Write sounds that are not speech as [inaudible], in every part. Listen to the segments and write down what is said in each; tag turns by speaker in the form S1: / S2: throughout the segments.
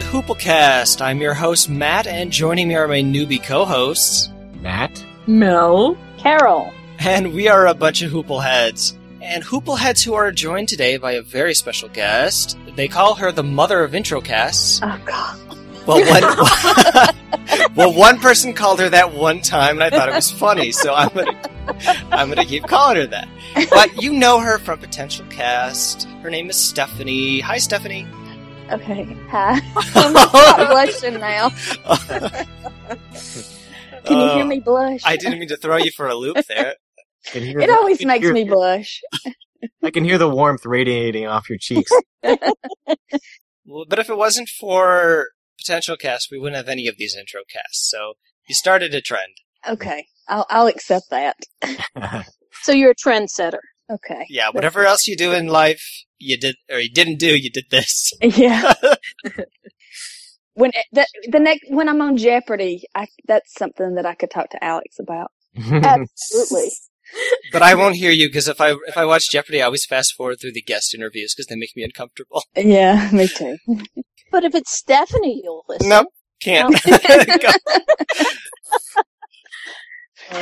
S1: Simplecast. I'm your host, Matt, and joining me are my newbie co hosts.
S2: Matt?
S3: Mel?
S4: Carol.
S1: And we are a bunch of Hoopleheads. And Hoopleheads who are joined today by a very special guest. They call her the mother of introcasts.
S4: Oh, God.
S1: Well,
S4: [laughs]
S1: one, [laughs] well, one person called her that one time, and I thought it was funny, so I'm gonna, I'm gonna keep calling her that. But you know her from Potential Cast. Her name is Stephanie. Hi, Stephanie.
S4: Okay. [laughs] Hi. I'm not blushing now. Can you hear
S1: Uh,
S4: me blush?
S1: I
S4: [laughs]
S1: didn't mean to throw you for a loop there.
S2: I can hear
S4: It
S2: the-
S4: always
S2: I can
S4: makes
S2: hear-
S4: me blush.
S2: I can hear the warmth radiating off your
S4: [laughs]
S2: cheeks.
S1: Well, But if it wasn't for Potential Cast, we wouldn't have any of these intro casts. So you started a trend.
S4: Okay. I'll, I'll accept that. [laughs]
S3: So you're a trendsetter.
S4: Okay.
S1: Yeah, whatever else you do in life, you did or you didn't do, you did this. [laughs]
S4: Yeah. When that, the next when I'm on Jeopardy, I, that's something that I could talk to Alex about.
S1: [laughs]
S4: Absolutely.
S1: But I won't hear you because if I if I watch Jeopardy, I always fast forward through the guest interviews because they make me uncomfortable.
S4: Yeah, [laughs] me too.
S3: But if it's Stephanie, you'll listen.
S1: Nope, can't. [laughs] Go.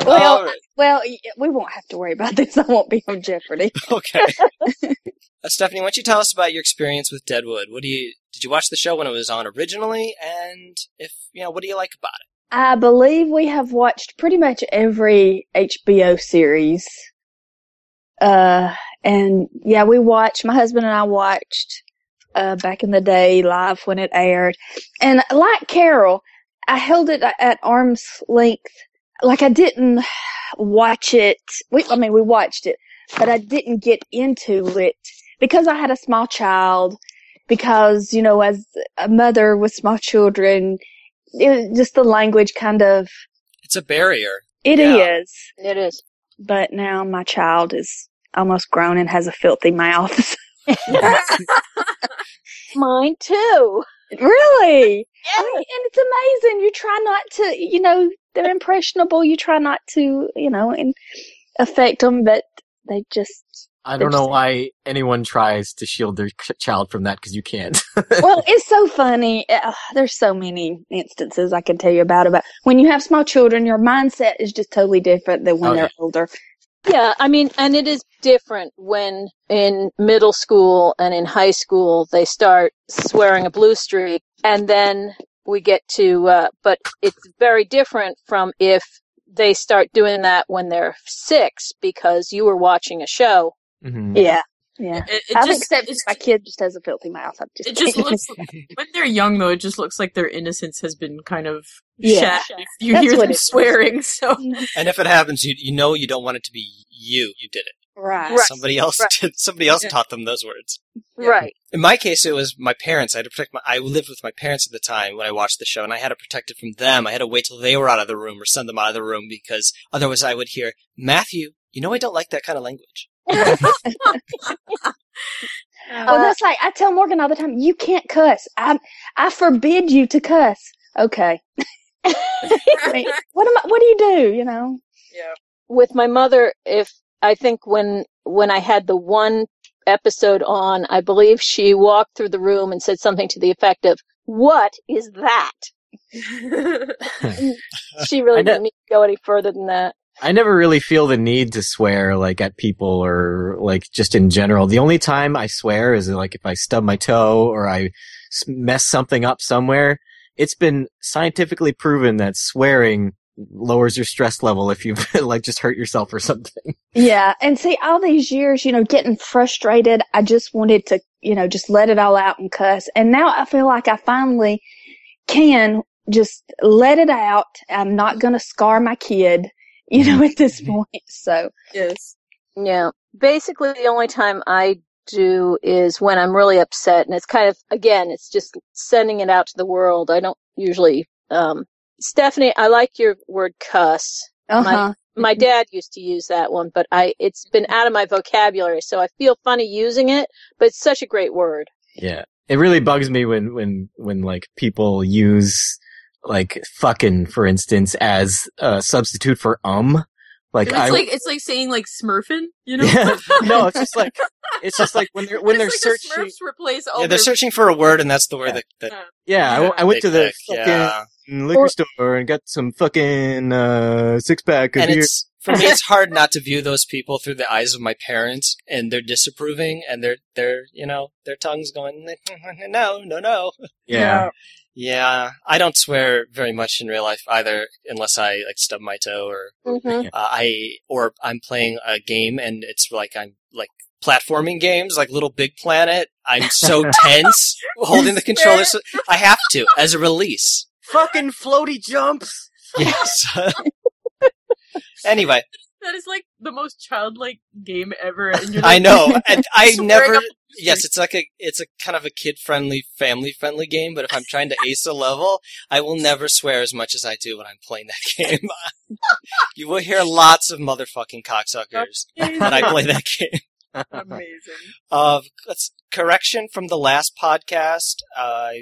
S4: Well,
S1: All right,
S4: Well, y- we won't have to worry about [laughs] this. I won't be on Jeopardy.
S1: okay. Uh, Stephanie, why don't you tell us about your experience with Deadwood? What do you did you watch the show when it was on originally, and if you know, what do you like about it?
S4: I believe we have watched pretty much every HBO series. Uh, and yeah, we watched, my husband and I watched, uh, back in the day live when it aired. And like Carol, I held it a- at arm's length. Like I didn't watch it. We, I mean, we watched it, but I didn't get into it because I had a small child. Because, you know, as a mother with small children, it, just the language kind of
S1: It's a barrier.
S4: it is,
S1: Yeah.
S3: It is.
S4: but now my child is almost grown and has a filthy mouth [laughs]
S3: Mine too.
S4: really I mean, and it's amazing you try not to you know they're impressionable you try not to you know and affect them but they
S2: [laughs]
S4: just
S2: I don't know why anyone tries to shield their ch- child from that because you can't. [laughs]
S4: well it's so funny Eh, Ugh, there's so many instances i can tell you about about when you have small children your mindset is just totally different than when
S2: Oh, yeah.
S4: they're older
S3: Yeah, I mean, and it is different when in middle school and in high school they start swearing a blue streak, and then we get to, uh, but it's very different from if they start doing that when they're six because you were watching a show.
S2: Mhm.
S4: yeah yeah
S5: It, it
S4: I've
S5: just,
S4: accepted
S5: it's-
S4: my kid just has a filthy mouth. I've just
S5: It just
S4: [laughs]
S5: looks when they're young though. It just looks like their innocence has been kind of
S4: Yeah.
S5: shat. if You
S4: That's
S5: hear
S4: what
S5: them
S4: it is.
S5: swearing, [laughs] so
S1: And if it happens, you you know you don't want it to be you. You did it.
S4: [laughs] right.
S3: Right.
S1: Somebody else
S3: right.
S1: did. Somebody else
S5: Yeah.
S1: taught them those words.
S3: Right.
S1: In my case, it was my parents. I had to protect my. I lived with my parents at the time when I watched the show, and I had to protect it from them. I had to wait till they were out of the room or send them out of the room because otherwise I would hear Matthew. You know I don't like that kind of language.
S4: Well, that's like I tell Morgan all the time. You can't cuss. I I forbid you to cuss. Okay. [laughs] I mean, what am I? What do you do? You know.
S3: with my mother if i think when when i had the one episode on i believe she walked through the room and said something to the effect of what is that [laughs] she
S2: I
S3: really
S2: know-
S3: didn't need to go any further than that
S2: I never really feel the need to swear like at people or like just in general. The only time I swear is like if I stub my toe or I s- mess something up somewhere. It's been scientifically proven that swearing lowers your stress level if you [laughs] like just hurt yourself or something.
S4: Yeah, and see, all these years, you know, getting frustrated, I just wanted to, you know, just let it all out and cuss. And now I feel like I finally can just let it out. I'm not going to scar my kid, you know, at this point. So,
S5: yes,
S3: Yeah. Basically, the only time I do is when I'm really upset, and it's kind of again, it's just sending it out to the world. I don't usually. Um, Stephanie, I like your word "cuss."
S4: uh huh.
S3: My- My
S1: Mm-hmm.
S3: dad used to use that one, but I it's been out of my vocabulary, so I feel funny using it. But it's such a great word.
S2: Yeah. It really bugs me when, when, when like people use like fucking, for instance, as a substitute for um. Like
S5: it's
S2: I,
S5: like it's like saying like Smurfin, you know? [laughs]
S2: Yeah. no, it's just like it's just like when they're when
S5: It's
S2: they're
S5: like
S2: searching.
S5: the Smurfs replace all
S1: yeah,
S5: their
S1: they're searching for a word, and that's the word that, that
S2: yeah, I, w- I
S1: they
S2: went to the
S1: pick,
S2: fucking
S1: yeah.
S2: liquor
S4: Or-
S2: store and got some fucking uh, six pack of
S1: And
S2: beer. [laughs]
S1: it's for me, it's hard not to view those people through the eyes of my parents, and they're disapproving, and they're they're you know their tongues going [laughs] no no no.
S2: yeah,
S1: Yeah, I don't swear very much in real life either, unless I like stub my toe or
S3: Mm-hmm.
S1: uh, I or I'm playing a game and it's like I'm like platforming games like Little Big Planet. I'm so tense holding the controller. So I have to as a release.
S2: fucking floaty
S5: [laughs]
S2: jumps. [laughs]
S1: Yes. anyway,
S5: That is like the most childlike game ever. And
S2: [laughs]
S5: you're
S1: I
S5: like, [laughs]
S1: know. And I
S5: Swearing
S1: never.
S5: up
S1: Yes, it's like a it's a kind of a kid friendly, family friendly game. But if I'm trying to ace a level, I will never swear as much as I do when I'm playing that [laughs] game. you will hear lots of motherfucking cocksuckers
S5: Amazing.
S1: when I play that [laughs] game.
S5: Amazing.
S1: of let's, correction from the last podcast. Uh,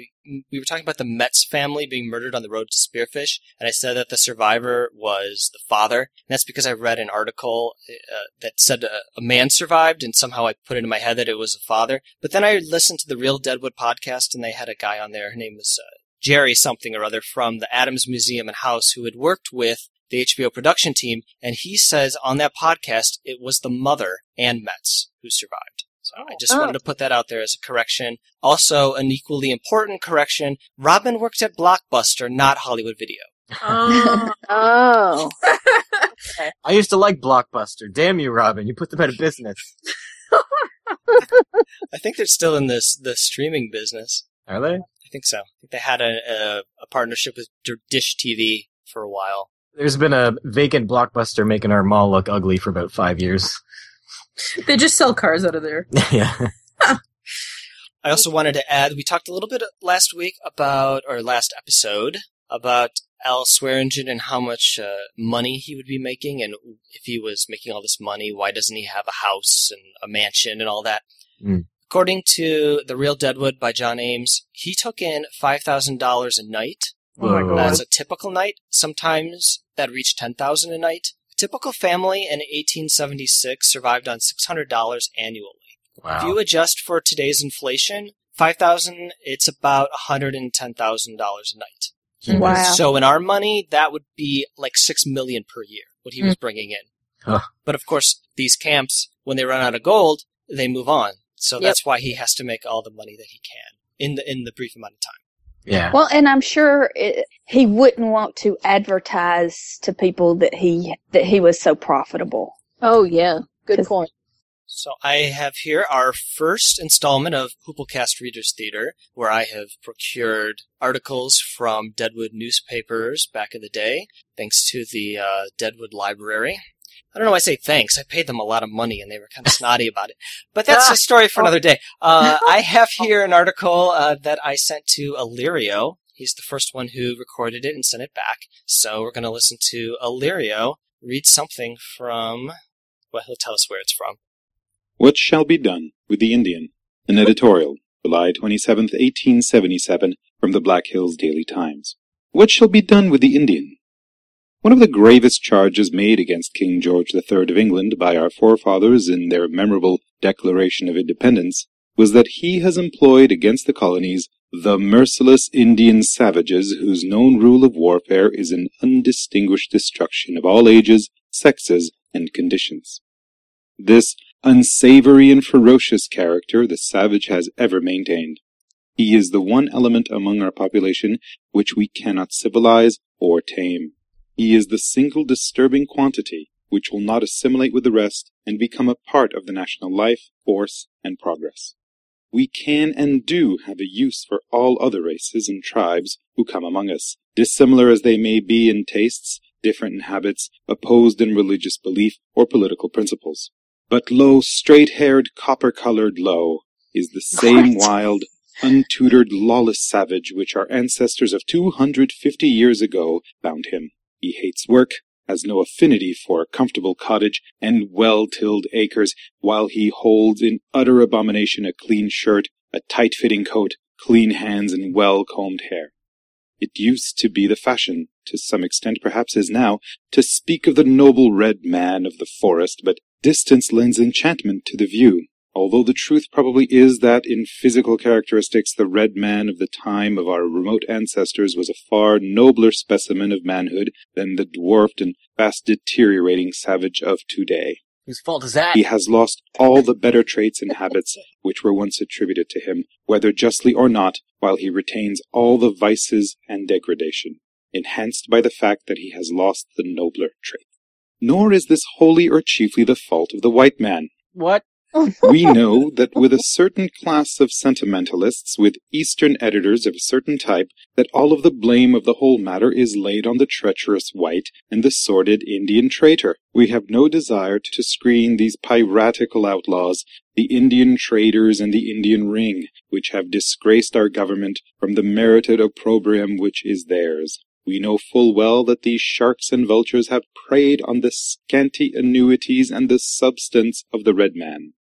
S1: we were talking about the Metz family being murdered on the road to Spearfish, and I said that the survivor was the father. And that's because I read an article uh, that said a, a man survived, and somehow I put it in my head that it was the father. But then I listened to the Real Deadwood podcast, and they had a guy on there. Her name is uh, Jerry something or other from the Adams Museum and House who had worked with the HBO production team, and he says on that podcast it was the mother and Metz who survived. So I just
S3: Oh.
S1: wanted to put that out there as a correction. Also, an equally important correction: Robin worked at Blockbuster, not Hollywood Video.
S5: Oh.
S3: [laughs] Oh,
S2: I used to like Blockbuster. Damn you, Robin! You put them out of business.
S1: I think they're still in this the streaming business.
S2: Are they?
S1: I think so. I think they had a, a, a partnership with D- Dish TV for a while.
S2: There's been a vacant Blockbuster making our mall look ugly for about five years.
S5: they just sell cars out
S2: [laughs]
S5: of there.
S2: yeah.
S1: I also wanted to add we talked a little bit last week about, or last episode, about Al Swearingen and how much uh, money he would be making, and if he was making all this money, why doesn't he have a house and a mansion and all that?
S2: Mm.
S1: According to The Real Deadwood by John Ames, he took in $5,000 a night
S5: Oh my
S2: Whoa.
S5: God.
S1: That's a typical night. Sometimes that reached ten thousand a night. A typical family in eighteen seventy six survived on six hundred dollars annually. If
S2: Wow.
S1: you adjust for today's inflation, five thousand, it's about hundred and ten thousand dollars a night.
S2: Jeez.
S4: Wow.
S1: So in our money, that would be like six million per year what he was bringing in.
S2: Huh.
S1: But of course, these camps, when they run out of gold, they move on. So
S3: Yep.
S1: that's why he has to make all the money that he can in the in the brief amount of time.
S2: Yeah.
S4: Well, and I'm sure it, he wouldn't want to advertise to people that he that he was so profitable.
S3: oh yeah, good
S4: Just-
S3: point.
S1: So I have here our first installment of Hooplecast Readers Theater, where I have procured articles from Deadwood newspapers back in the day, thanks to the uh, Deadwood Library. I don't know why I say thanks. I paid them a lot of money and they were kind of snotty about it. But that's a story for another day. Uh, I have here an article uh, that I sent to Illyrio. He's the first one who recorded it and sent it back. So we're going to listen to Illyrio read something from, well, he'll tell us where it's from.
S6: What Shall Be Done with the Indian? An editorial, July 27, 1877, from the Black Hills Daily Times. What shall be done with the Indian? One of the gravest charges made against King George III of England by our forefathers in their memorable Declaration of Independence was that he has employed against the colonies the merciless Indian savages whose known rule of warfare is an undistinguished destruction of all ages, sexes, and conditions. This unsavory and ferocious character the savage has ever maintained. He is the one element among our population which we cannot civilize or tame. He is the single disturbing quantity which will not assimilate with the rest and become a part of the national life, force, and progress. We can and do have a use for all other races and tribes who come among us, dissimilar as they may be in tastes, different in habits, opposed in religious belief or political principles. But lo, straight haired, copper colored lo, is the same
S4: What?
S6: wild, untutored, lawless savage which our ancestors of two hundred fifty years ago found him. He hates work, has no affinity for a comfortable cottage and well tilled acres, while he holds in utter abomination a clean shirt, a tight fitting coat, clean hands, and well combed hair. It used to be the fashion, to some extent perhaps is now, to speak of the noble red man of the forest, but distance lends enchantment to the view, although the truth probably is that in physical characteristics the red man of the time of our remote ancestors was a far nobler specimen of manhood than the dwarfed and fast deteriorating savage of today.
S2: Whose fault is that?
S6: He has lost all the better traits and habits which were once attributed to him, whether justly or not, while he retains all the vices and degradation, enhanced by the fact that he has lost the nobler trait. Nor is this wholly or chiefly the fault of the white man.
S2: What?
S6: [laughs] We know that with a certain class of sentimentalists, with Eastern editors of a certain type, that all of the blame of the whole matter is laid on the treacherous white and the sordid Indian traitor. We have no desire to screen these piratical outlaws, the Indian traders and the Indian ring, which have disgraced our government from the merited opprobrium which is theirs. We know full well that these sharks and vultures have preyed on the scanty annuities and the substance of the red man.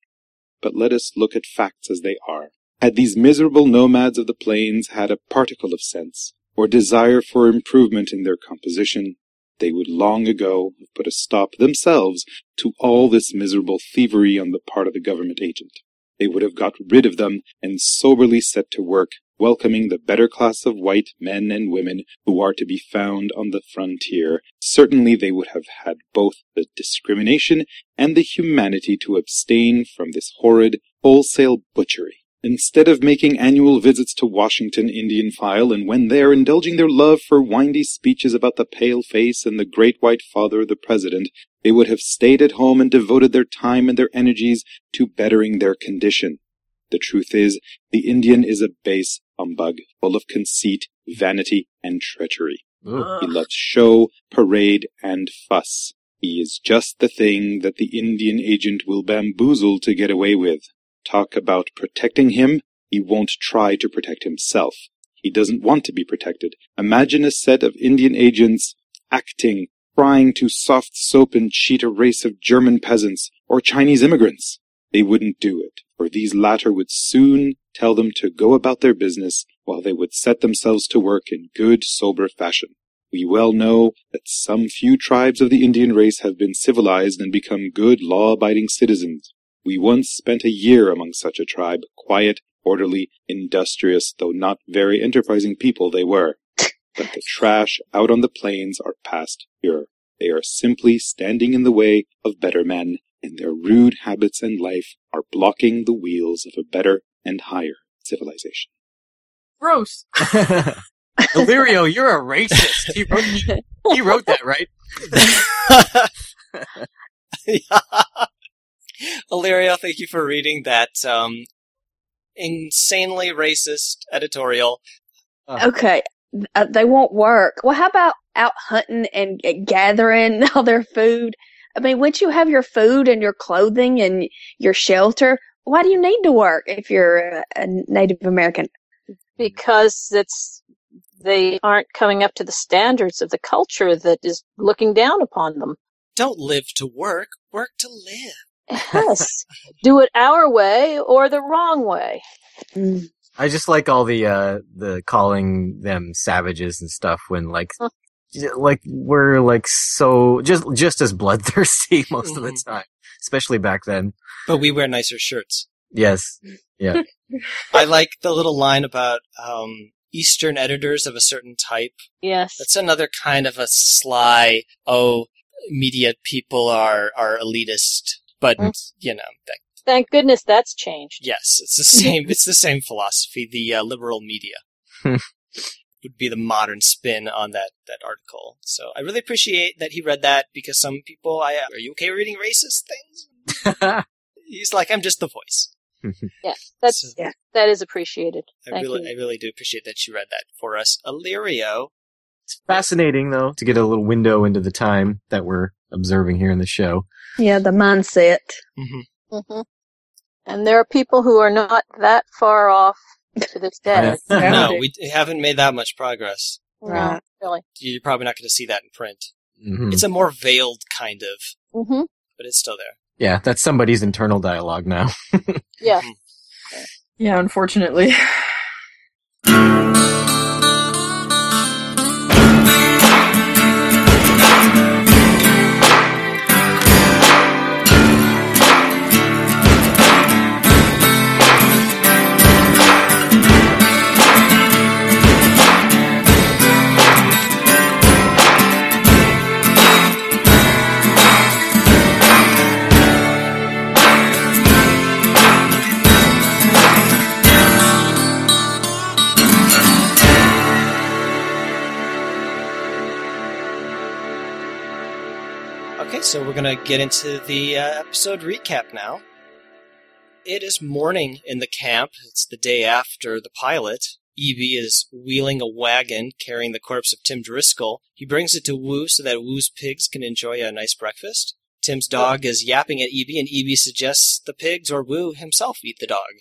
S6: But let us look at facts as they are. Had these miserable nomads of the plains had a particle of sense, or desire for improvement in their composition, they would long ago have put a stop themselves to all this miserable thievery on the part of the government agent. They would have got rid of them and soberly set to work, welcoming the better class of white men and women who are to be found on the frontier. Certainly they would have had both the discrimination and the humanity to abstain from this horrid wholesale butchery. Instead of making annual visits to Washington Indian file, and when there indulging their love for windy speeches about the pale face and the great white father of the president, they would have stayed at home and devoted their time and their energies to bettering their condition. The truth is, the Indian is a base humbug, full of conceit, vanity, and treachery.
S2: Ugh.
S6: He loves show, parade, and fuss. He is just the thing that the Indian agent will bamboozle to get away with. Talk about protecting him, he won't try to protect himself. He doesn't want to be protected. Imagine a set of Indian agents acting, trying to soft soap and cheat a race of German peasants or Chinese immigrants. They wouldn't do it, for these latter would soon tell them to go about their business while they would set themselves to work in good, sober fashion. We well know that some few tribes of the Indian race have been civilized and become good, law abiding citizens. We once spent a year among such a tribe, quiet, orderly, industrious, though not very enterprising people they were. But the trash out on the plains are past here. They are simply standing in the way of better men, and their rude habits and life are blocking the wheels of a better and higher civilization.
S2: [laughs]
S5: Gross.
S2: Illyrio, you're a racist. He wrote, he wrote that, right?
S1: Illyrio, thank you for reading that um, insanely racist editorial.
S4: Okay, uh, they won't work. Well, how about out hunting and uh, gathering [laughs] all their food? I mean, once you have your food and your clothing and your shelter, why do you need to work if you're a, a Native American?
S3: because it's they aren't coming up to the standards of the culture that is looking down upon them.
S1: Don't live to work, work to live. [laughs]
S3: Yes, do it our way or the wrong way.
S4: Mm.
S2: I just like all the uh the calling them savages and stuff when like
S3: Huh.
S2: j- like we're like so just just as bloodthirsty [laughs] most of the
S1: Mhm.
S2: time, especially back then.
S1: But we wear nicer shirts.
S2: Yes.
S1: I like the little line about um, Eastern editors of a certain type.
S3: Yes,
S1: That's another kind of a sly, oh, media people are, are elitist. But,
S3: Mm.
S1: you know, that,
S3: thank goodness that's changed.
S1: yes, it's the [laughs] same, it's the same philosophy. The uh, liberal media
S2: Hmm.
S1: [laughs] would be the modern spin on that, that article. So I really appreciate that he read that because some people, I, uh, are you okay reading racist things? He's like, I'm just the voice.
S3: That's
S1: So-
S3: that is appreciated.
S1: I
S3: Thank
S1: really,
S3: you.
S1: I really do appreciate that you read that for us. Illyrio,
S2: It's fascinating though to get a little window into the time that we're observing here in the show.
S4: Yeah, the mindset.
S1: Mm-hmm.
S3: hmm And there are people who are not that far off to
S1: [laughs]
S3: this [laughs] day.
S4: Yeah.
S1: no,
S4: Okay.
S1: we haven't made that much progress.
S3: No,
S4: Right.
S3: really.
S1: You're probably not going to see that in print.
S2: Mhm.
S1: It's a more veiled kind of,
S3: hmm
S1: but it's still there.
S2: Yeah, that's somebody's internal dialogue now. [laughs]
S3: Yeah.
S1: Mhm.
S5: Yeah, unfortunately.
S1: Okay, so we're going to get into the uh, episode recap now. It is morning in the camp. It's the day after the pilot. Evie is wheeling a wagon carrying the corpse of Tim Driscoll. He brings it to Woo so that Woo's pigs can enjoy a nice breakfast. Tim's dog is yapping at Evie, and Evie suggests the pigs or Woo himself eat the dog.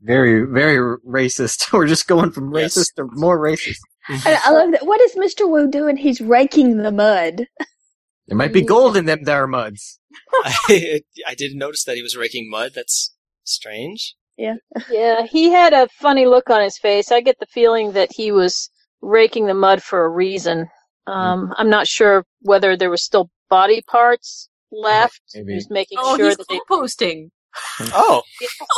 S2: Very, very racist. [laughs] We're just going from
S1: Yes.
S2: racist to more racist.
S4: And I love that. What is Mr. Wu doing? He's raking the mud.
S2: There might be gold in them there muds.
S1: [laughs] I, I didn't notice that he was raking mud. That's strange.
S3: Yeah, he had a funny look on his face. I get the feeling that he was raking the mud for a reason.
S1: Mm-hmm.
S3: Um, I'm not sure whether there were still body parts left.
S2: Maybe.
S3: He was making
S5: Oh,
S3: sure
S5: he's
S3: that they.
S2: [laughs]
S5: composting.
S1: Oh,
S5: [laughs]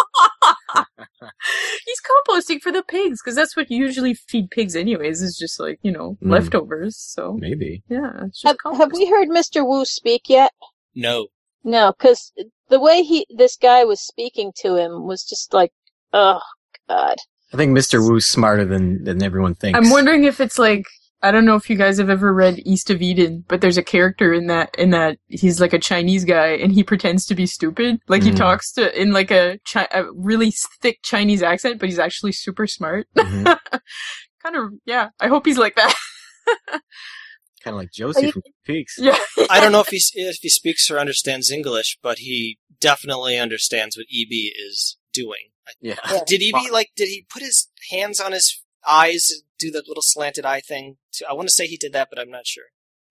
S5: he's composting for the pigs because that's what you usually feed pigs, anyways. Is just like you know
S2: Mm.
S5: leftovers. So
S2: Maybe.
S5: yeah, it's just
S3: Have, have
S5: compost.
S3: we heard Mr. Wu speak yet?
S1: no.
S3: No, because the way he this guy was speaking to him was just like, oh god.
S2: I think Mr. Wu's smarter than, than everyone thinks.
S5: I'm wondering if it's like I don't know if you guys have ever read East of Eden, but there's a character in that in that he's like a Chinese guy and he pretends to be stupid. Like he
S2: Mm.
S5: talks to in like a, chi- a really thick Chinese accent, but he's actually super smart. [laughs]
S2: kind
S5: kind of yeah. I hope he's like that.
S2: of like Josie
S3: you-
S2: from Peaks.
S5: [laughs] yeah.
S1: I don't know if he if he speaks or understands English, but he definitely understands what EB is doing.
S2: Yeah.
S3: Yeah.
S1: Did EB like? Did he put his hands on his eyes, and do the little slanted eye thing? To, I want to say he did that, but I'm not sure.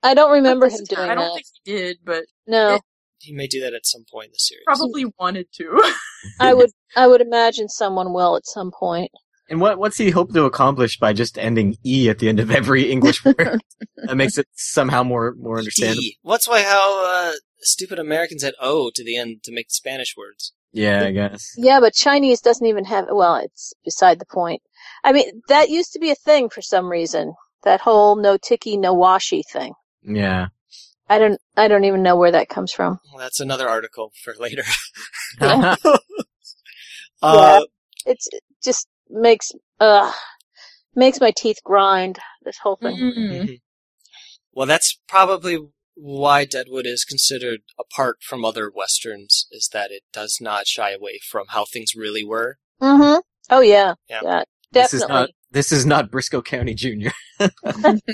S3: I don't remember him doing
S5: I don't
S3: that.
S5: think he did, but
S3: no,
S1: He may do that at some point in the series.
S5: probably wanted
S2: [laughs]
S5: to.
S3: I would I would imagine someone will at some point.
S2: And what what's he hope to accomplish by just ending e at the end of every [laughs] English word? that makes it somehow more more understandable.
S1: D. What's why how uh, stupid Americans add O to the end to make Spanish words?
S2: Yeah, I guess.
S3: Yeah, but Chinese doesn't even have. Well, it's beside the point. I mean, that used to be a thing for some reason. That whole no tiki no washi thing.
S2: Yeah.
S3: I don't I don't even know where that comes
S2: [laughs]
S3: from.
S1: Well, that's another article for later. [laughs]
S3: Yeah.
S1: Uh,
S3: It's it just makes uh makes my teeth grind. This whole thing.
S5: Mm.
S2: Mm-hmm.
S1: Well, that's probably why Deadwood is considered apart from other westerns is that it does not shy away from how things really were.
S3: Mm-hmm. Oh yeah.
S1: Yeah.
S2: This is
S3: Definitely.
S2: not this is not Briscoe County Jr.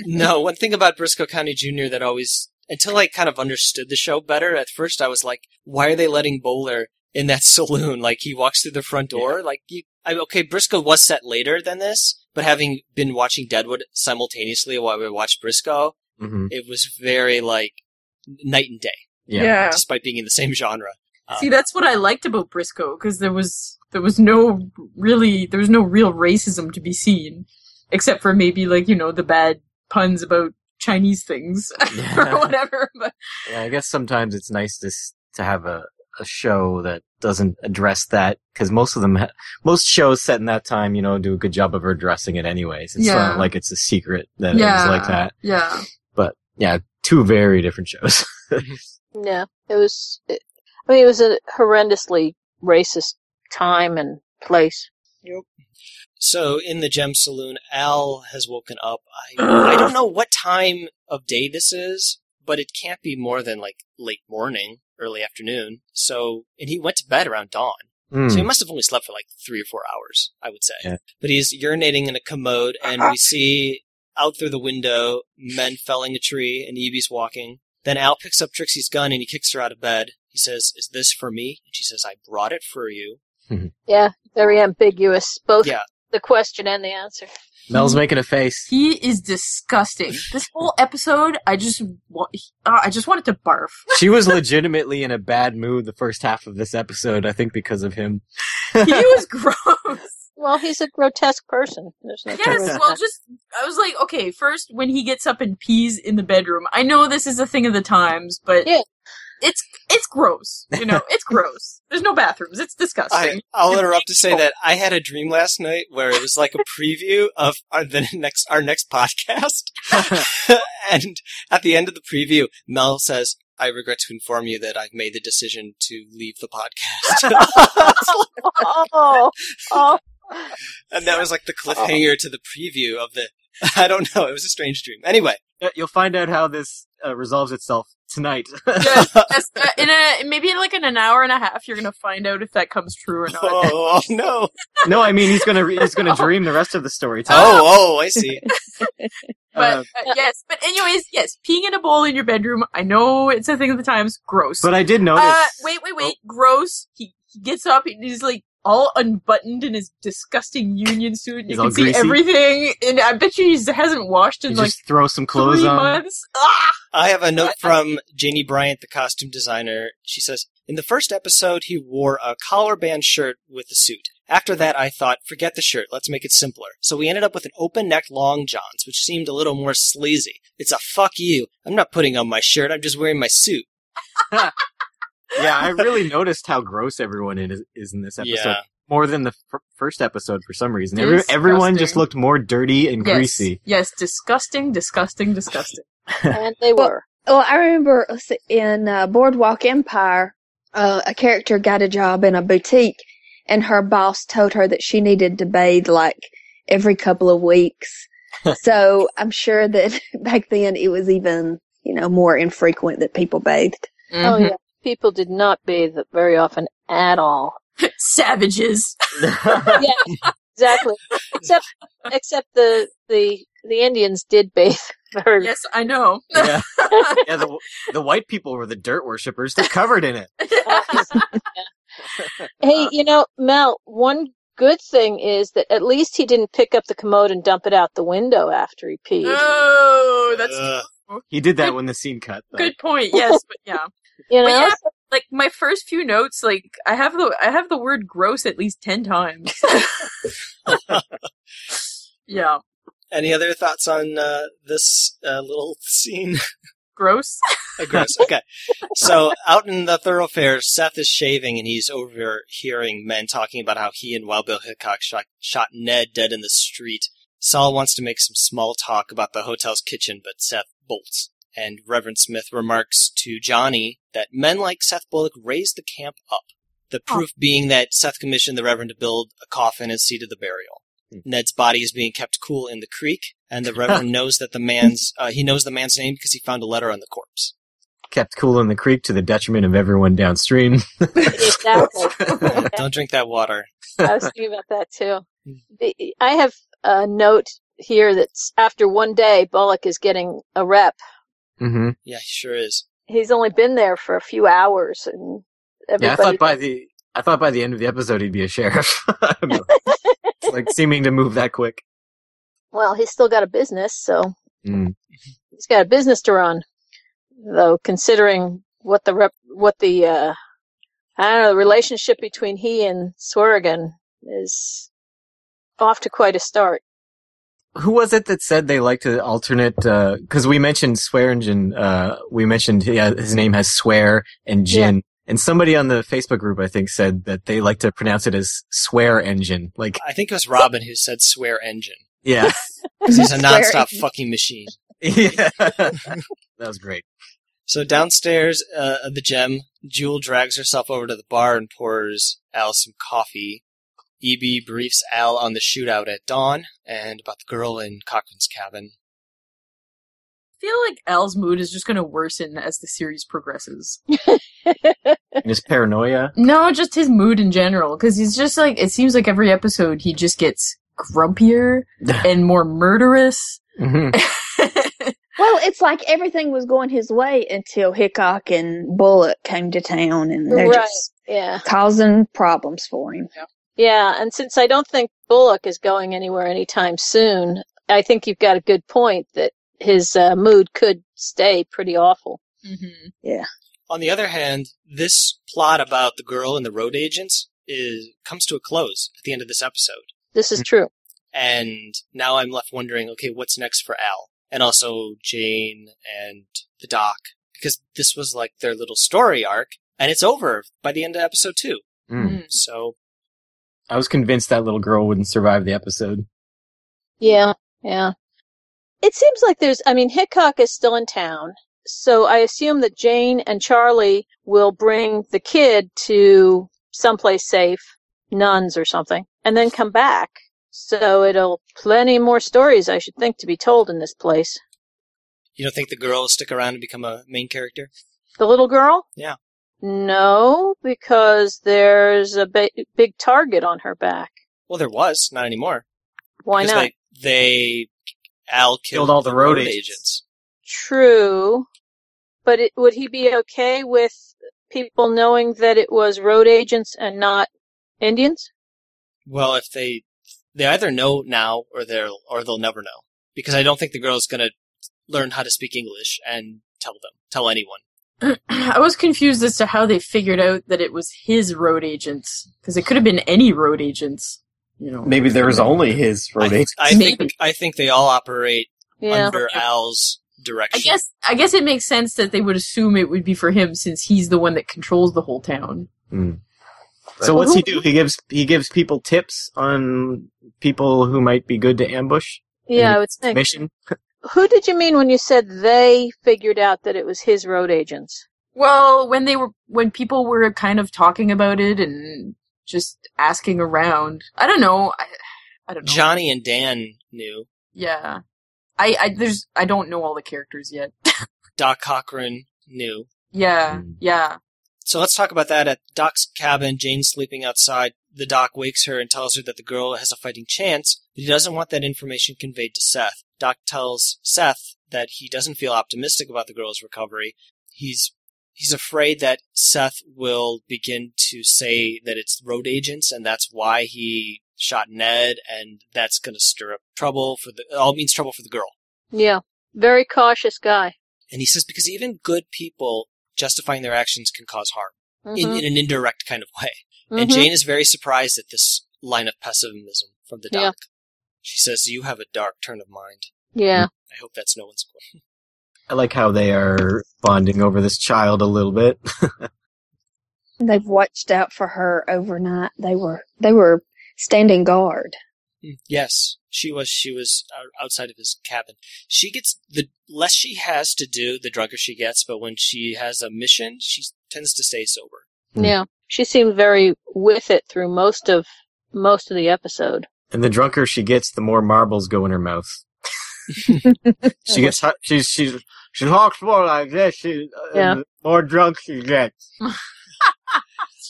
S1: no, one thing about Briscoe County Jr. that always until I kind of understood the show better, at first I was like, why are they letting Bowler in that [laughs] saloon? Like he walks through the front door. Like you I okay, Briscoe was set later than this, but having been watching Deadwood simultaneously while we watched Briscoe,
S2: hmm
S1: it was very like night and day,
S2: Yeah.
S1: despite being in the same genre. Uh,
S5: See, that's what I liked about Briscoe because there was there was no really there was no real racism to be seen, except for maybe like you know the bad puns about Chinese things [laughs] or
S2: Yeah.
S5: whatever. But
S2: yeah. I guess sometimes it's nice to s- to have a a show that doesn't address that because most of them ha- most shows set in that time you know do a good job of addressing it anyways it's
S5: Yeah.
S2: not like it's a secret that it
S5: Yeah.
S2: was like that
S5: yeah,
S2: yeah two very different shows [laughs]
S3: No, it was. It, I mean, it was a horrendously racist time and place.
S1: So in the gem saloon, Al has woken up. I I don't know what time of day this is, but it can't be more than like late morning, early afternoon. So and he went to bed around dawn.
S2: Mm.
S1: So he must have only slept for like three or four hours, I would say.
S2: Yeah.
S1: But he's urinating in a commode and we see out through the window men felling a tree and Evie's walking. Then Al picks up Trixie's gun and he kicks her out of bed. He says, Is this for me? And she says, I brought it for you.
S3: Yeah, very ambiguous, both
S1: Yeah.
S3: the question and the answer.
S5: Mm-hmm.
S2: mel's making a face
S5: he is disgusting. This whole episode, I just wa- uh, I just wanted to barf. [laughs]
S2: she was legitimately in a bad mood the first half of this episode, I think, because of
S5: [laughs]
S2: him.
S5: He was gross.
S3: Well, he's a grotesque person. There's no
S5: Yes,
S3: choice.
S5: well, just I was like, okay, first when he gets up and pees in the bedroom, I know this is a thing of the times, but
S3: Yeah.
S5: it's it's gross. You know, it's gross. There's no bathrooms. It's disgusting.
S1: I, I'll interrupt to
S2: Oh.
S1: say that I had a dream last night where it was like a preview of our the next our
S2: [laughs]
S1: next podcast, and at the end of the preview, Mel says, "I regret to inform you that I've made the decision to leave the podcast,"
S3: oh,
S2: [laughs]
S3: oh,
S1: and that was like the
S2: Oh.
S1: cliffhanger to the preview of the. I don't know. It was a strange dream. Anyway,
S2: You'll find out how this uh, resolves itself tonight. [laughs]
S5: Yes, yes, uh, in a maybe in like in an hour and a half, you're gonna find out if that comes true or not.
S2: [laughs]
S1: Oh, [laughs] oh, no.
S2: no, I mean he's gonna he's gonna dream the rest of the story. Tom.
S1: [laughs] Oh, oh, I see.
S5: But
S2: Uh,
S5: uh, yes, but anyways, yes, peeing in a bowl in your bedroom. I know it's a thing of the times. Gross.
S2: but I did notice. Oh.
S5: uh, wait, wait, wait. Gross. He, he gets up and he's like all unbuttoned in his disgusting union suit. And
S2: He's
S5: you
S2: all
S5: can see
S2: greasy.
S5: everything, and I bet you he hasn't washed in
S2: you
S5: like
S2: just throw some clothes
S5: three
S2: on.
S5: months. Ah!
S1: I have a note from Janie Bryant, the costume designer. She says, In the first episode, he wore a collar band shirt with a suit. After that, I thought, forget the shirt, let's make it simpler. So we ended up with an open neck long johns, which seemed a little more sleazy. It's a fuck you. I'm not putting on my shirt, I'm just wearing my suit.
S2: Yeah, [laughs] I really noticed how gross everyone is, is in this episode.
S1: Yeah.
S2: More than the f- first episode for some reason. Every-
S5: Disgusting.
S2: everyone just looked more dirty and greasy.
S5: Yes, disgusting, disgusting, disgusting.
S3: and
S4: [laughs]
S3: they
S4: Well-
S3: were.
S4: Well, I remember s- in uh, Boardwalk Empire, uh, a character got a job in a boutique, and her boss told her that she needed to bathe like every couple of
S3: [laughs]
S4: weeks. so I'm sure that [laughs] back then it was even you know more infrequent that people bathed.
S3: Oh
S5: mm-hmm.
S3: yeah, people did not bathe very often at all.
S5: [laughs] Savages.
S3: Yeah, exactly. except, except the the the Indians did bathe [laughs] very.
S5: Yes, I know.
S2: yeah. Yeah, the, the white people were the dirt worshippers. They're covered in it. Uh,
S3: Hey, you know, Mel, one good thing is that at least he didn't pick up the commode and dump it out the window after he
S1: [laughs]
S3: peed.
S5: oh, that's
S1: Ugh.
S2: Uh, He did that when the scene cut. though.
S5: good [laughs] point. Yes, but yeah.
S3: you know?
S5: But yeah, like my first few notes, like I have the I have the word gross at least ten [laughs] times. yeah.
S1: Any other thoughts on uh, this uh, little [laughs] scene?
S5: Gross.
S1: Oh, gross. Okay. So out in the thoroughfare, Seth is shaving and he's overhearing men talking about how he and Wild Bill Hickok shot, shot Ned dead in the street. Saul wants to make some small talk about the hotel's kitchen, but Seth bolts. And Reverend Smith remarks to Johnny that men like Seth Bullock raised the camp up. The proof being that Seth commissioned the Reverend to build a coffin and seat of the burial.
S2: Hmm.
S1: Ned's body is being kept cool in the creek,
S2: [laughs]
S1: and the Reverend knows that the man's uh, he knows the man's name because he found a letter on the corpse.
S2: [laughs] Kept cool in the creek to the detriment of everyone downstream. [laughs]
S3: exactly.
S1: Don't drink that water.
S3: I was thinking about that
S2: [laughs]
S3: too. The, I have a note here that's after one day, Bullock is getting a rep.
S2: hmm
S1: Yeah, he sure is.
S3: He's only been there for a few hours, and
S2: Yeah, I
S3: everybody.
S2: thought by the I thought by the end of the episode he'd be a sheriff. [laughs] I don't know. it's like seeming to move that quick.
S3: well, he's still got a business, so
S2: Mm.
S3: he's got a business to run. Though, considering what the rep, what the uh, I don't know, the relationship between he and Swerrigan is off to quite a start.
S2: Who was it that said they like to alternate? Because we mentioned Swearingen. Uh, we mentioned he, his name has Swear and Gin. And somebody on the Facebook group, I think, said that they like to pronounce it as swear engine.
S3: [laughs]
S2: Like,
S1: I think it was Robin who said swear engine.
S2: yeah,
S1: [laughs] 'Cause he's a
S4: Swear
S1: nonstop fucking machine. [laughs]
S2: yeah, [laughs] that was great.
S1: So downstairs uh, at the gem, Jewel drags herself over to the bar and pours Al some coffee. EB briefs Al on the shootout at dawn and about the girl in Cochran's cabin.
S5: I feel like Al's mood is just gonna worsen as the series progresses.
S2: And his paranoia.
S5: [laughs] No, just his mood in general, because he's just like it seems like every episode he just gets [laughs] grumpier and more murderous. Mm-hmm.
S2: Mhm.
S4: Well, it's like everything was going his way until Hickok and Bullock came to town, and they're
S3: Right.
S4: just
S3: Yeah,
S4: causing problems for him.
S3: yeah, and since I don't think Bullock is going anywhere anytime soon, I think you've got a good point that his uh, mood could stay pretty awful.
S5: mm-hmm.
S1: On the other hand, this plot about the girl and the road agents is comes to a close at the end of this episode.
S3: This is
S4: Mm-hmm.
S3: true.
S1: And now I'm left wondering, okay, what's next for Al? And also Jane and the doc, because this was like their little story arc, and it's over by the end of episode two.
S3: Hmm.
S2: Mm.
S1: So,
S2: I was convinced that little girl wouldn't survive the episode.
S3: Yeah, yeah. It seems like there's, I mean, Hickok is still in town, so I assume that Jane and Charlie will bring the kid to someplace safe, nuns or something, and then come back. So it'll plenty more stories, I should think, to be told in this place.
S1: You don't think the girl will stick around and become a main character?
S3: The little girl?
S1: Yeah.
S3: No, because there's a ba- big target on her back.
S1: Well, there was not anymore.
S3: Why
S1: Because,
S3: not?
S1: like, they Al killed,
S2: Killed all the road agents.
S1: agents.
S3: True, but it, would he be okay with people knowing that it was road agents and not Indians?
S1: Well, if they they either know now or they'll or they'll never know because I don't think the girl's gonna learn how to speak English and tell them tell anyone.
S5: [clears throat] I was confused as to how they figured out that it was his road agents because it could have been any road agents. You know,
S2: Maybe there was only
S3: [laughs]
S2: his
S1: I,
S2: road agent.
S1: I
S5: Maybe.
S1: think I think they all operate
S3: Yeah.
S1: under Al's
S5: I
S1: direction.
S5: guess I guess it makes sense that they would assume it would be for him since he's the one that controls the whole town.
S2: Hmm. So what's he do? He gives he gives people tips on people who might be good to ambush
S3: yeah, I would think.
S2: mission.
S3: Who did you mean when you said they figured out that it was his road agents?
S5: Well, when they were when people were kind of talking about it and just asking around, I don't know. I, I don't know.
S1: Johnny and Dan knew.
S5: yeah, I, I there's I don't know all the characters yet. [laughs]
S1: Doc Cochran knew.
S5: yeah,
S2: Mm.
S5: yeah.
S1: So let's talk about that. At Doc's cabin, Jane's sleeping outside. The doc wakes her and tells her that the girl has a fighting chance, but he doesn't want that information conveyed to Seth. Doc tells Seth that he doesn't feel optimistic about the girl's recovery. He's he's afraid that Seth will begin to say that it's road agents and that's why he shot Ned and that's going to stir up trouble for the it all means trouble for the girl.
S3: Yeah. Very cautious guy.
S1: And he says because even good people justifying their actions can cause harm
S3: Mhm,
S1: in, in an indirect kind of way.
S3: mhm.
S1: And Jane is very surprised at this line of pessimism from the doc.
S3: Yeah.
S1: She says, You have a dark turn of mind.
S3: Yeah.
S1: I hope that's no one's quote.
S2: I like how they are bonding over this child a little bit. [laughs]
S4: They've watched out for her overnight. They were they were standing guard.
S3: Mm.
S1: Yes, she was. She was uh, outside of his cabin. She gets the less she has to do, the drunker she gets. But when she has a mission, she tends to stay sober.
S2: Hmm.
S3: Yeah. She seemed very with it through most of most of the episode.
S2: And the drunker she gets, the more marbles go in her
S5: [laughs]
S2: mouth. she gets hu- she's she's she talks more like this. She uh,
S3: Yeah.
S2: the more drunk she gets.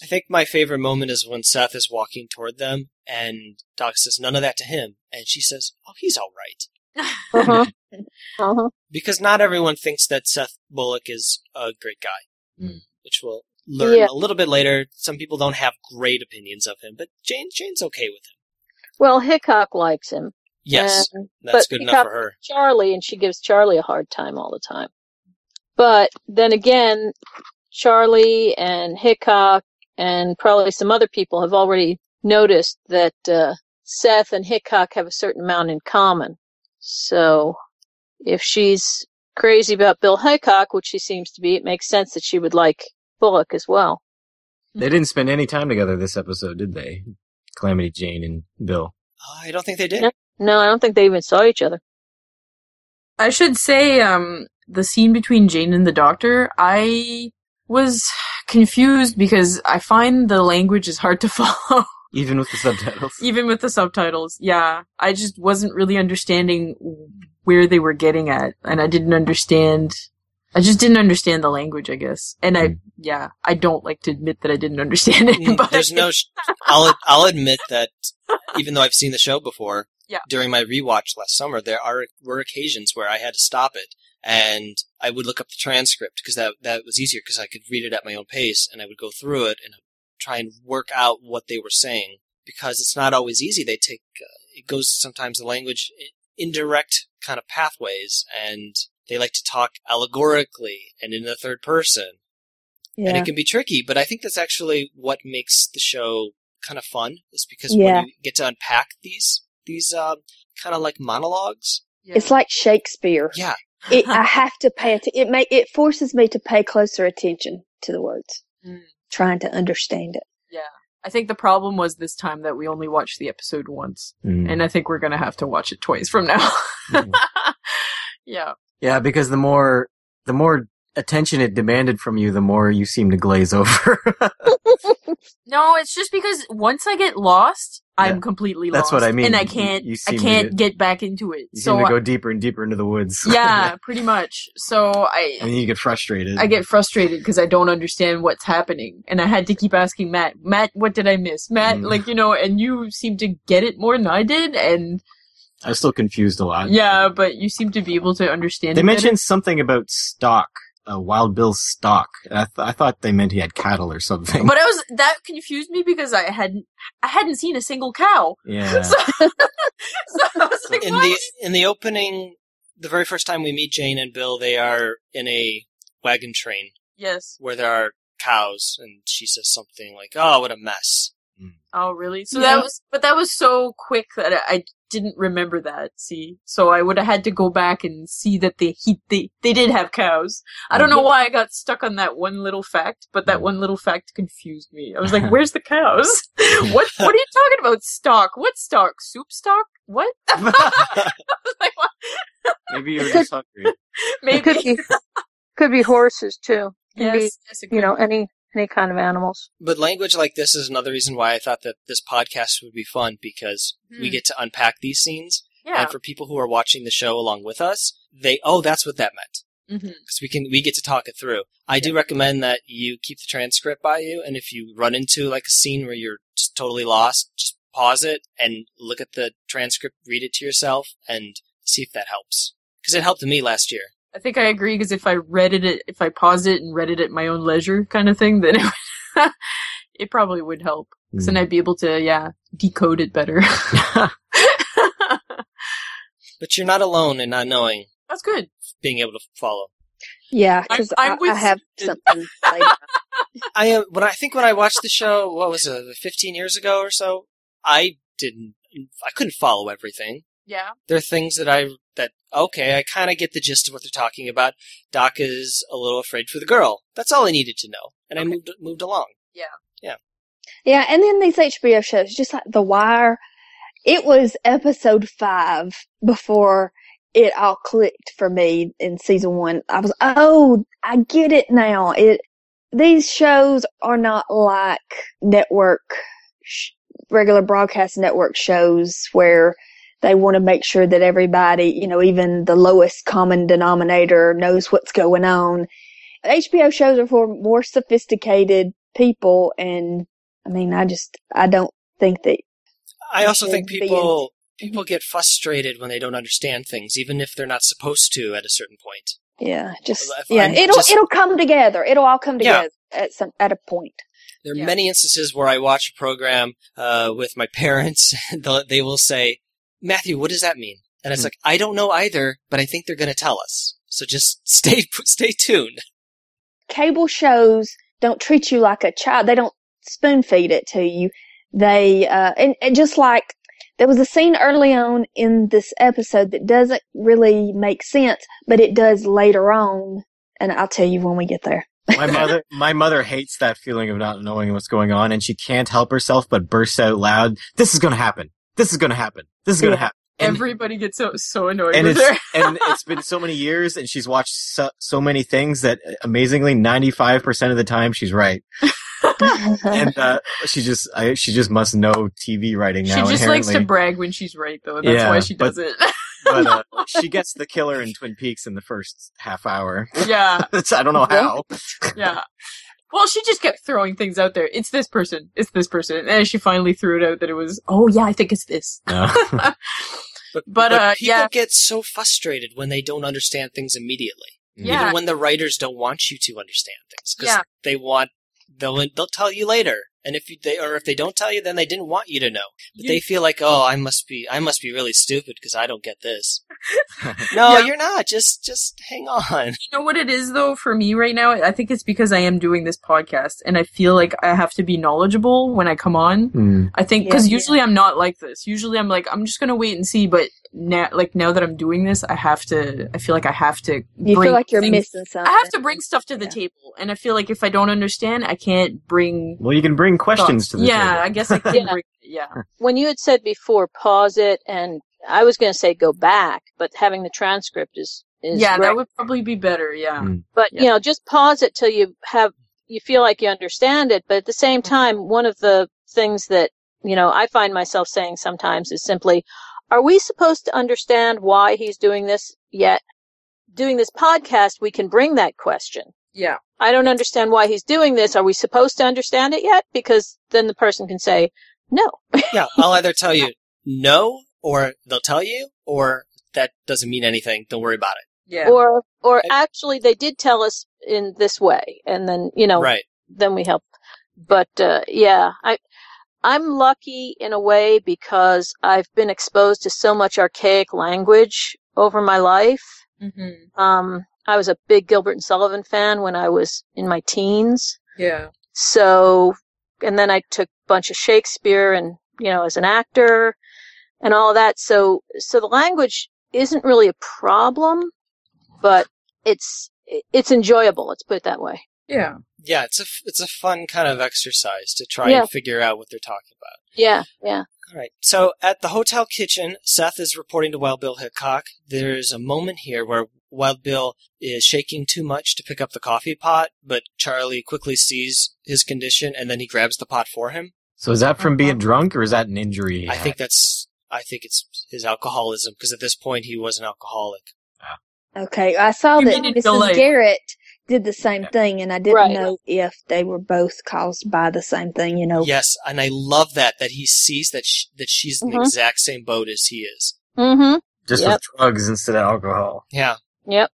S1: I think my favorite moment is when Seth is walking toward them, and Doc says none of that to him, and she says, "Oh, he's all right."
S3: Uh-huh. uh-huh.
S1: because not everyone thinks that Seth Bullock is a great guy,
S5: Mm.
S1: which we'll learn
S3: Yeah.
S1: a little bit later. Some people don't have great opinions of him, but Jane Jane's okay with him.
S3: Well, Hickok likes him.
S1: Yes,
S3: And
S1: that's
S3: but
S1: good
S3: he
S1: enough
S3: got-
S1: for her.
S3: Charlie, and she gives Charlie a hard time all the time. But then again, Charlie and Hickok and probably some other people have already noticed that uh, Seth and Hickok have a certain amount in common. So if she's crazy about Bill Hickok, which she seems to be, it makes sense that she would like Bullock as well.
S5: Mm-hmm.
S2: They didn't spend any time together this episode, did they? Calamity Jane and Bill.
S1: I don't think they did.
S3: Yeah. No, I don't think they even saw each other.
S5: I should say, um, the scene between Jane and the doctor, I was confused because I find the language is hard to [laughs] follow,
S2: Even with the subtitles.
S5: even with the subtitles. Yeah, I just wasn't really understanding where they were getting at, and I didn't understand. I just didn't understand the language, I guess. And I,
S2: Mm.
S5: yeah, I don't like to admit that I didn't understand it,
S1: Mm,
S5: [laughs] but
S1: There's no. Sh- I'll I'll admit that even though I've seen the show before,
S5: Yeah.
S1: during my rewatch last summer, there are were occasions where I had to stop it and I would look up the transcript because that that was easier because I could read it at my own pace and I would go through it and try and work out what they were saying because it's not always easy. They take uh, it goes sometimes the language i- indirect kind of pathways and they like to talk allegorically and in the third person and
S4: Yeah.
S1: it can be tricky. But I think that's actually what makes the show kind of fun is because
S4: Yeah.
S1: when you get to unpack these these um, kind of like monologues,
S5: Yeah.
S4: It's like Shakespeare.
S1: yeah,
S4: It,
S5: [laughs]
S4: I have to pay atten- it. May, it forces me to pay closer attention to the words,
S5: Mm.
S4: trying to understand it.
S5: I think the problem was this time that we only watched the episode once.
S2: Mm.
S5: and I think we're gonna have to watch it twice from now.
S2: Mhm.
S5: [laughs] yeah,
S2: Yeah, because the more the more attention it demanded from you, the more you seem to glaze [laughs] over.
S5: No, it's just because once I get lost,
S2: Yeah.
S5: I'm completely
S2: That's
S5: lost.
S2: what I mean.
S5: And I
S2: You-
S5: can't
S2: you
S5: I
S2: seem to
S5: can't
S2: get-
S5: get, back into it.
S2: you
S5: so
S2: seem to
S5: I-
S2: go deeper and deeper into the [laughs] woods.
S5: yeah, pretty much. So I
S2: and then you get frustrated.
S5: I get frustrated because I don't understand what's happening, and I had to keep asking Matt, Matt, what did I miss? Matt,
S2: Mm.
S5: like you know, and you seem to get it more than I did, and
S2: I was still confused a lot.
S5: yeah, but you seem to be able to understand.
S2: They
S5: it better.
S2: mentioned something about stock, uh, Wild Bill's stock. And I, th- I thought they meant he had cattle or something.
S5: but I was that confused me because I hadn't I hadn't seen a single cow,
S2: yeah.
S5: [laughs] so, so I was like,
S1: in
S5: what?
S1: the in the opening, the very first time we meet Jane and Bill, they are in a wagon train
S5: yes.
S1: where there are cows, and she says something like, "Oh, what a mess."
S5: Oh, really? So
S4: Yeah.
S5: that was, but that was so quick that I, I didn't remember that. See, so I would have had to go back and see that they he they they did have cows. I don't know why I got stuck on that one little fact, but that one little fact confused me. I was like, "Where's the cows? [laughs] what What are you talking about? Stock? What stock? Soup stock? What?" like, what?
S2: Maybe you were just [laughs] hungry.
S3: It [laughs] could
S5: Maybe
S3: be could be horses too. Can be,
S5: yes, yes, it
S3: you know,
S5: could
S3: any any kind of animals.
S1: [laughs] But language like this is another reason why I thought that this podcast would be fun because we
S5: Hmm.
S1: get to unpack these scenes,
S5: be. yeah.
S1: and for people who are watching the show along with us, they oh, that's what that meant.
S5: hmm
S1: because we can we get to talk it through. I do recommend that you keep the transcript by you, and if you run into like a scene where you're just totally lost, just pause it and look at the transcript, read it to yourself, and see if that helps. Because it helped me last year.
S5: I think I agree because if I read it, at- if I paused it and read it at my own leisure, kind of thing, then it, [laughs] would, it probably would help. 'Cause then I'd be able to, yeah, decode it better. [laughs]
S1: But you're not alone in not knowing
S5: That's good.
S1: being able to follow.
S4: Yeah,
S5: I'm-
S4: because
S5: I'm
S4: I,
S5: with
S4: I have
S5: you.
S4: something. later.
S1: I am when I think when I watched the show, what was it, 15 years ago or so? I didn't, I couldn't follow everything.
S5: [laughs] Yeah.
S1: there are things that I that okay, I kind of get the gist of what they're talking about. Doc is a little afraid for the girl. That's all I needed to know, and I moved moved along.
S4: Yeah, and then these HBO shows, just like The Wire, it was episode five before it all clicked for me in season one. I was, oh, I get it now. It these shows are not like network sh- regular broadcast network shows where they want to make sure that everybody, you know, even the lowest common denominator knows what's going on. HBO shows are for more sophisticated people and I mean, I just I don't think that
S1: I
S4: You
S1: also think
S4: should be
S1: people people get frustrated when they don't understand things, even if they're not supposed to at a certain point.
S4: yeah, just
S1: If
S4: yeah,
S1: I'm
S4: it'll
S1: just-
S4: it'll come together. It'll all come
S1: Yeah.
S4: together at some at a point.
S1: There are
S5: Yeah.
S1: many instances where I watch a program uh, with my [laughs] parents, and they'll- they will say, "Matthew, what does that mean?" And it's
S2: Hmm.
S1: like, "I don't know either, but I think they're going to tell us." So just [laughs] stay stay tuned.
S4: Cable shows don't treat you like a child. They don't spoon feed it to you. They uh and, and just like there was a scene early on in this episode that doesn't really make sense, but it does later on, and I'll tell you when we get there.
S2: my mother, my mother hates that feeling of not knowing what's going on, and she can't help herself but bursts out loud, "This is going to happen. This is going to happen. This is going to
S4: Yeah.
S2: happen." And-
S5: Everybody gets so so annoyed
S2: and
S5: with
S2: it's
S5: her.
S2: [laughs] and it's been so many years, and she's watched so, so many things that uh, amazingly, ninety five percent of the time she's
S5: [laughs]
S2: right, and uh, she just I, she just must know TV writing
S5: She
S2: now.
S5: just
S2: inherently.
S5: likes to brag when she's right, though. That's
S2: Yeah,
S5: why she
S2: but-
S5: does it.
S2: [laughs] but uh,
S5: [laughs]
S2: she gets the [laughs] killer in Twin Peaks in the first half hour. [laughs]
S5: yeah,
S2: It's- I don't know how.
S5: yeah. Well, she just kept throwing things out there. It's this person. It's this person. And she finally threw it out that it was, oh, yeah, I think it's this. [laughs]
S1: But,
S5: But, uh,
S1: people
S5: yeah.
S1: get so frustrated when they don't understand things immediately.
S5: Yeah.
S1: Even when the writers don't want you to understand things, because
S5: Yeah.
S1: they want they'll they'll tell you later. And if you, they or if they don't tell you, then they didn't want you to know. But
S5: You-
S1: they feel like, oh, I must be I must be really stupid because I don't get this. No,
S5: Yeah.
S1: you're not. Just just hang on.
S5: You know what it is though for me right now? I think it's because I am doing this podcast and I feel like I have to be knowledgeable when I come on.
S2: Hmm.
S5: I think
S4: Yeah,
S5: because
S4: yeah.
S5: usually I'm not like this. Usually I'm like I'm just gonna wait and see. But now, like now that I'm doing this, I have to. I feel like I have to.
S4: You
S5: bring
S4: feel like you're
S5: things-
S4: missing something.
S5: I have to bring stuff to the
S4: Yeah.
S5: table, and I feel like if I don't understand, I can't bring
S2: Well, you can bring questions
S5: thoughts.
S2: to the
S5: yeah,
S2: table.
S5: I
S2: [laughs]
S5: guess I can
S3: Yeah.
S5: bring. Yeah,
S3: When you had said before, pause it, and I was going to say go back, but having the transcript is is
S5: yeah,
S3: right.
S5: that would probably be better. Yeah.
S2: Mm.
S3: but
S5: Yeah.
S3: you know just pause it till you have you feel like you understand it but at the same
S5: Mm-hmm.
S3: time one of the things that you know i find myself saying sometimes is simply are we supposed to understand why he's doing this yet doing this podcast we can bring that question
S5: Yeah.
S3: i don't understand why he's doing this are we supposed to understand it yet because then the person can say no
S1: Yeah, I'll either tell you no, or they'll tell you, or that doesn't mean anything. Don't worry about it.
S5: Yeah.
S3: or or
S1: I-
S3: actually they did tell us in this way and then you know
S1: Right.
S3: then we help. But uh, yeah, I I'm lucky in a way because I've been exposed to so much archaic language over my life.
S5: mm-hmm.
S3: Um, I was a big Gilbert and Sullivan fan when I was in my teens.
S5: Yeah.
S3: So, and then I took a bunch of Shakespeare and you know as an actor and all that. So so the language isn't really a problem, but it's it's enjoyable. Let's put it that way.
S5: Yeah.
S1: Yeah, it's a f- it's a fun kind of exercise to try
S3: Yeah.
S1: and figure out what they're talking about.
S3: Yeah, yeah.
S1: All right. So at the hotel kitchen, Seth is reporting to Wild Bill Hickok. There's a moment here where Wild Bill is shaking too much to pick up the coffee pot, but Charlie quickly sees his condition and then he grabs the pot for him.
S2: So is that
S5: Uh-huh.
S2: from being drunk or is that an injury? he
S1: I
S2: had?
S1: think that's I think it's his alcoholism because at this point he was an alcoholic.
S4: Okay, I saw
S5: You
S4: that
S5: mean
S4: Mrs.
S5: it's delayed.
S4: Garrett did the same thing, and I didn't
S3: Right.
S4: know if they were both caused by the same thing. You know,
S1: Yes, and I love that that he sees that sh that she's in
S3: Mhm.
S1: the exact same boat as he is.
S3: Mm-hmm.
S2: just
S3: Yep.
S2: with drugs instead of alcohol.
S1: Yeah,
S3: Yep.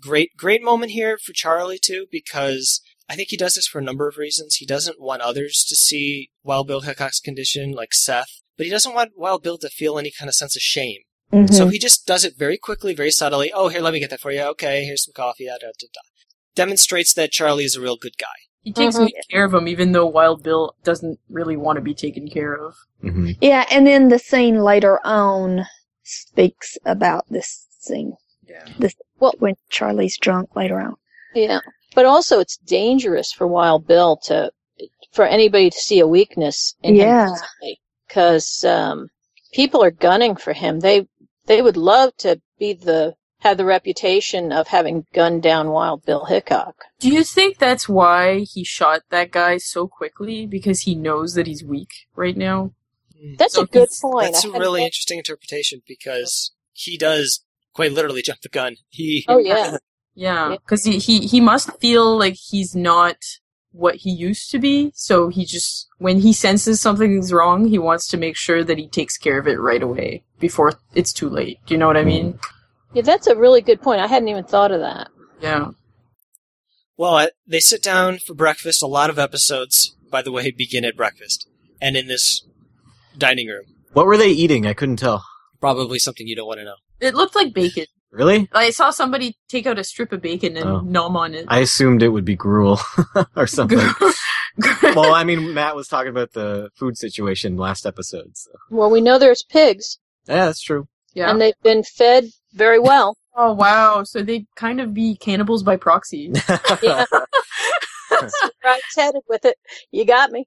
S1: great great moment here for Charlie too because I think he does this for a number of reasons. He doesn't want others to see Wild Bill Hickok's condition like Seth, but he doesn't want Wild Bill to feel any kind of sense of shame.
S4: Mhm.
S3: Mm-hmm.
S1: So he just does it very quickly, very subtly. Oh, here, let me get that for you. Okay, here's some coffee. Da, da, da, da. Demonstrates that Charlie is a real good guy.
S5: He takes
S3: Mhm.
S5: good care of him, even though Wild Bill doesn't really want to be taken care of.
S2: hmm
S4: yeah, and then the scene later on speaks about this scene
S5: Yeah.
S3: Well-
S4: when Charlie's drunk later on.
S3: Yeah, but also it's dangerous for Wild Bill to for anybody to see a weakness in
S4: Yeah.
S3: him because um, people are gunning for him. They they would love to be the have the reputation of having gunned down Wild Bill Hickok.
S5: Do you think that's why he shot that guy so quickly? Because he knows that he's weak right now?
S3: That's
S5: So
S3: a good
S5: he's-
S3: point.
S1: Hmm. That's a
S3: I hadn't
S1: really
S3: thought-
S1: interesting interpretation because he does quite literally jump the gun. He
S3: Oh yeah,
S5: Yeah,
S3: Yeah.
S5: because he, he, he must feel like he's not what he used to be. So he just, when he senses something's wrong, he wants to make sure that he takes care of it right away before it's too late. Do you know what I
S1: Hmm.
S5: mean?
S3: yeah. That's a really good point. I hadn't even thought of that.
S5: [laughs] Yeah.
S1: Well, I- they sit down for breakfast. A lot of episodes, by the way, begin at breakfast and in this dining room.
S2: What were they eating? I couldn't tell.
S1: Probably something you don't want to know.
S5: It looked like bacon.
S2: Really?
S5: I saw somebody take out a strip of bacon and
S2: Oh.
S5: nom on it.
S2: I assumed it would be gruel [laughs] or something. well, I mean, Matt was talking about the food situation last episode. So.
S3: Well, we know there's pigs,
S2: Yeah, that's true.
S5: yeah.
S3: and they've been fed very well.
S5: oh, wow. So they'd kind of be cannibals by proxy.
S3: Yeah. right headed with it. You got me.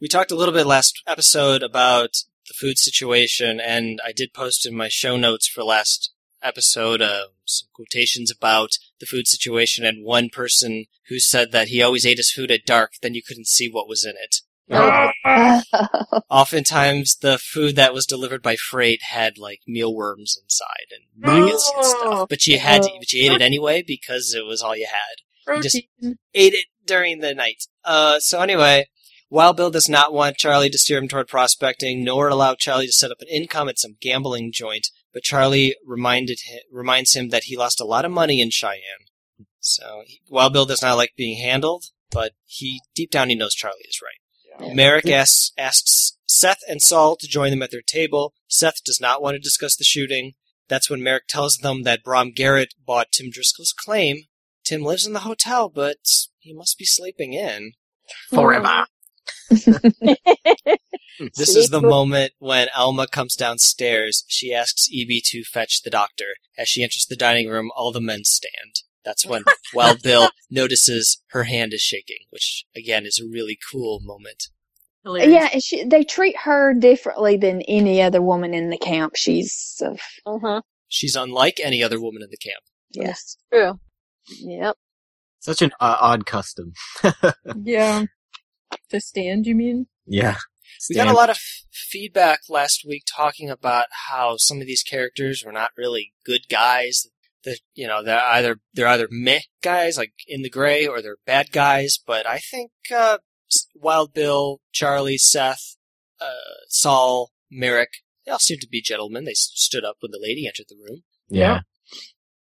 S1: We talked a little bit last episode about the food situation, and I did post in my show notes for last episode uh, some quotations about the food situation and one person who said that he always ate his food at dark, then you couldn't see what was in it.
S4: Oh.
S1: [laughs]
S4: Ah.
S1: Oftentimes, the food that was delivered by freight had like mealworms inside and maggots and
S5: No.
S1: stuff, but you had to,
S4: Oh.
S1: but you ate it anyway because it was all you had
S5: Protein.
S1: Just- ate it during the night. Uh, so anyway, while Bill does not want Charlie to steer him toward prospecting, nor allow Charlie to set up an income at some gambling joint, but Charlie reminded him, reminds him that he lost a lot of money in Cheyenne. So he- while Bill does not like being handled, but he deep down he knows Charlie is right.
S3: Yeah.
S1: Merrick asks, asks Seth and Saul to join them at their table. Seth does not want to discuss the shooting. That's when Merrick tells them that Brom Garrett bought Tim Driscoll's claim Tim lives in the hotel, but he must be sleeping in.
S2: Forever.
S1: This is the
S3: Sleep-
S1: moment when Alma comes downstairs. She asks EB to fetch the doctor. As she enters the dining room, all the men stand. That's when Wild Bill notices her hand is shaking, which again is a really cool moment.
S5: [laughs] Hilarious.
S4: Yeah, and she, they treat her differently than any other woman in the camp. She's of
S3: Mm-hmm.
S1: She's unlike any other woman in the camp.
S4: yes.
S3: True. Yep.
S2: Such an uh, odd custom. [laughs]
S5: Yeah. The stand, you mean?
S2: Yeah.
S1: We got a lot of f- feedback last week talking about how some of these characters were not really good guys. That you know they're either they're either meh guys like in the gray or they're bad guys. But I think uh, S- Wild Bill, Charlie, Seth, uh, Saul, Merrick, they all seem to be gentlemen. They s- stood up when the lady entered the room.
S2: Yeah.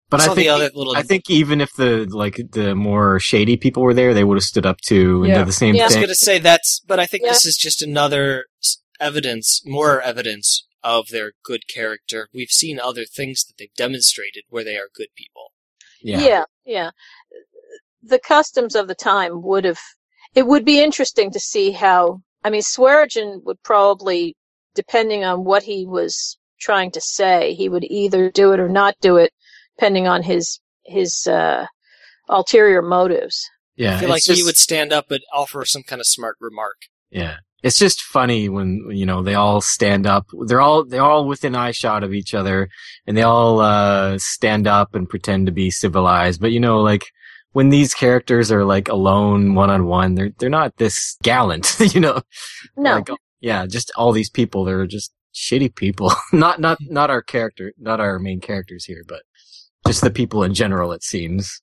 S2: But
S1: Some
S2: I
S1: of the
S2: think e-,
S1: other little
S2: I think even if the like the more shady people were there, they would have stood up too and
S5: Yeah.
S2: done the same
S3: Yeah.
S1: I was
S2: thing.
S1: going to say that's, but I think
S3: Yeah.
S1: this is just another s- evidence, more evidence of their good character. We've seen other things that they've demonstrated where they are good people.
S2: Yeah.
S3: yeah. yeah. The customs of the time would have. It would be interesting to see how. I mean, Swearingen would probably, depending on what he was trying to say, he would either do it or not do it, depending on his his uh, ulterior motives.
S2: Yeah.
S1: I feel
S2: it's
S1: like he
S2: just-
S1: would stand up and offer some kind of smart remark.
S2: Yeah. It's just funny when you know they all stand up. They're all they're all within eyeshot of each other, and they all uh, stand up and pretend to be civilized. But you know, like when these characters are like alone, one on one, they're they're not this gallant. [laughs] You know,
S3: No,
S2: Like, oh, yeah, just all these people. They're just shitty people. [laughs] not not not our character, not our main characters here, but just the people in general. It seems.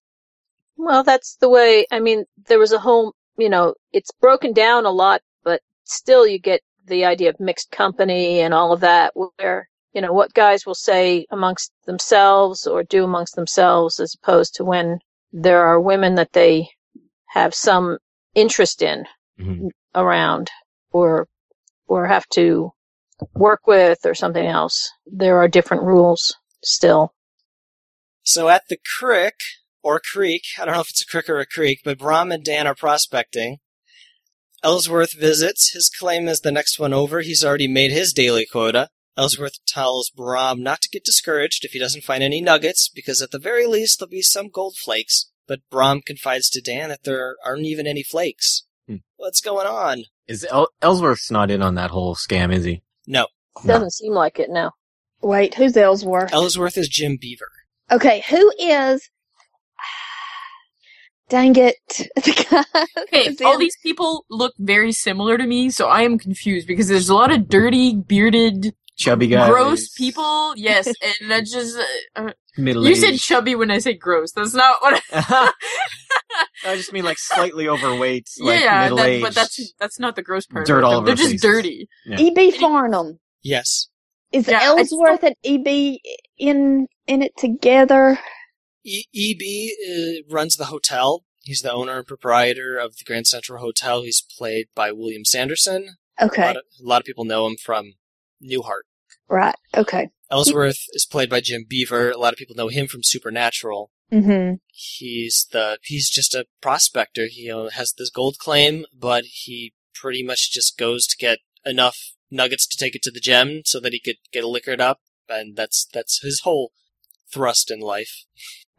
S3: Well, that's the way. I mean, there was a whole, you know, it's broken down a lot, but still you get the idea of mixed company and all of that, where, you know, what guys will say amongst themselves or do amongst themselves as opposed to when there are women that they have some interest in
S1: Mm-hmm.
S2: Mhm.
S3: around or, or have to work with or something else. There are different rules still.
S1: So at the crick or creek, I don't know if it's a crick or a creek, but Brom and Dan are prospecting. Ellsworth visits. His claim is the next one over. He's already made his daily quota. Ellsworth tells Brom not to get discouraged if he doesn't find any nuggets, because at the very least there'll be some gold flakes. But Brom confides to Dan that there aren't even any flakes.
S2: Hmm.
S1: What's going on?
S2: Is El- Ellsworth's not in on that whole scam, is he?
S1: No.
S3: Doesn't seem like it now.
S4: Wait, who's Ellsworth?
S1: Ellsworth is Jim Beaver.
S4: Okay, who is? [sighs] Dang it! The guy.
S5: Okay,
S4: that's
S5: all
S4: in-
S5: these people look very similar to me, so I am confused because there's a lot of dirty, bearded,
S2: Chubby guy.
S5: gross people. [laughs] Yes, and that just. Uh,
S2: Middle
S5: you said chubby when I said gross. That's not what. I,
S2: I just mean like slightly
S5: [laughs]
S2: overweight, like
S5: yeah,
S2: middle
S5: that,
S2: aged.
S5: but that's that's not the gross part.
S2: Dirt
S5: about
S2: all
S5: them.
S2: over
S5: They're
S2: their faces.
S5: just dirty.
S4: E.B. Farnham.
S1: Yes.
S4: E Is
S5: Yeah, I
S4: Ellsworth and E.B. in in it together?
S1: E- EB uh, runs the hotel. He's the owner and proprietor of the Grand Central Hotel. He's played by William Sanderson. A,
S4: Okay,
S1: lot of, a lot of people know him from Newhart.
S4: right. Okay.
S1: Ellsworth is played by Jim Beaver. A lot of people know him from Supernatural.
S4: Mm-hmm.
S1: He's the he's just a prospector. He uh, has this gold claim, but he pretty much just goes to get enough nuggets to take it to the gem so that he could get liquored up, and that's that's his whole thrust in life.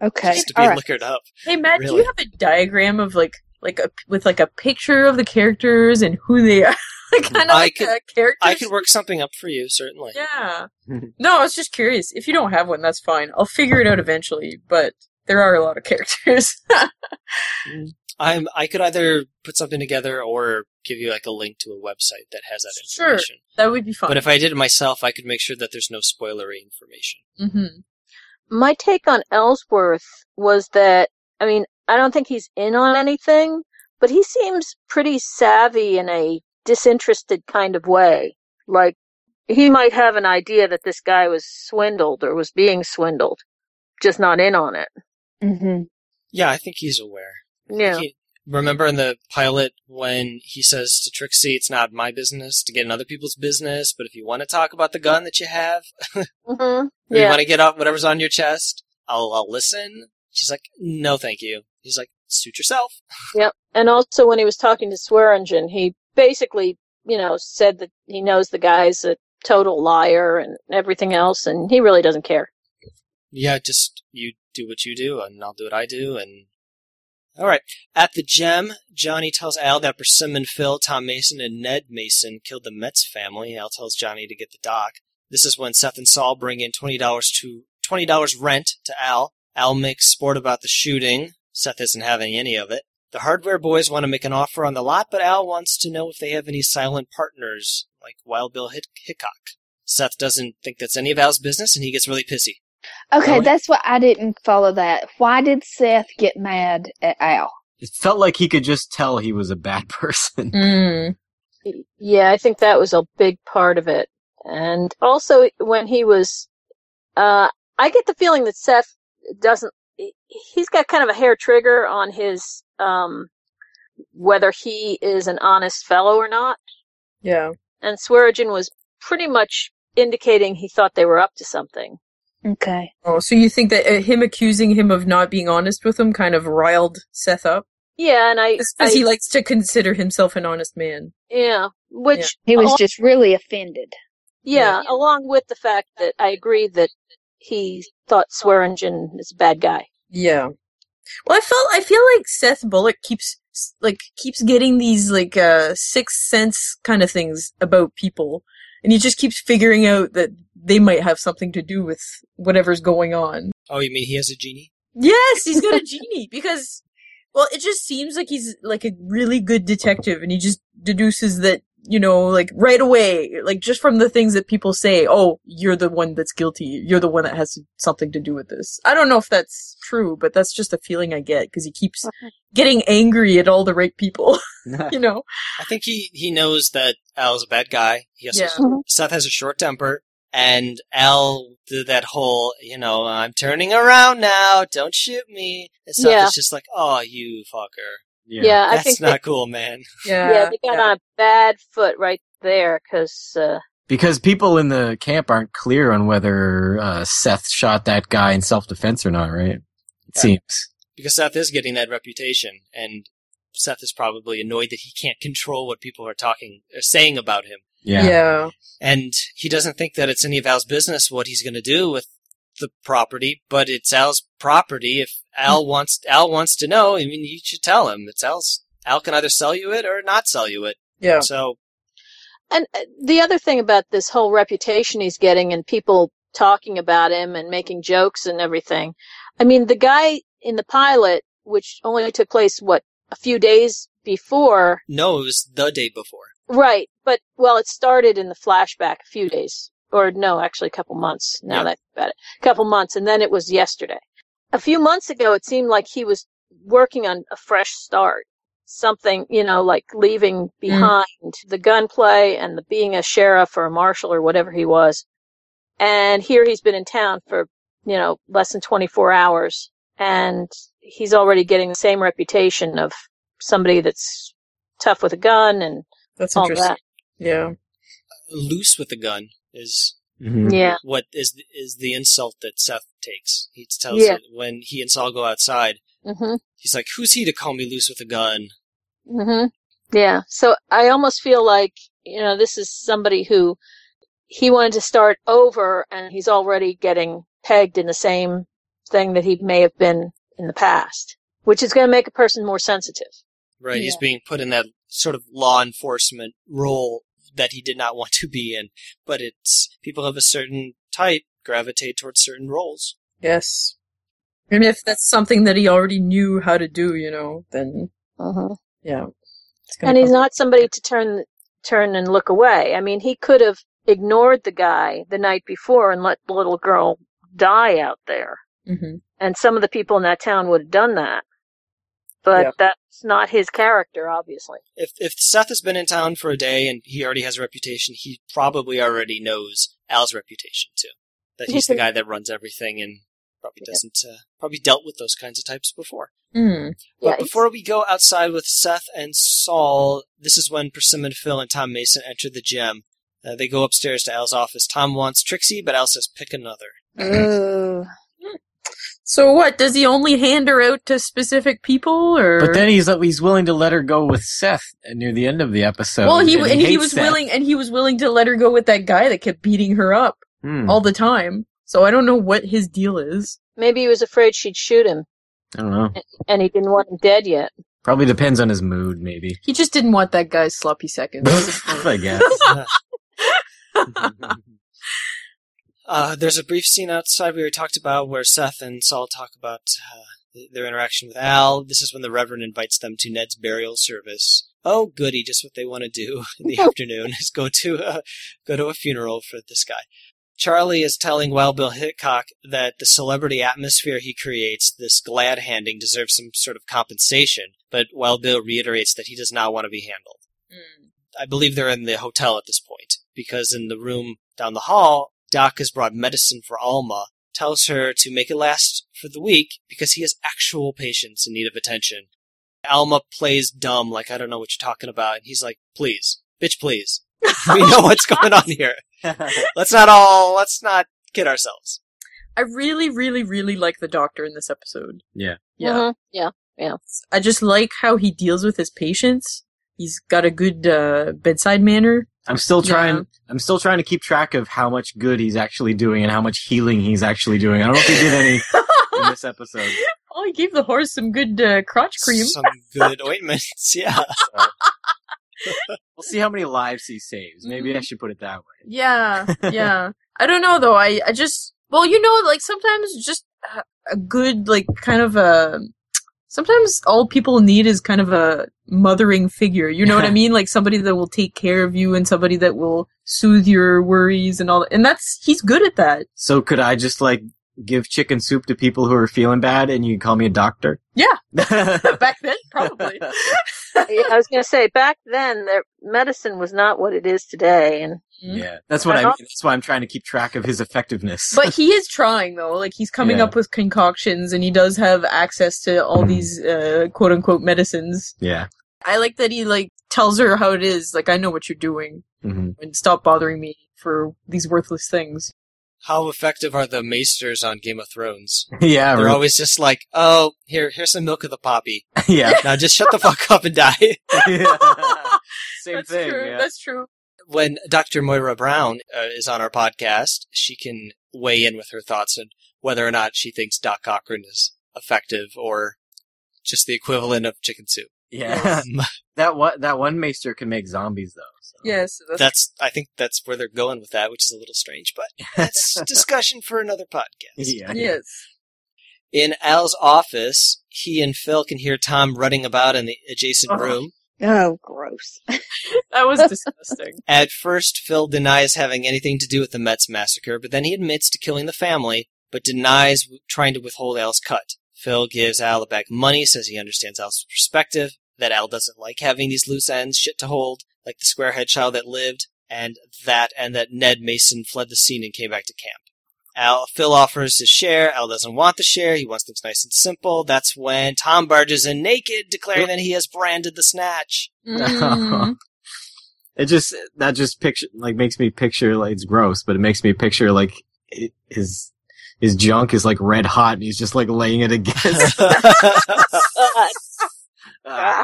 S4: Okay.
S1: Just to be
S4: All right.
S1: liquored up.
S5: Hey Matt, do
S1: Really?
S5: you have a diagram of like like a with like a picture of the characters and who they are? [laughs] like kind of
S1: I
S5: like
S1: could-
S5: a character.
S1: I could work something up for you, certainly. [laughs]
S5: Yeah. No, I was just curious. If you don't have one, that's fine. I'll figure it out eventually, but there are a lot of [laughs] characters.
S1: I'm I could either put something together or give you like a link to a website that has that
S5: Sure.
S1: information.
S5: [laughs] that would be fun.
S1: But if I did it myself, I could make sure that there's no spoilery information.
S5: mm-hmm.
S3: my take on Ellsworth was that I mean, I don't think he's in on anything, but he seems pretty savvy in a disinterested kind of way. Like he might have an idea that this guy was swindled or was being swindled, just not in on it.
S4: Mm-hmm.
S1: Yeah, I think he's aware.
S3: Yeah.
S1: He- remember in the pilot when he says to Trixie, "It's not my business to get in other people's business, but if you want to talk about the gun that you have,
S4: Mm-hmm.
S3: hmm
S1: or you
S3: Yeah.
S1: want to get out whatever's on your chest, I'll I'll listen." She's like, "No, thank you." He's like, "Suit yourself."
S3: Yep. And also when he was talking to Swearingen, he basically, you know, said that he knows the guy's a total liar and everything else, and he really doesn't care.
S1: yeah, just you do what you do, and I'll do what I do, and All right. At the gem, Johnny tells Al that Persimmon Phil, Tom Mason, and Ned Mason killed the Metz family. Al tells Johnny to get the dock. This is when Seth and Saul bring in twenty dollars to twenty dollars rent to Al. Al makes sport about the shooting. Seth isn't having any of it. The hardware boys want to make an offer on the lot, but Al wants to know if they have any silent partners like Wild Bill Hick- Hickok. Seth doesn't think that's any of Al's business, and he gets really pissy.
S4: Okay,
S1: Really?
S4: that's why I didn't follow that. Why did Seth get mad at Al?
S2: It felt like he could just tell he was a bad [laughs] person.
S5: Mm.
S3: Yeah, I think that was a big part of it. And also when he was, uh, I get the feeling that Seth doesn't, he- he's got kind of a hair trigger on his, um, whether he is an honest fellow or not.
S5: Yeah.
S3: And Swearingen was pretty much indicating he thought they were up to something.
S4: Okay.
S5: Oh, so you think that uh, him accusing him of not being honest with him kind of riled Seth up?
S3: Yeah, and I, I
S5: Because he likes to consider himself an honest man.
S3: yeah, which
S4: He was
S3: Oh.
S4: just really offended.
S3: Yeah, along with the fact that I agree that he thought Swearingen is a bad guy.
S5: Yeah. Well, I felt I feel like Seth Bullock keeps like keeps getting these like uh sixth sense kind of things about people, and he just keeps figuring out that they might have something to do with whatever's going on.
S1: Oh, you mean he has a genie?
S5: Yes, he's got a genie because well, it just seems like he's like a really good detective and he just deduces that, you know, like right away, like just from the things that people say, "Oh, you're the one that's guilty. You're the one that has something to do with this." I don't know if that's true, but that's just a feeling I get because he keeps getting angry at all the right people, [laughs] you know.
S1: I think he, he knows that Al's a bad guy. He also
S5: Yeah.
S1: Seth has a short temper, and Al did that whole, you know, I'm turning around now, don't shoot me. And Seth
S3: Yeah.
S1: is just like, oh, you fucker.
S3: Yeah, I
S1: That's
S3: think
S1: not
S3: that,
S1: cool, man.
S3: yeah, they got on a bad foot right there because uh,
S2: Because people in the camp aren't clear on whether uh, Seth shot that guy in self defense or not, right? It
S1: Yeah.
S2: seems.
S1: Because Seth is getting that reputation, and Seth is probably annoyed that he can't control what people are talking, or saying about him.
S2: Yeah.
S1: And he doesn't think that it's any of Al's business what he's going to do with the property, but it's Al's property. If
S5: Hmm.
S1: Al wants, Al wants to know. I mean, you should tell him. It's Al's. Al can either sell you it or not sell you it.
S5: Yeah.
S1: So
S3: and uh, the other thing about this whole reputation he's getting and people talking about him and making jokes and everything. I mean, the guy in the pilot, which only took place what a few days before,
S1: no, it was the day before.
S3: right? But well, it started in the flashback a few days, or no, actually a couple months. Now
S1: Yeah.
S3: that I think about it, a couple months, and then it was yesterday. A few months ago, it seemed like he was working on a fresh start, something you know, like leaving behind the gunplay and the being a sheriff or a marshal or whatever he was. And here he's been in town for you know less than 24 hours, and he's already getting the same reputation of somebody that's tough with a gun and
S5: That's
S3: all that.
S5: Yeah.
S1: Loose with the gun is
S5: Hmm.
S2: Mhm.
S3: Yeah.
S1: what is the, is the insult that Seth takes. He tells
S3: Yeah.
S1: her when he and Saul go outside.
S3: hmm
S1: He's like, "Who's he to call me loose with a gun?"
S3: hmm Yeah. So I almost feel like, you know, this is somebody who he wanted to start over and he's already getting pegged in the same thing that he may have been in the past, which is going to make a person more sensitive.
S1: Right? He's being put in that sort of law enforcement role that he did not want to be in. But it's people of a certain type gravitate towards certain roles.
S5: Yes. And if that's something that he already knew how to do, you know, then
S3: Mhm.
S5: yeah. It's gonna
S3: And he's
S5: come-
S3: not somebody to turn, turn and look away. I mean, he could have ignored the guy the night before and let the little girl die out there.
S5: Mhm.
S3: and some of the people in that town would have done that. But
S5: Yeah.
S3: that's not his character, obviously.
S1: If if Seth has been in town for a day and he already has a reputation, he probably already knows Al's reputation too. That he's the guy that runs everything and probably
S3: Yeah.
S1: doesn't uh, probably dealt with those kinds of types before.
S5: Mm.
S3: Yeah,
S1: But before we go outside with Seth and Saul, this is when Persimmon Phil and Tom Mason enter the gym. Uh, they go upstairs to Al's office. Tom wants Trixie, but Al says pick another.
S4: Oh.
S5: So what? Does he only hand her out to specific people, or?
S2: But then he's he's willing to let her go with Seth near the end of the episode.
S5: well, he and he,
S2: hates
S5: was
S2: that.
S5: willing, and he was willing to let her go with that guy that kept beating her up
S2: Hmm.
S5: all the time. So I don't know what his deal is.
S3: maybe he was afraid she'd shoot him.
S2: I don't know.
S3: and he didn't want him dead yet.
S2: Probably depends on his mood, maybe. [laughs]
S5: He just didn't want that guy's sloppy seconds.
S2: I [laughs] guess.
S1: Uh, there's a brief scene outside we already talked about where Seth and Saul talk about uh, th- their interaction with Al. This is when the Reverend invites them to Ned's burial service. Oh, goody! Just what they want to do [laughs] in the afternoon is go to uh, go to a funeral for this guy. Charlie is telling Wild Bill Hickok that the celebrity atmosphere he creates, this glad handing, deserves some sort of compensation. But Wild Bill reiterates that he does not want to be handled.
S5: Mm.
S1: I believe they're in the hotel at this point because in the room down the hall, Doc has brought medicine for Alma, tells her to make it last for the week because he has actual patients in need of attention. Alma plays dumb, like, I don't know what you're talking about. And he's like, please, bitch, please.
S2: [laughs]
S1: We know what's going on here. Let's not all, let's not kid ourselves.
S5: I really, really, really like the doctor in this episode.
S2: Yeah.
S5: Yeah.
S3: Mhm. yeah.
S5: I just like how he deals with his patients. He's got a good uh, bedside manner.
S2: I'm still trying.
S5: Yeah.
S2: I'm still trying to keep track of how much good he's actually doing and how much healing he's actually doing. I don't know if he did any in
S5: [laughs]
S2: this episode.
S5: Oh, he gave the horse some good uh, crotch cream.
S1: Some [laughs] good ointments, yeah.
S2: [laughs] We'll see how many lives he saves. Maybe
S5: Mm-hmm.
S2: I should put it that way.
S5: [laughs] Yeah, yeah. I don't know though. I, I just well, you know, like sometimes just a, a good like kind of a. Sometimes all people need is kind of a mothering figure. You know what I mean? Like somebody that will take care of you and somebody that will soothe your worries and all. That. And that's he's good at that.
S2: So could I just like give chicken soup to people who are feeling bad, and you call me a doctor?
S5: Yeah.
S2: Yeah.
S5: [laughs] Back then, probably.
S3: Yeah, I was going to say back then, their medicine was not what it is today, and
S5: Mm-hmm.
S2: yeah. That's what I.
S3: Uh-huh.
S2: Mean. That's why I'm trying to keep track of his effectiveness.
S5: but he is trying though. Like he's coming
S2: Yeah.
S5: up with concoctions, and he does have access to all these uh, quote unquote medicines.
S2: yeah.
S5: I like that he like tells her how it is. Like I know what you're doing,
S2: hmm
S5: and stop bothering me for these worthless
S1: [laughs]
S5: things.
S1: How effective are the maesters on Game of Thrones?
S2: Yeah.
S1: They're
S2: right.
S1: always just like, oh, here, here's some milk of the poppy.
S2: [laughs] yeah.
S1: Now
S5: [laughs]
S1: just shut the fuck up and die.
S2: Same
S5: That's
S2: thing.
S5: true.
S2: Yeah.
S5: That's true.
S1: when Dr. Moira Brown uh, is on our podcast, she can weigh in with her thoughts on whether or not she thinks Doc Cochran is effective or just the equivalent of chicken soup.
S2: [laughs] yeah. that one. That one maester can make zombies though. So.
S5: Yes, that's,
S1: That's I think that's where they're going with that, which is a little strange, but that's discussion for another podcast.
S2: Yeah.
S5: yes.
S1: In Al's office, he and Phil can hear Tom running about in the adjacent
S5: Oh.
S1: room.
S4: Oh, gross.
S5: [laughs] That was disgusting.
S1: At first, Phil denies having anything to do with the Mets massacre, but then he admits to killing the family, but denies w- trying to withhold Al's cut. Phil gives Al back money, says he understands Al's perspective, that Al doesn't like having these loose ends, shit to hold, like the squarehead child that lived, and that, and that Ned Mason fled the scene and came back to camp. Al, Phil offers his share. Al doesn't want the share. He wants things nice and simple. That's when Tom barges in naked, declaring that he has branded the snatch.
S5: Mm.
S2: It just that just picture like makes me picture like it's gross, but it makes me picture like it, his his junk is like red hot, and he's just like laying it
S1: [laughs]
S2: against. [laughs]
S3: God,
S2: Ah.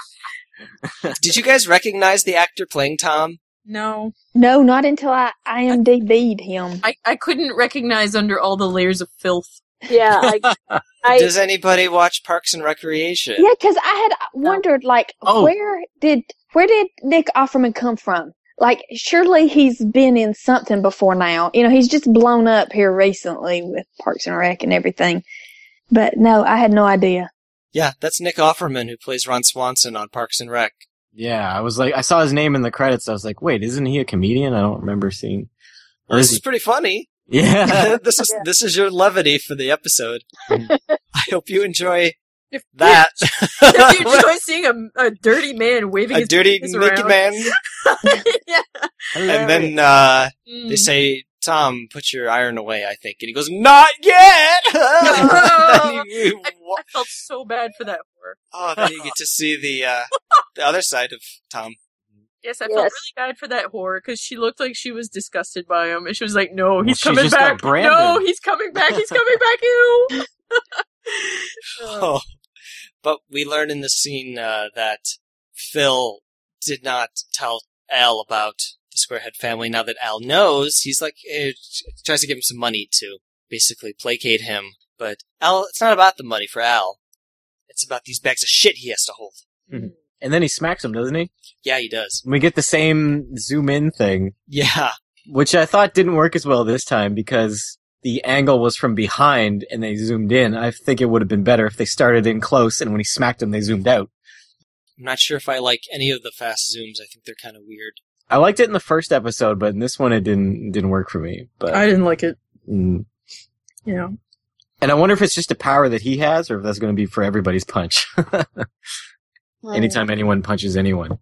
S1: Did you guys recognize the actor playing Tom?
S5: no,
S4: No, not until I IMDb'd him.
S5: [laughs] I I couldn't recognize under all the layers of filth.
S3: yeah, I, I
S1: Does anybody watch Parks and Recreation?
S4: Yeah, because I had wondered, like,
S2: Oh.
S4: where did where did Nick Offerman come from? Like, surely he's been in something before now. You know, he's just blown up here recently with Parks and Rec and everything. But no, I had no idea.
S1: Yeah, that's Nick Offerman who plays Ron Swanson on Parks and Rec.
S2: yeah, I was like, I saw his name in the credits. I was like, wait, isn't he a comedian? I don't remember seeing. Or
S1: This
S2: is
S1: is
S2: he?
S1: pretty funny.
S2: Yeah,
S1: [laughs] this is this is your levity for the episode.
S2: Mm.
S1: I hope you enjoy
S5: [laughs] If
S1: that. [laughs]
S5: if you enjoy seeing a, a dirty man waving
S1: A
S5: his
S1: dirty
S5: penis
S1: naked
S5: around.
S1: man,
S5: yeah.
S1: and then uh,
S5: Mm.
S1: they say, "Tom, put your iron away." I think, and he goes, "Not yet." [laughs] Then you-
S5: [laughs] I felt so bad for that whore.
S1: oh, then you get to see the uh, the other side of Tom.
S5: Yes, I felt
S3: Yes.
S5: really bad for that whore because she looked like she was disgusted by him, and she was like, "No,
S2: Well,
S5: he's
S2: she
S5: coming
S2: just got
S5: back.
S2: branded.
S5: No, he's coming back. He's coming
S2: [laughs]
S5: back. You."
S1: [laughs] Oh. But we learn in the scene uh, that Phil did not tell Al about the Squarehead family. Now that Al knows, he's like eh, tries to give him some money to basically placate him. But Al, it's not about the money for Al. It's about these bags of shit he has to hold.
S2: And then he smacks him, doesn't he?
S1: Yeah, he does.
S2: And we get the same zoom in thing,
S1: Yeah.
S2: which I thought didn't work as well this time because the angle was from behind and they zoomed in. I think it would have been better if they started in close and when he smacked him, they zoomed out.
S1: I'm not sure if I like any of the fast zooms. I think they're kind of weird.
S2: I liked it in the first episode, but in this one, it didn't didn't work for me. But
S5: I didn't like it.
S2: mm.
S5: You know,
S2: and I wonder if it's just a power that he has, or if that's going to be for everybody's punch. [laughs]
S5: Uh,
S2: Anytime anyone punches anyone,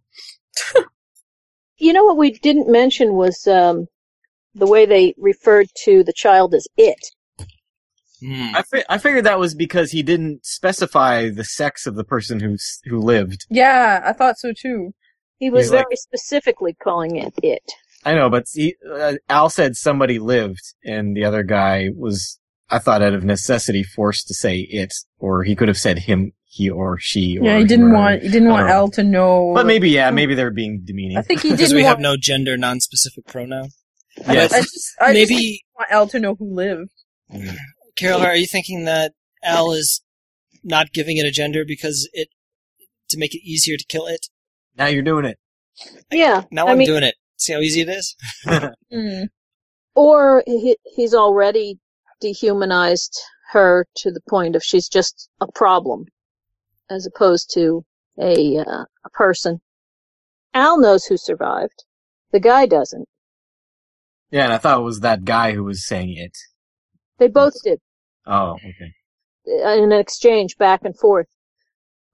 S3: You know what we didn't mention was um, the way they referred to the child as it.
S1: Hmm.
S2: I, fi- I figured that was because he didn't specify the sex of the person who who lived.
S5: yeah, I thought so too.
S3: He was
S2: He's
S3: very
S2: like-
S3: specifically calling it it.
S2: I know, but he, uh, Al said somebody lived, and the other guy was, I thought, out of necessity, forced to say it, or he could have said him, he or she. Or
S5: Yeah, he
S2: him
S5: didn't
S2: or-
S5: want he didn't
S2: I
S5: want
S2: don't know.
S5: Al to know.
S2: Oh. But maybe, yeah, maybe they're being demeaning.
S1: [laughs]
S5: I think he
S1: Because
S5: didn't
S1: we have
S5: want.
S1: no gender, non-specific pronoun.
S2: yes.
S1: [laughs]
S5: I just I just didn't
S1: Maybe,
S5: want Al to know who lived.
S1: Carol, are you thinking that Al is not giving it a gender because it to make it easier to kill it?
S2: now you're doing it.
S3: Yeah.
S1: Now
S3: I
S1: I'm
S3: mean-
S1: doing it. See how easy it is?
S5: Mm.
S3: Or he, he's already dehumanized her to the point of she's just a problem, as opposed to a uh, a person. Al knows who survived. The guy doesn't.
S2: Yeah, and I thought it was that guy who was saying it.
S3: They
S1: Hmm.
S3: both did
S2: Oh, okay.
S3: uh, in an exchange back and forth.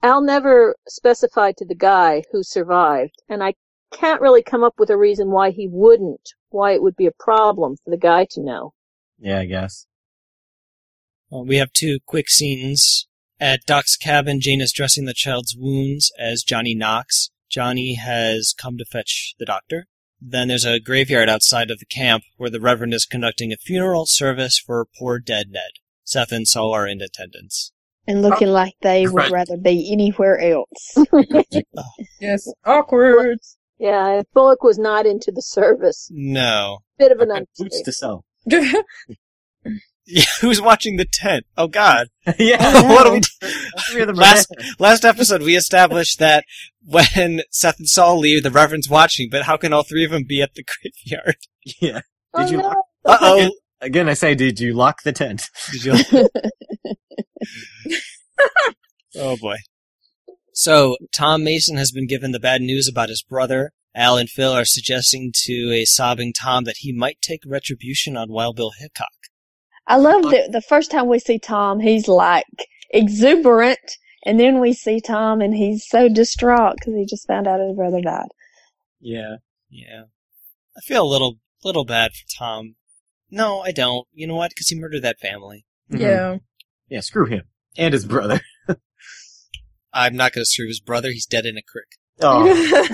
S3: Al never specified to the guy who survived, and I can't really come up with a reason why he wouldn't, why it would be a problem for the guy to know.
S2: Yeah, I guess.
S1: Well, we have two quick scenes. At Doc's cabin, Jane is dressing the child's wounds as Johnny knocks. Johnny has come to fetch the doctor. Then there's a graveyard outside of the camp where the Reverend is conducting a funeral service for poor dead Ned. Seth and Saul are in attendance.
S4: And looking like they would
S2: Oh. Right.
S4: rather be anywhere [laughs] else.
S5: [laughs] Yes, awkward.
S3: Yeah, Bullock was not into the service.
S1: No.
S3: Bit of an
S2: I've got boots
S3: understatement.
S2: to sell.
S1: [laughs]
S5: [laughs]
S1: Yeah, who's watching the tent? Oh, God.
S2: [laughs]
S1: [laughs]
S2: yeah.
S1: what do we do?
S2: Three of them are
S1: Last-
S2: there.
S1: Last episode, we established that when Seth and Saul leave, the Reverend's watching, but how can all three of them be at the graveyard?
S2: Yeah.
S3: Oh,
S2: Did you-
S3: no.
S1: Uh oh.
S2: Again, I say, did you lock the tent?
S1: Did you?
S3: [laughs]
S1: oh boy. So Tom Mason has been given the bad news about his brother. Al and Phil are suggesting to a sobbing Tom that he might take retribution on Wild Bill Hickok.
S4: I love that the first time we see Tom, he's like exuberant, and then we see Tom, and he's so distraught because he just found out his brother died.
S2: Yeah.
S1: Yeah, I feel a little little bad for Tom. No, I don't. You know what? Because he murdered that family.
S5: Yeah.
S2: Mm-hmm. Yeah, screw him. And his brother. [laughs]
S1: I'm not going to screw his brother. He's dead in a creek.
S2: Oh,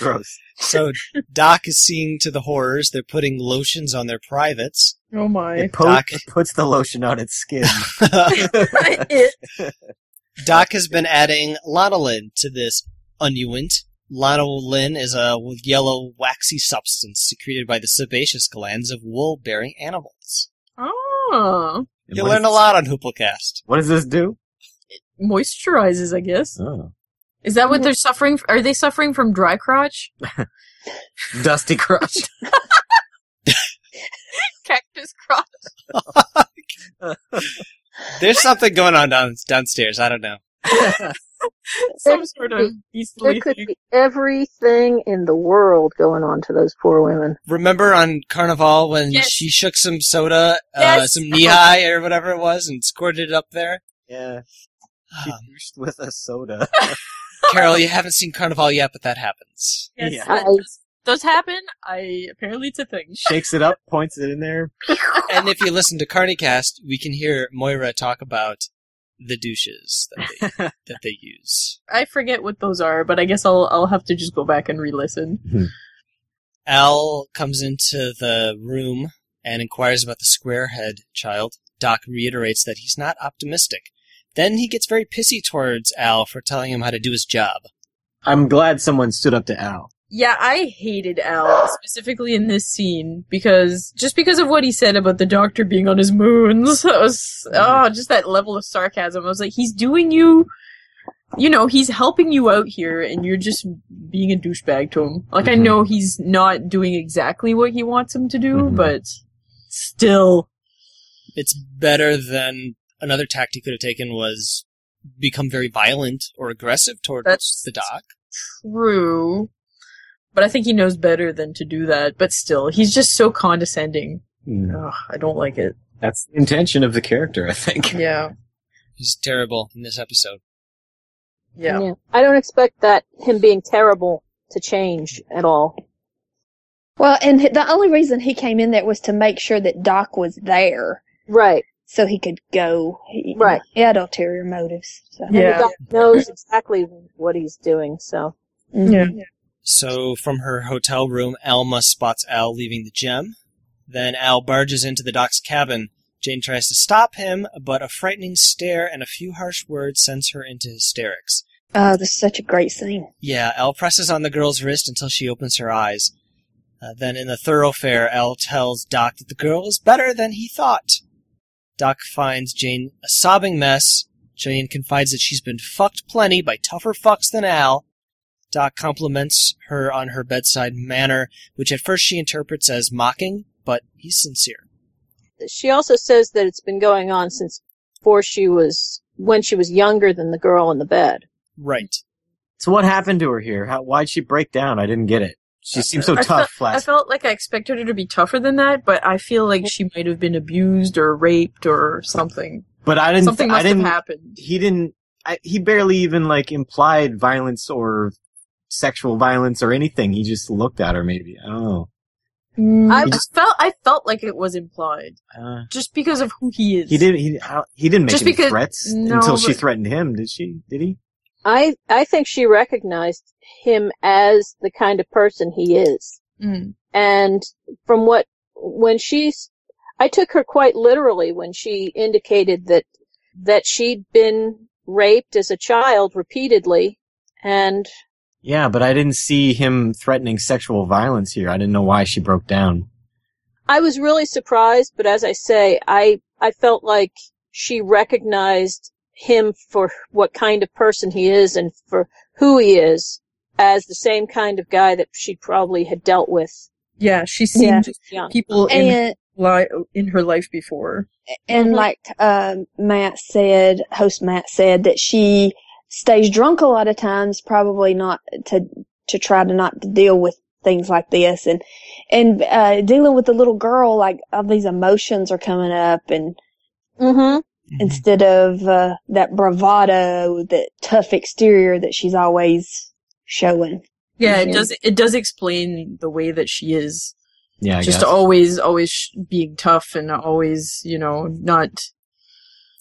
S2: gross.
S1: So Doc is seeing to the horrors. They're putting lotions on their privates.
S5: oh my.
S2: It, po-
S1: Doc.
S2: it puts the lotion on its skin.
S5: It-
S1: [laughs] Doc has been adding lanolin to this unguent. Lanolin is a yellow, waxy substance secreted by the sebaceous glands of wool-bearing animals.
S5: oh,
S2: And
S1: You
S2: what
S1: learn
S2: does-
S1: a lot on Hooplecast.
S2: What does this do?
S5: moisturizes, I guess.
S2: Oh.
S5: Is that what they're suffering? f- Are they suffering from dry crotch?
S2: Dusty crotch.
S5: [laughs] Cactus crotch.
S1: There's something going on down, downstairs. I don't know.
S5: [laughs] Some sort of
S3: There
S5: beastly
S3: could
S5: thing.
S3: be everything in the world going on to those poor women.
S1: Remember on Carnival when
S5: Yes.
S1: she shook some soda, uh,
S5: Yes.
S1: some knee high or whatever it was, and squirted it up there? [sighs]
S2: yeah. She
S1: Um,
S2: douched with a
S5: [laughs]
S2: soda.
S1: Carol, you haven't seen Carnival yet, but that happens.
S5: Yes,
S2: Yeah.
S5: that does, does happen. I apparently it's a thing. [laughs]
S2: Shakes it up, points it in there.
S1: and if you listen to Carnicast, we can hear Moira talk about the douches that
S2: [laughs]
S1: they, that they use.
S5: I forget what those are, but I guess I'll I'll have to just go back and re-listen.
S1: Al comes into the room and inquires about the squarehead child. Doc reiterates that he's not optimistic. Then he gets very pissy towards Al for telling him how to do his job.
S2: I'm glad someone stood up to Al.
S5: Yeah, I hated Al specifically in this scene because just because of what he said about the doctor being on his moons, [laughs] that was oh, just that level of sarcasm. I was like, he's doing you, you know, he's helping you out here, and you're just being a douchebag to him. Like I
S2: Mhm.
S5: know he's not doing exactly what he wants him to do,
S2: Mhm.
S5: but still,
S1: It's better than another tactic could have taken was become very violent or aggressive towards
S5: That's-
S1: the doc.
S5: true. But I think he knows better than to do that. But still, he's just so condescending. Ugh, I don't like it.
S2: That's the intention of the character, I think. [laughs]
S5: Yeah.
S1: He's terrible in this episode.
S5: Yeah.
S3: I don't expect that him being terrible to change at all.
S4: Well, and he- the only reason he came in there was to make sure that Doc was there
S3: Right.
S4: so he could go. He,
S3: Right.
S4: He had ulterior motives. So.
S3: And
S5: Yeah.
S3: the doc knows exactly what he's doing, so.
S5: Yeah.
S1: So from her hotel room, Alma spots Al leaving the gym. Then Al barges into the doc's cabin. Jane tries to stop him, but a frightening stare and a few harsh words sends her into hysterics.
S4: Oh, this is such a great scene.
S1: Yeah, Al presses on the girl's wrist until she opens her eyes. Uh, then in the thoroughfare, Al tells Doc that the girl is better than he thought. Doc finds Jane a sobbing mess. Jane confides that she's been fucked plenty by tougher fucks than Al. Doc compliments her on her bedside manner, which at first she interprets as mocking, but he's sincere.
S3: She also says that it's been going on since before she was, when she was younger than the girl in the bed.
S1: Right.
S2: So what happened to her here? How, why'd she break down? I didn't get it. She seemed so
S5: I
S2: tough
S5: I
S2: last.
S5: felt like I expected her to be tougher than that, but I feel like she might have been abused or raped or something.
S2: But I didn't.
S5: Something
S2: I
S5: must have
S2: didn't.
S5: happened.
S2: He didn't. I, he barely even like implied violence or sexual violence or anything. He just looked at her. Maybe. Oh.
S5: Mm. I
S3: He
S2: just-
S5: felt I felt like it was implied
S2: Uh,
S5: just because of who he is.
S2: he didn't. He, I don't- he didn't make
S5: Just
S2: any
S5: because-
S2: threats
S5: no,
S2: until she
S5: but-
S2: threatened him. Did she? Did he?
S3: I, I think she recognized him as the kind of person he is.
S5: Mm.
S3: And from what, when she's, I took her quite literally when she indicated that, that she'd been raped as a child repeatedly and
S2: Yeah, but I didn't see him threatening sexual violence here. I didn't know why she broke down.
S3: I was really surprised, but as I say, I I felt like she recognized him for what kind of person he is and for who he is as the same kind of guy that she probably had dealt with
S5: Yeah, she's
S4: Yeah.
S5: seen
S3: young.
S5: people in
S4: And
S5: li- in her life before.
S4: and
S3: Mhm.
S4: like um, Matt said, host Matt said that she stays drunk a lot of times, probably not to to try to not to deal with things like this, and and uh, dealing with the little girl, like all these emotions are coming up, and
S3: Mm-hmm.
S4: instead of uh, that bravado, that tough exterior that she's always showing.
S5: Yeah, it
S4: Mhm.
S5: does it does explain the way that she is.
S2: Yeah, I
S5: just
S2: guess.
S5: always always sh- being tough and always, you know, not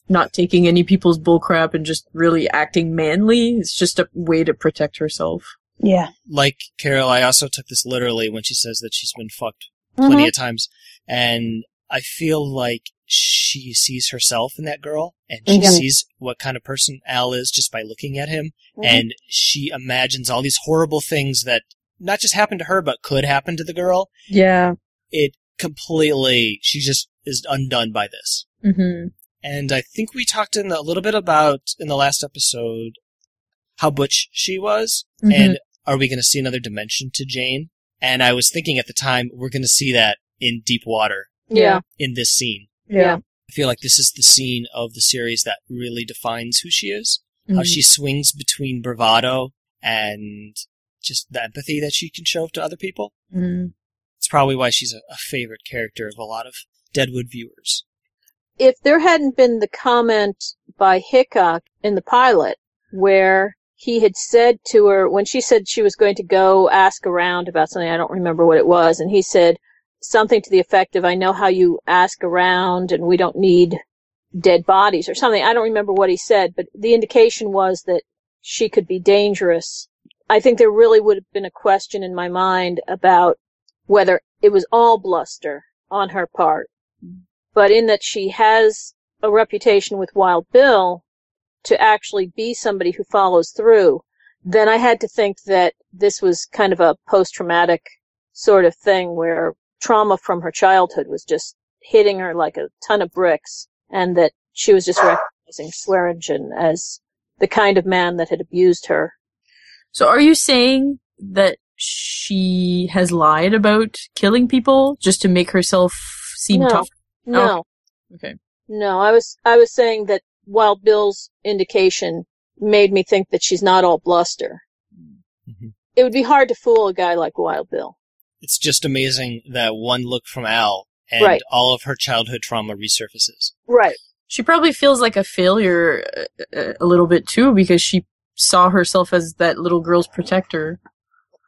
S5: not taking any people's bullcrap and just really acting manly. It's just a way to protect herself.
S4: Yeah,
S1: Like Carol, I also took this literally when she says that she's been fucked plenty of times. And I feel like she sees herself in that girl and she
S4: Mhm.
S1: sees what kind of person Al is just by looking at him. And she imagines all these horrible things that not just happened to her, but could happen to the girl.
S5: Yeah.
S1: It completely, she just is undone by this.
S5: hmm
S1: And I think we talked in a little bit about in the last episode how butch she was.
S5: Mhm.
S1: And are we going to see another dimension to Jane? And I was thinking at the time, we're going to see that in deep water
S3: Yeah.
S1: in this scene.
S5: Yeah.
S1: I feel like this is the scene of the series that really defines who she is. How
S5: Mhm.
S1: she swings between bravado and just the empathy that she can show to other people.
S5: Mhm.
S1: It's probably why she's a, a favorite character of a lot of Deadwood viewers.
S3: If there hadn't been the comment by Hickok in the pilot where he had said to her when she said she was going to go ask around about something, I don't remember what it was, and he said something to the effect of, I know how you ask around and we don't need dead bodies or something. I don't remember what he said, but the indication was that she could be dangerous. I think there really would have been a question in my mind about whether it was all bluster on her part, but in that she has a reputation with Wild Bill to actually be somebody who follows through. then I had to think that this was kind of a post traumatic sort of thing where trauma from her childhood was just hitting her like a ton of bricks and that she was just recognizing Swearingen as the kind of man that had abused her.
S5: So are you saying that she has lied about killing people just to make herself seem
S3: No.
S5: tough? Oh,
S3: No.
S5: Okay.
S3: No, I was I was saying that Wild Bill's indication made me think that she's not all bluster.
S2: Mhm.
S3: It would be hard to fool a guy like Wild Bill.
S1: It's just amazing that one look from Al and
S3: Right.
S1: all of her childhood trauma resurfaces.
S3: Right.
S5: She probably feels like a failure uh, uh, a little bit too because she saw herself as that little girl's protector.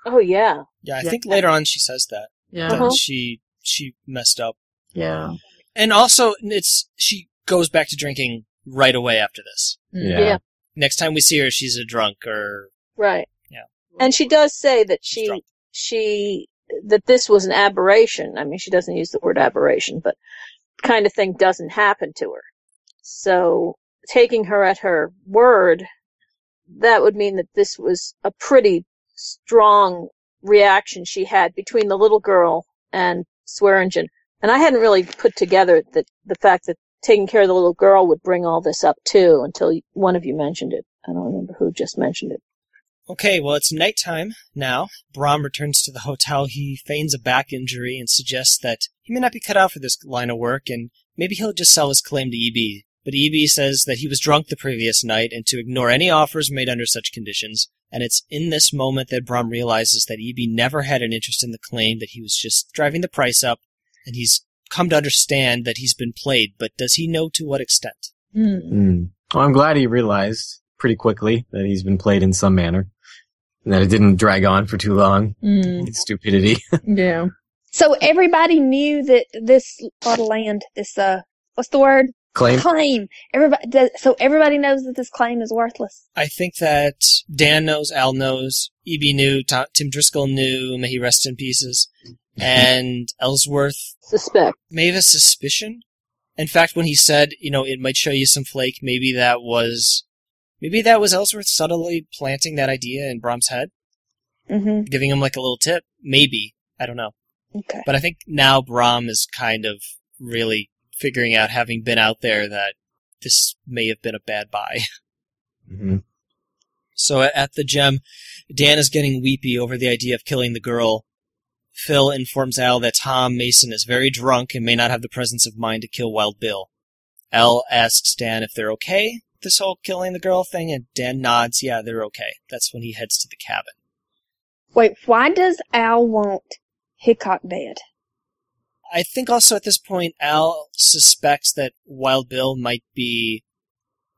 S3: Oh yeah.
S1: Yeah, I
S5: Yeah.
S1: think later on she says that
S5: Yeah.
S1: that
S3: Uh-huh.
S1: she she messed up,
S5: Yeah.
S1: and also it's she goes back to drinking right away after this.
S2: Yeah.
S3: Yeah.
S1: Next time we see her, she's a drunk or
S3: Right.
S1: Yeah.
S3: And she does say that she
S1: drunk.
S3: she that this was an aberration. I mean, she doesn't use the word aberration, but kind of thing doesn't happen to her. So taking her at her word, that would mean that this was a pretty strong reaction she had between the little girl and Swearingen. And I hadn't really put together that the fact that taking care of the little girl would bring all this up too until one of you mentioned it. I don't remember who just mentioned it.
S1: Okay, well, it's nighttime now. Brom returns to the hotel. He feigns a back injury and suggests that he may not be cut out for this line of work and maybe he'll just sell his claim to EB. But EB says that he was drunk the previous night and to ignore any offers made under such conditions. And it's in this moment that Brom realizes that EB never had an interest in the claim, that he was just driving the price up, and he's come to understand that he's been played, but does he know to what extent?
S5: Mm.
S2: Mm. Well, I'm glad he realized pretty quickly that he's been played in some manner, and that it didn't drag on for too long.
S4: Mm-hmm.
S5: Mm.
S2: It's stupidity. [laughs]
S5: Yeah.
S4: So everybody knew that this plot of land, this uh, what's the word?
S2: Claim.
S4: Claim. Everybody. Does, so everybody knows that this claim is worthless.
S1: I think that Dan knows, Al knows, EB knew, Tom, Tim Driscoll knew, may he rest in pieces, and Ellsworth
S3: Suspect.
S1: may have a suspicion. In fact, when he said, you know, it might show you some flake, maybe that was, maybe that was Ellsworth subtly planting that idea in Brom's head,
S4: Mm-hmm.
S1: giving him like a little tip. Maybe. I don't know.
S4: Okay.
S1: But I think now Brom is kind of really figuring out, having been out there, that this may have been a bad buy. [laughs]
S2: hmm
S1: So at- at the gem, Dan is getting weepy over the idea of killing the girl. Phil informs Al that Tom Mason is very drunk and may not have the presence of mind to kill Wild Bill. Al asks Dan if they're okay with this whole killing the girl thing, and Dan nods, yeah, they're okay. That's when he heads to the cabin.
S4: Wait. Why does Al want Hickok dead?
S1: I think also at this point, Al suspects that Wild Bill might be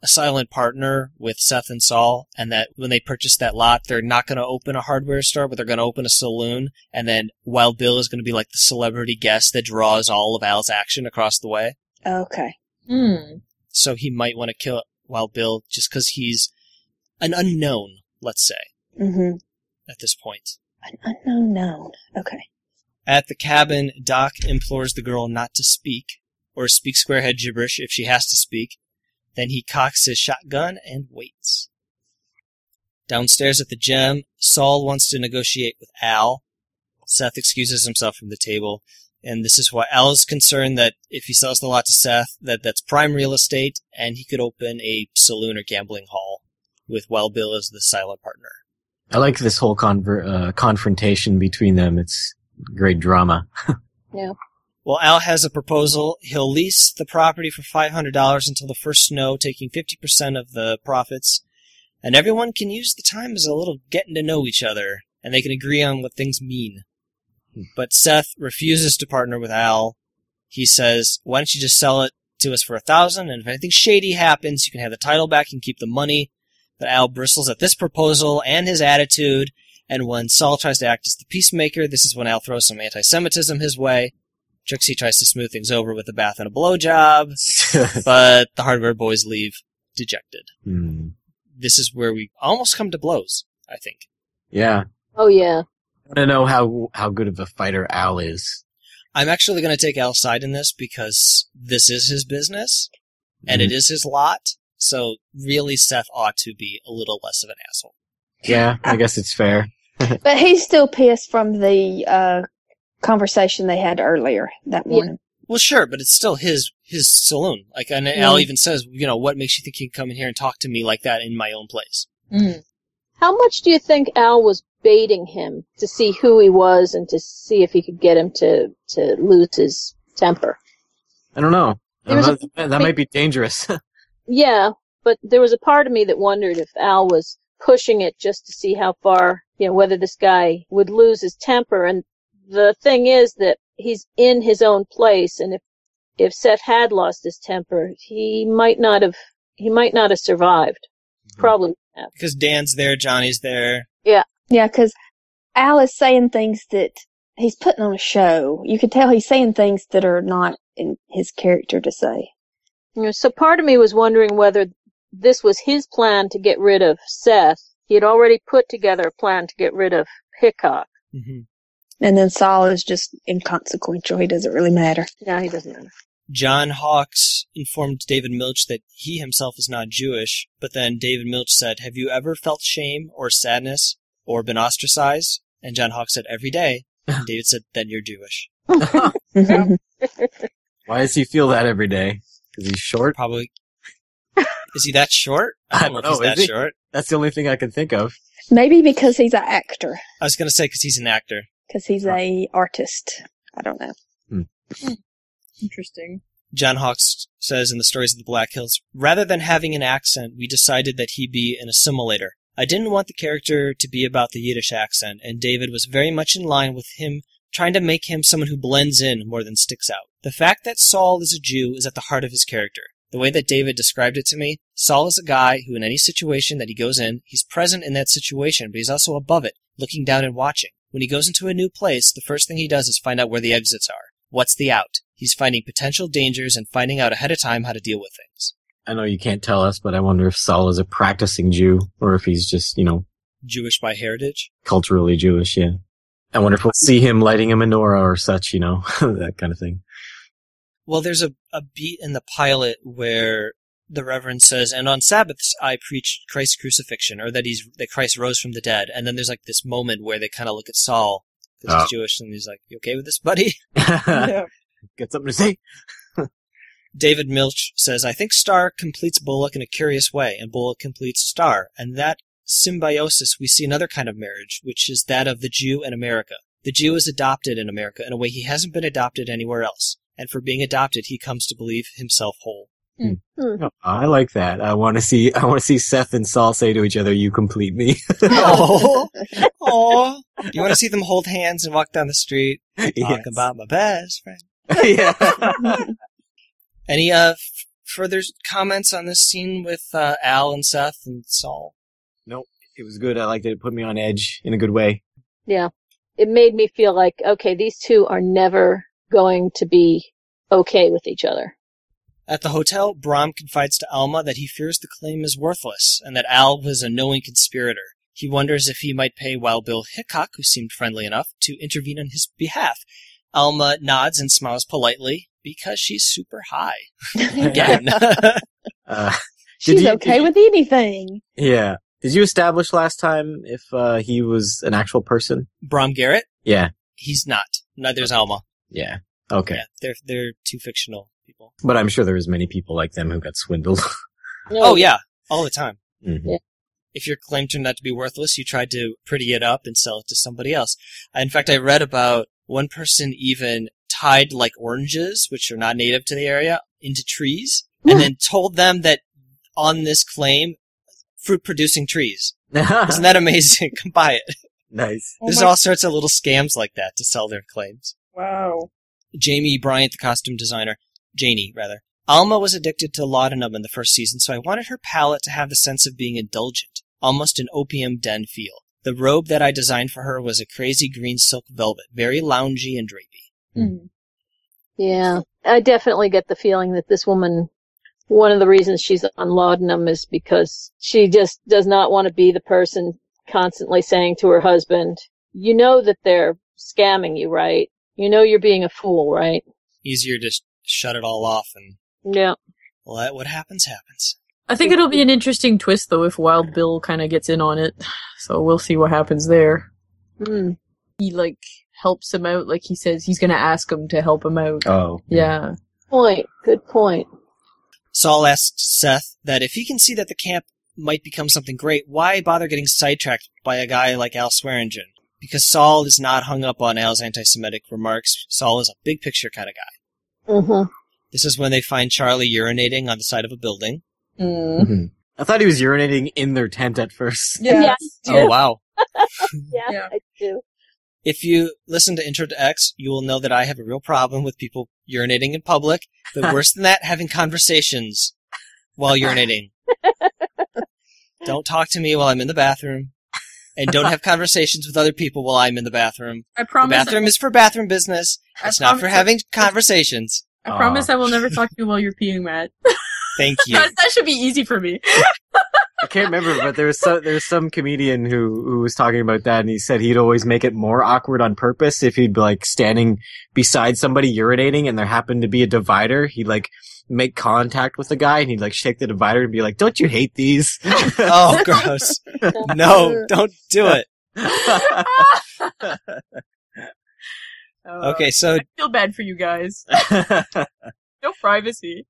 S1: a silent partner with Seth and Saul, and that when they purchase that lot, they're not going to open a hardware store, but they're going to open a saloon, and then Wild Bill is going to be like the celebrity guest that draws all of Al's action across the way.
S4: Okay.
S5: Mm.
S1: So he might want to kill Wild Bill just because he's an unknown, let's say,
S4: Mm-hmm.
S1: at this point.
S4: An unknown known. Okay.
S1: At the cabin, Doc implores the girl not to speak, or speak squarehead gibberish if she has to speak. Then he cocks his shotgun and waits. Downstairs at the gym, Saul wants to negotiate with Al. Seth excuses himself from the table, and this is why Al is concerned that if he sells the lot to Seth, that that's prime real estate, and he could open a saloon or gambling hall with Wild Bill as the silent partner.
S2: I like this whole conver- uh, confrontation between them. It's great drama.
S1: Well, Al has a proposal. He'll lease the property for $500 until the first snow, taking 50% of the profits. And everyone can use the time as a little getting to know each other, and they can agree on what things mean. But Seth refuses to partner with Al. He says, Why don't you just sell it to us for a thousand? And if anything shady happens, you can have the title back and keep the money. But Al bristles at this proposal and his attitude. And when Saul tries to act as the peacemaker, this is when Al throws some anti Semitism his way. Trixie tries to smooth things over with a bath and a blowjob, but the hardware boys leave dejected.
S2: Hmm.
S1: This is where we almost come to blows, I think.
S2: Yeah,
S3: Oh yeah.
S2: I want to know how how good of a fighter Al is.
S1: I'm actually going to take Al's side in this because this is his business and it is his lot. So really, Seth ought to be a little less of an asshole.
S2: Yeah, I guess it's fair.
S4: But he's still pissed from the uh, conversation they had earlier that
S3: Yeah.
S4: morning.
S1: Well, sure, but it's still his his saloon. Like, and Al even says, you know, what makes you think you can come in here and talk to me like that in my own place?
S5: Mm.
S3: How much do you think Al was baiting him to see who he was and to see if he could get him to, to lose his temper?
S2: I don't know.
S3: There was a-
S2: That- that might be dangerous. [laughs]
S3: Yeah, but there was a part of me that wondered if Al was pushing it just to see how far, you know, whether this guy would lose his temper. And the thing is that he's in his own place, and if if Seth had lost his temper, he might not have he might not have survived. Probably have.
S1: Because Dan's there, Johnny's there.
S4: Yeah, because Al is saying things that he's putting on a show. You could tell he's saying things that are not in his character to say.
S3: You know, so part of me was wondering whether this was his plan to get rid of Seth. He had already put together a plan to get rid of Hickok.
S1: Mm-hmm.
S4: And then Saul is just inconsequential. He doesn't really matter.
S3: No, he doesn't matter.
S1: John Hawks informed David Milch that he himself is not Jewish, but then David Milch said, Have you ever felt shame or sadness or been ostracized? And John Hawks said, Every day.
S2: [laughs]
S1: And David said, Then you're Jewish.
S2: Why does he feel that every day? Because he's short.
S1: Probably. Is he that short?
S2: I don't
S1: if
S2: know, is
S1: he's that
S2: he?
S1: short.
S2: That's the only thing I can think of.
S4: Maybe because he's an actor,
S1: I was going to say because he's an actor.
S4: because he's a artist. I don't know.
S2: Hmm.
S3: Hmm.
S5: Interesting.
S1: John Hawks says in the stories of the Black Hills, rather than having an accent, we decided that he be an assimilator. I didn't want the character to be about the Yiddish accent, and David was very much in line with him, trying to make him someone who blends in more than sticks out. The fact that Saul is a Jew is at the heart of his character. The way that David described it to me, Saul is a guy who, in any situation that he goes in, he's present in that situation, but he's also above it, looking down and watching. When he goes into a new place, the first thing he does is find out where the exits are. What's the out? He's finding potential dangers and finding out ahead of time how to deal with things.
S2: I know you can't tell us, but I wonder if Saul is a practicing Jew or if he's just, you know,
S1: Jewish by heritage?
S2: culturally Jewish. Yeah. I wonder if we'll see him lighting a menorah or such, you know, [laughs] that kind of thing.
S1: Well, there's a, a beat in the pilot where the Reverend says, and on Sabbaths I preached Christ's crucifixion, or that he's that Christ rose from the dead. And then there's like this moment where they kind of look at Saul, because
S2: Oh.
S1: he's Jewish, and he's like, you okay with this, buddy?
S2: [laughs] Got something to say?
S1: David Milch says, I think Starr completes Bullock in a curious way, and Bullock completes Starr. And that symbiosis, we see another kind of marriage, which is that of the Jew and America. The Jew is adopted in America in a way he hasn't been adopted anywhere else. And for being adopted, he comes to believe himself whole.
S4: Hmm.
S2: Oh, I like that. I want to see. I want to see Seth and Saul say to each other, "You complete me." [laughs]
S1: oh, oh. You want to see them hold hands and walk down the street, talk
S2: Yes.
S1: about my best friend.
S2: [laughs] yeah.
S1: [laughs] Any uh, f- further comments on this scene with uh, Al and Seth and Saul?
S2: It was good. I liked it. It put me on edge in a good way.
S3: it made me feel like, okay, these two are never going to be okay with each other.
S1: At the hotel, Brom confides to Alma that he fears the claim is worthless and that Al was a knowing conspirator. He wonders if he might pay Wild Bill Hickok, who seemed friendly enough, to intervene on his behalf. Alma nods and smiles politely because she's super high. Again.
S4: [laughs]
S2: Uh,
S4: She's
S2: you-
S4: okay
S2: did you-
S4: with anything.
S2: yeah. Did you establish last time if uh, he was an actual person?
S1: Brom Garrett,
S2: Yeah.
S1: he's not. Neither is Alma.
S2: Yeah. Okay.
S1: Yeah, they're, they're two fictional people.
S2: But I'm sure there was many people like them who got swindled. [laughs]
S3: No,
S1: Oh, yeah, all the time.
S2: Mhm.
S1: if your claim turned out to be worthless, you tried to pretty it up and sell it to somebody else. Uh, In fact, I read about one person even tied like oranges, which are not native to the area, into trees, and then told them that on this claim, fruit producing trees. Isn't that amazing? [laughs] Come buy it.
S2: nice.
S5: Oh
S1: There's
S5: my-
S1: all sorts of little scams like that to sell their claims.
S5: wow.
S1: Jamie Bryant, the costume designer, Janie, rather. Alma was addicted to laudanum in the first season, so I wanted her palette to have the sense of being indulgent, almost an opium den feel. The robe that I designed for her was a crazy green silk velvet, very loungy and drapey.
S3: Yeah. I definitely get the feeling that this woman, one of the reasons she's on laudanum is because she just does not want to be the person constantly saying to her husband, you know that they're scamming you, right? You know you're being a fool, right?
S1: Easier to sh- shut it all off and
S3: Yeah.
S1: let what happens happens.
S5: I think it'll be an interesting twist, though, if Wild Bill kind of gets in on it. So we'll see what happens there.
S4: Mm.
S5: He like helps him out, like he says he's gonna ask him to help him out.
S2: Oh.
S5: Yeah.
S3: Point. Good point.
S1: Saul asked Seth that if he can see that the camp might become something great, why bother getting sidetracked by a guy like Al Swearingen? Because Saul is not hung up on Al's anti Semitic remarks. Saul is a big picture kind of guy.
S3: Mm-hmm.
S1: This is when they find Charlie urinating on the side of a building.
S3: Mm-hmm.
S5: Mm.
S2: Mhm. I thought he was urinating in their tent at first.
S3: Yeah.
S1: Oh, wow.
S3: Yeah,
S5: Yeah.
S3: I do.
S1: If you listen to Intro to X, you will know that I have a real problem with people urinating in public.
S4: [laughs]
S1: But worse than that, having conversations while
S4: [laughs]
S1: urinating. don't talk to me while I'm in the bathroom. And don't have conversations with other people while I'm in the bathroom.
S5: I
S1: The
S5: promise.
S1: bathroom is for bathroom business.
S5: I
S1: It's not for
S5: promise-
S1: having conversations.
S5: I promise I will never talk to you while you're peeing, Matt. [laughs]
S1: Thank you.
S5: That- that should be easy for me.
S2: I can't remember, but there was so, there was some comedian who who was talking about that, and he said he'd always make it more awkward on purpose if he'd be like standing beside somebody urinating, and there happened to be a divider. He'd like make contact with the guy, and he'd like shake the divider and be like, "Don't you hate these?"
S1: [laughs] Oh,
S5: [laughs]
S1: gross. No, don't do it.
S5: Uh,
S1: [laughs] Okay, so
S5: I feel bad for
S1: [laughs]
S5: you guys. No privacy.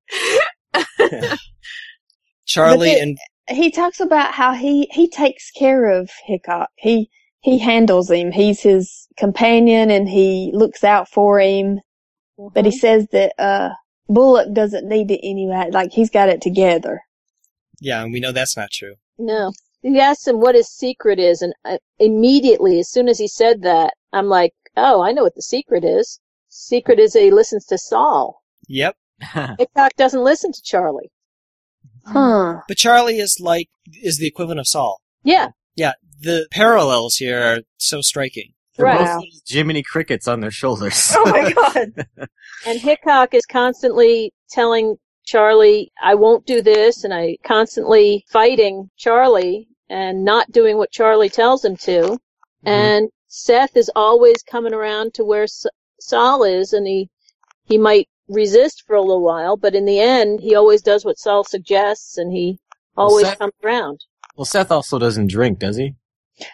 S1: Charlie
S4: But the-
S1: and
S4: He talks about how he he takes care of Hickok. He he handles him. He's his companion and he looks out for him. But he
S3: Uh-huh.
S4: says that uh Bullock doesn't need it anyway. Like he's got it together.
S1: yeah, and we know that's not true.
S3: No. He asked him what his secret is, and I, immediately, as soon as he said that, I'm like, oh, I know what the secret is. Secret is that he listens to Saul.
S1: Yep.
S3: Hickok doesn't listen to Charlie.
S4: Huh.
S1: But Charlie is like is the equivalent of Saul.
S3: Yeah,
S1: Yeah, the parallels here are so striking.
S2: They're
S3: right.
S2: both little Jiminy crickets on their shoulders.
S5: my god.
S3: And Hickok is constantly telling Charlie, I won't do this, and I constantly fighting Charlie and not doing what Charlie tells him to.
S2: Mm-hmm.
S3: And Seth is always coming around to where S- Saul is, and he he might resist for a little while, but in the end, he always does what Saul suggests, and he
S2: Well,
S3: always
S2: Seth-
S3: comes around.
S2: [laughs] well, Seth also doesn't drink, does he?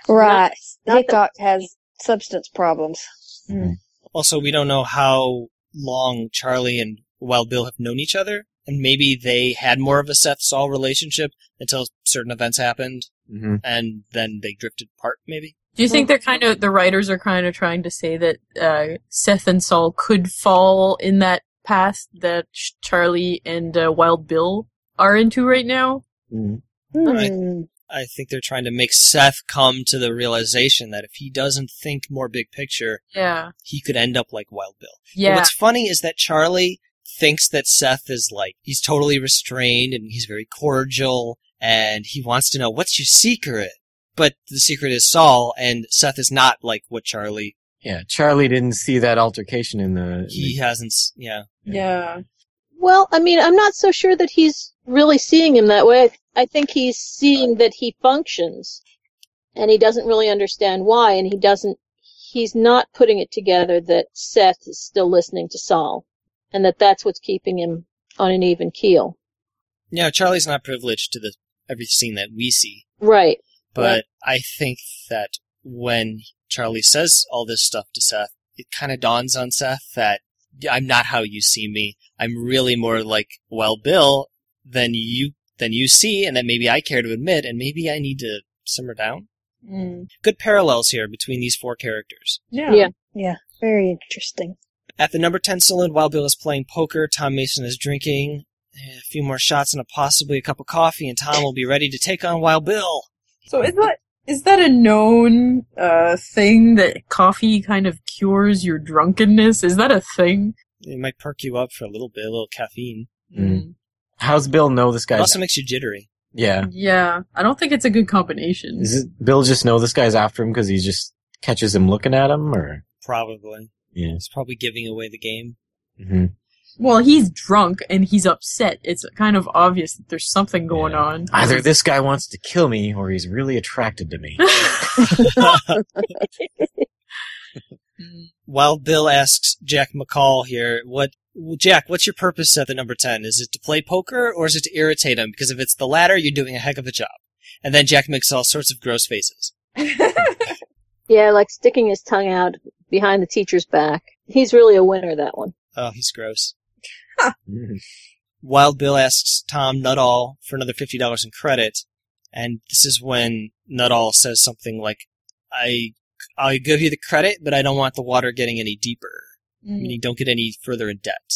S4: Right.
S3: not that-
S4: Hickok has substance problems.
S1: Also, we don't know how long Charlie and Wild Bill have known each other, and maybe they had more of a Seth Saul relationship until certain events happened,
S2: Mm-hmm.
S1: and then they drifted apart. Maybe.
S5: Do you think they're kind of the writers are kind of trying to say that uh, Seth and Saul could fall in that path that Ch- Charlie and uh, Wild Bill are into right now?
S1: Right.
S4: Hmm.
S1: I think they're trying to make Seth come to the realization that if he doesn't think more big picture,
S5: Yeah,
S1: he could end up like Wild Bill. But
S5: yeah,
S1: what's funny is that Charlie thinks that Seth is like he's totally restrained and he's very cordial and he wants to know what's your secret. But the secret is Saul, and Seth is not like what Charlie.
S2: Yeah, Charlie didn't see that altercation in the. in
S1: He hasn't. s- Yeah,
S5: yeah.
S3: Well, I mean, I'm not so sure that he's really seeing him that way. I, I think he's seeing that he functions, and he doesn't really understand why, and he doesn't. He's not putting it together that Seth is still listening to Saul, and that that's what's keeping him on an even keel.
S1: yeah. Charlie's not privileged to the everything that we see,
S3: Right.
S1: but I think that when Charlie says all this stuff to Seth, it kind of dawns on Seth that "Yeah, I'm not how you see me. I'm really more like well Bill than you than you see, and that maybe I care to admit, and maybe I need to simmer down.
S5: Mm.
S1: Good parallels here between these four characters.
S5: yeah,
S3: Yeah.
S4: Yeah. Very interesting.
S1: At the number 10 saloon, Wild Bill is playing poker. Tom Mason is drinking. A few more shots and a possibly a cup of coffee, and Tom will be ready to take on Wild Bill.
S5: So is that is that a known uh, thing that coffee kind of cures your drunkenness? Is that a thing?
S1: It might perk you up for a little bit, a little caffeine.
S2: Mm. How's Bill know this
S1: It
S2: guy's?
S1: also makes you jittery.
S2: yeah,
S5: Yeah, I don't think it's a good combination.
S2: Is it, Bill just know this guy's after him because he just catches him looking at him, or
S1: Probably.
S2: yeah.
S1: It's probably giving away the game.
S2: hmm
S5: Well, he's drunk and he's upset. It's kind of obvious that there's something going
S2: Yeah.
S5: on. Mm.
S2: Either this guy wants to kill me, or he's really attracted to me.
S1: Wild Bill asks Jack McCall here what Well, Jack, what's your purpose at the number 10? Is it to play poker or is it to irritate him? Because if it's the latter, you're doing a heck of a job. And then Jack makes all sorts of gross faces.
S3: Yeah, like sticking his tongue out behind the teacher's back. He's really a winner, that one.
S1: Oh, he's gross.
S2: Mhm.
S1: Wild Bill asks Tom Nuttall for another $50 in credit. And this is when Nuttall says something like, I, I'll give you the credit, but I don't want the water getting any deeper. meaning
S5: Mm.
S1: don't get any further in debt.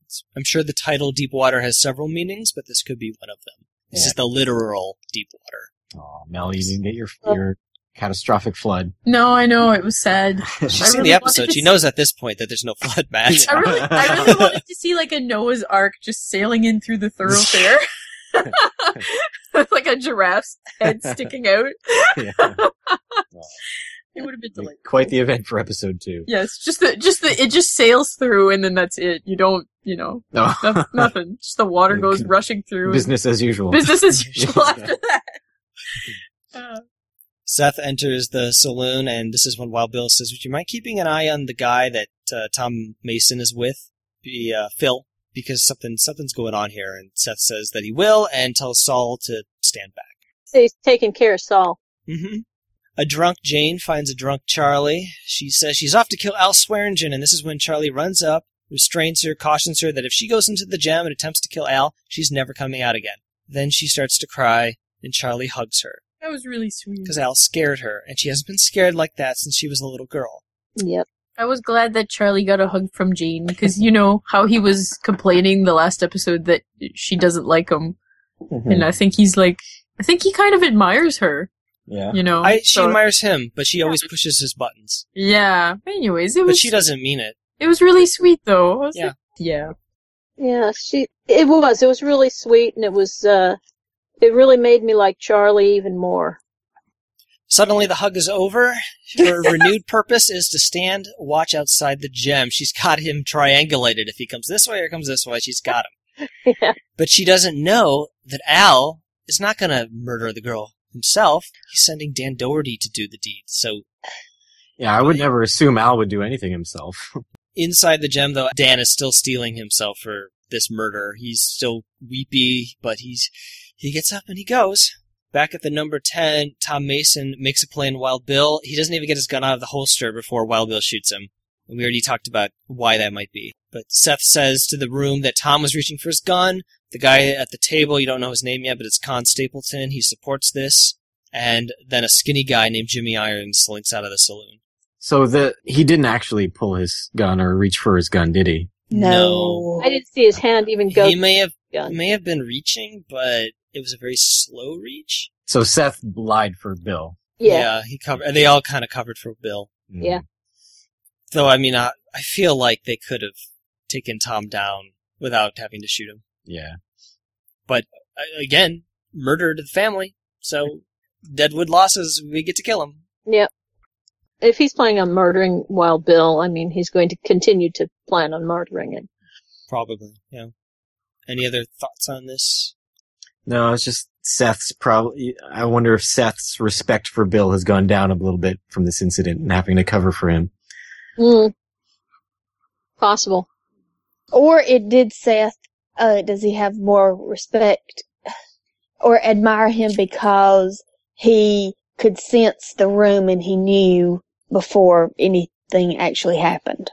S1: It's- I'm sure the title Deep Water has several meanings, but this could be one of them. This
S2: Yeah.
S1: is the literal deep water.
S2: Oh, Mel, you didn't get your your catastrophic flood.
S5: No, I know it was sad.
S1: [laughs] She's seen
S5: I really
S1: the
S5: wanted
S1: episode.
S5: to
S1: She
S5: see-
S1: knows at this point that there's no [laughs] flood, Matt.
S5: I really, I really wanted to see like a Noah's Ark just sailing in through
S1: [laughs]
S5: the thoroughfare [laughs] with like a giraffe's head
S1: [laughs]
S5: sticking out.
S2: Yeah.
S5: [laughs] It would have been delightful.
S2: Quite the event for episode two.
S5: Yes, just the just the it just sails through and then that's it. You don't you know
S2: [laughs] No,
S5: no- nothing. Just the water goes rushing through. and
S2: business as usual. [laughs]
S5: business as usual
S2: Yeah.
S5: after that. Uh,
S1: [laughs] Seth enters the saloon, and this is when Wild Bill says, "Would you mind keeping an eye on the guy that uh, Tom Mason is with, be uh, Phil, because something something's going on here?" And Seth says that he will, and tells Saul to stand back.
S3: So he's taking care of Saul.
S1: Mm-hmm. A drunk Jane finds a drunk Charlie. She says she's off to kill Al Swearingen, and this is when Charlie runs up, restrains her, cautions her that if she goes into the jam and attempts to kill Al, she's never coming out again. Then she starts to cry, and Charlie hugs her
S5: that was really sweet.
S1: because Al scared her, and she hasn't been scared like that since she was a little girl.
S3: Yep.
S5: I was glad that Charlie got a hug from Jane because you know how he was complaining the last episode that she doesn't like him,
S1: Mm-hmm.
S5: and I think he's like, I think he kind of admires her.
S2: yeah.
S5: You know,
S1: I, she
S5: so-
S1: admires him, but she always pushes his buttons.
S5: Yeah. Anyways, it
S1: But
S5: was
S1: she doesn't mean it.
S5: it was really sweet though. I was
S1: Yeah.
S5: like, yeah.
S3: Yeah, she, it was, it was really sweet and it was, uh, it really made me like Charlie even more.
S1: Suddenly, the hug is over. Her renewed purpose is to stand, watch outside the gem. She's got him triangulated. If he comes this way or comes this way, she's got him.
S3: Yeah.
S1: But she doesn't know that Al is not going to murder the girl himself. He's sending Dan Doherty to do the deed. So
S2: Yeah, I would never assume Al would do anything himself. [laughs]
S1: inside the gem, though, Dan is still stealing himself for this murder. He's still weepy, but he's he gets up and he goes. Back at the number ten, Tom Mason makes a play in Wild Bill. He doesn't even get his gun out of the holster before Wild Bill shoots him. And we already talked about why that might be. But Seth says to the room that Tom was reaching for his gun. The guy at the table, you don't know his name yet, but it's Con Stapleton. He supports this. And then a skinny guy named Jimmy Irons slinks out of the saloon.
S2: so the he didn't actually pull his gun or reach for his gun, did he?
S1: No.
S3: I didn't see his hand even go
S1: He may have It
S3: gun.
S1: may have been reaching, but it was a very slow reach.
S2: So Seth lied for Bill.
S3: Yeah.
S1: he covered. They all kind of covered for Bill,
S2: Mm.
S3: Yeah.
S1: though. I mean, I, I feel like they could have taken Tom down without having to shoot him.
S2: Yeah.
S1: I, again, murder to the family. So Deadwood losses. We get to kill him.
S3: If he's planning on murdering Wild Bill, I mean, he's going to continue to plan on murdering him.
S1: Probably. Yeah. Any other thoughts on this?
S2: No, it's just Seth's probably. I wonder if Seth's respect for Bill has gone down a little bit from this incident and having to cover for him.
S3: Mm. Possible.
S4: Or it did Seth, uh, does he have more respect or admire him because he could sense the room and he knew before anything actually happened?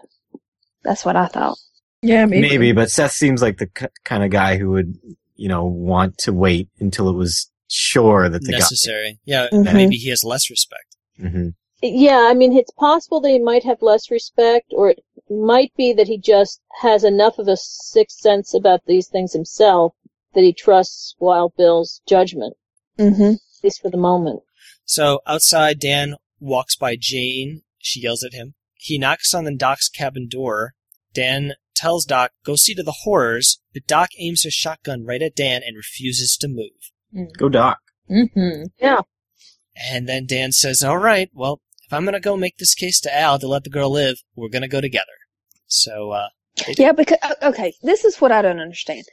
S4: That's what I thought.
S5: Yeah,
S2: Maybe, but Seth seems like the k- kind of guy who would, you know, want to wait until it was sure that the
S1: Necessary. Yeah.
S3: Mm-hmm.
S4: Mhm.
S1: Maybe he has less respect.
S2: guy. hmm
S3: Yeah, I mean, it's possible that he might have less respect, or it might be that he just has enough of a sixth sense about these things himself that he trusts Wild Bill's judgment,
S4: Mm-hmm.
S3: at least for the moment.
S1: So outside, Dan walks by Jane. She yells at him. He knocks on the Doc's cabin door. Dan tells Doc, go see to the horrors, but Doc aims his shotgun right at Dan and refuses to move.
S2: Go Doc.
S5: Mm-hmm.
S1: And then Dan says, all right, well, if I'm going to go make this case to Al to let the girl live, we're going to go together. So, uh,
S4: Yeah, because, okay, this is what I don't understand.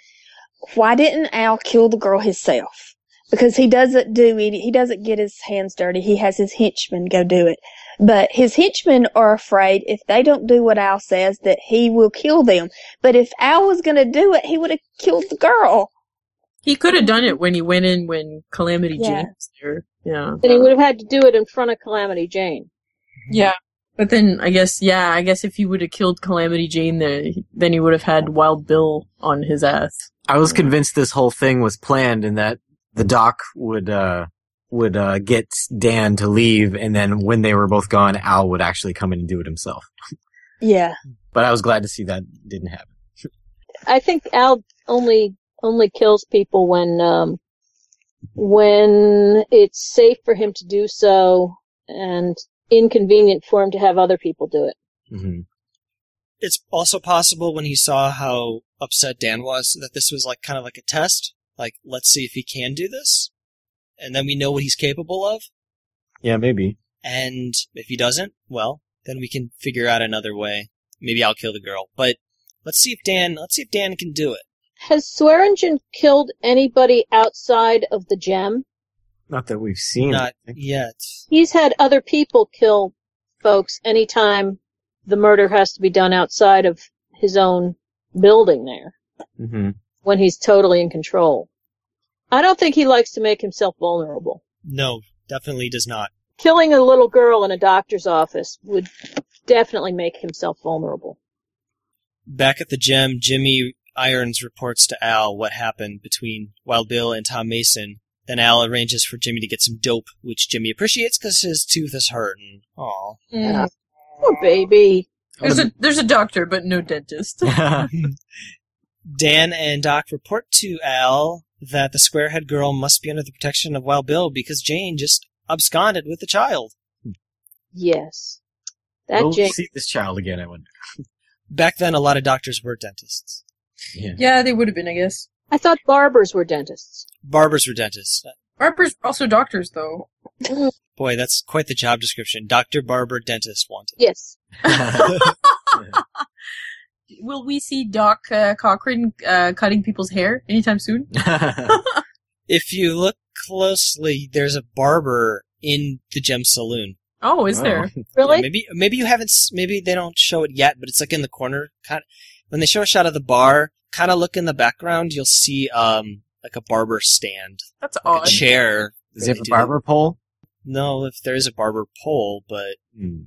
S4: Why didn't Al kill the girl himself? Because he doesn't do any, he doesn't get his hands dirty. He has his henchmen go do it. But his henchmen are afraid if they don't do what Al says that he will kill them. But if Al was going to do it, he would have killed the girl.
S5: He could have done it when he went in when Calamity
S4: Yeah.
S5: Jane was there. Yeah.
S3: Then he would have had to do it in front of Calamity Jane.
S5: Yeah. But then I guess yeah, I guess if he would have killed Calamity Jane there then he would have had Wild Bill on his ass.
S2: I was convinced this whole thing was planned and that the doc would uh would uh get Dan to leave and then when they were both gone Al would actually come in and do it himself. [laughs]
S4: Yeah.
S2: But I was glad to see that didn't happen.
S3: I think Al only only kills people when um, when it's safe for him to do so and inconvenient for him to have other people do it.
S2: hmm
S1: It's also possible when he saw how upset Dan was that this was like kind of like a test. Like, let's see if he can do this. And then we know what he's capable of.
S2: Yeah, maybe.
S1: And if he doesn't, well, then we can figure out another way. Maybe I'll kill the girl. But let's see if Dan let's see if Dan can do it.
S3: Has Swearingen killed anybody outside of the gem?
S2: Not that we've seen.
S1: Not yet.
S3: He's had other people kill folks anytime the murder has to be done outside of his own building there
S2: hmm
S3: when he's totally in control. I don't think he likes to make himself vulnerable.
S1: No, definitely does not.
S3: killing a little girl in a doctor's office would definitely make himself vulnerable.
S1: Back at the gym, Jimmy Irons reports to Al what happened between Wild Bill and Tom Mason. Then Al arranges for Jimmy to get some dope, which Jimmy appreciates because his tooth is hurting. Aw.
S3: Yeah. Mm. Poor baby.
S5: There's a there's a doctor but no dentist. [laughs]
S1: Dan and Doc report to Al that the squarehead girl must be under the protection of Wild Bill because Jane just absconded with the child.
S3: Yes. That
S2: we'll
S3: Jane.
S2: see this child again, I wonder.
S1: [laughs] Back then, a lot of doctors were dentists.
S2: Yeah.
S5: yeah, they would have been, I guess.
S3: I thought barbers were dentists.
S1: Barbers were dentists.
S5: Barbers were also doctors though.
S3: Mm,
S1: Boy, that's quite the job description. Doctor, barber, dentist wanted.
S3: Yes.
S5: [laughs] Will we see Doc uh, Cochran uh, cutting people's hair anytime soon?
S1: If you look closely, there's a barber in the gem saloon.
S5: Oh, is
S2: Wow.
S5: there? [laughs]
S3: Really?
S1: Maybe maybe you haven't. s- Maybe they don't show it yet, but it's like in the corner. Kind when they show a shot of the bar, kind of look in the background, you'll see um like a barber stand,
S5: That's
S1: like
S5: odd.
S1: a chair.
S2: Is it
S1: They
S2: a
S1: do-
S2: barber pole?
S1: No, if there is a barber pole, but
S2: Hmm.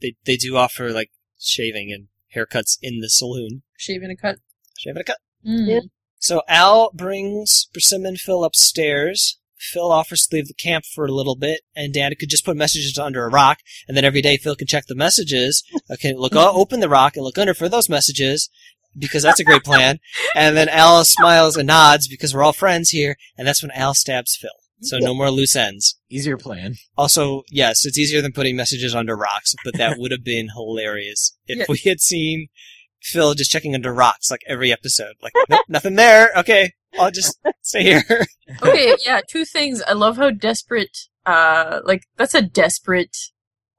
S1: they they do offer like shaving and haircuts in the saloon.
S5: Shaving a cut.
S1: Shaving a cut.
S5: Mm.
S3: Yeah.
S1: So Al brings Persimmon Phil upstairs. Phil offers to leave the camp for a little bit, and Dan could just put messages under a rock, and then every day Phil can check the messages. Okay, look, oh, open the rock and look under for those messages, because that's a great plan. And then Al smiles and nods because we're all friends here, and that's when Al stabs Phil. So no more loose ends.
S2: Easier plan.
S1: Also, yes, it's easier than putting messages under rocks, but that would have been hilarious if
S5: Yeah.
S1: we had seen Phil just checking under rocks like every episode. Like, nope, nothing there. Okay, I'll just stay here. [laughs]
S2: [laughs]
S5: okay, yeah, two things. I love how desperate uh like that's a desperate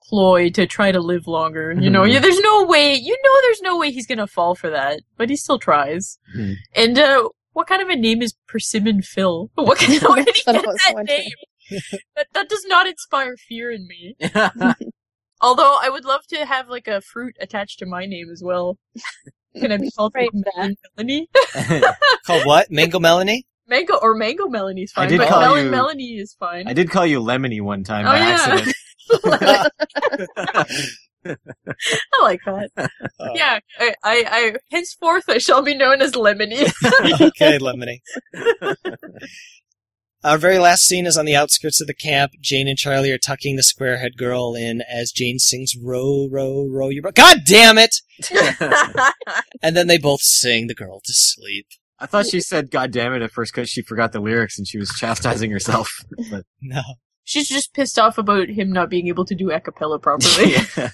S5: ploy to try to live longer. You know,
S2: Mhm.
S5: yeah, there's no way you know there's no way he's gonna fall for that, but he still tries.
S2: Mhm.
S5: And uh what kind of a name is Persimmon [laughs] Phil? What
S3: [laughs]
S5: kind of did he
S4: That's what I
S5: get
S4: was
S5: that
S4: wondering.
S2: [laughs]
S5: name? that that does not inspire fear in me.
S2: yeah.
S5: Although I would love to have like a fruit attached to my name as well.
S2: [laughs]
S5: Can I be called
S3: Right,
S5: Melanie? Melanie? [laughs]
S2: I
S1: Called what? Mango Melanie?
S5: Mango or Mango Melanie's
S2: I
S5: fine,
S2: did
S5: but
S2: call
S5: Melon
S2: you-
S5: Melanie is fine.
S2: did call you Lemony one time
S5: Oh,
S2: by
S5: yeah.
S2: accident.
S5: [laughs] I like that.
S1: Oh,
S5: Yeah, I, I, I henceforth I shall be known as Lemony.
S1: okay, Lemony. Our very last scene is on the outskirts of the camp. Jane and Charlie are tucking the squarehead girl in as Jane sings "Row, row, row your boat." God damn it! And then they both sing the girl to sleep.
S2: I thought she said "God damn it" at first because she forgot the lyrics and she was chastising herself. But
S1: No,
S5: She's just pissed off about him not being able to do a cappella properly.
S2: yeah.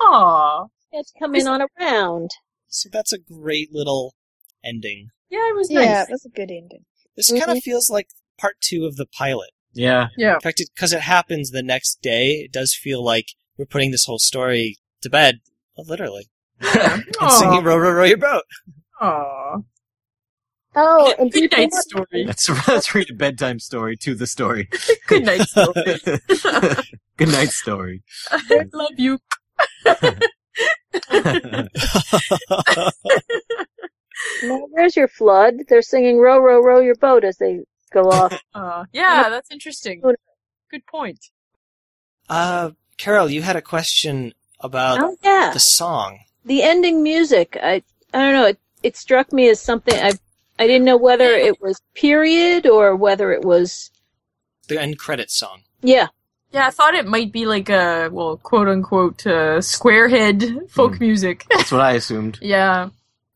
S5: Aww.
S3: He had to come in on a round.
S1: so that's a great little ending.
S5: Yeah, it was
S4: Yeah,
S5: nice.
S4: that's a good ending.
S1: This
S5: Mm-hmm.
S1: kind of feels like part two of the pilot.
S2: yeah,
S5: Yeah.
S1: In fact, because it, happens the next day, it does feel like we're putting this whole story to bed,
S2: [laughs]
S1: literally,
S5: yeah.
S1: and singing "Row, row, row your boat."
S5: Aww.
S4: Oh, and
S5: Good night story.
S2: let's let's read a bedtime story to the story.
S5: Good night story.
S2: [laughs] Good night story.
S5: [laughs] I love you. [laughs] Uh,
S3: Now, There's your flood. They're singing "Row, row, row your boat" as they go off.
S5: Uh, yeah, that's interesting. Good point.
S1: uh, Carol, you had a question about
S3: oh yeah,
S1: the song.
S3: [laughs] the ending music. I I don't know. It it struck me as something I I didn't know whether it was period or whether it was
S1: the end credit song.
S3: yeah.
S5: Yeah, I thought it might be like a well, quote unquote, uh, squarehead folk
S2: Hmm.
S5: music. [laughs]
S2: That's what I assumed.
S5: yeah,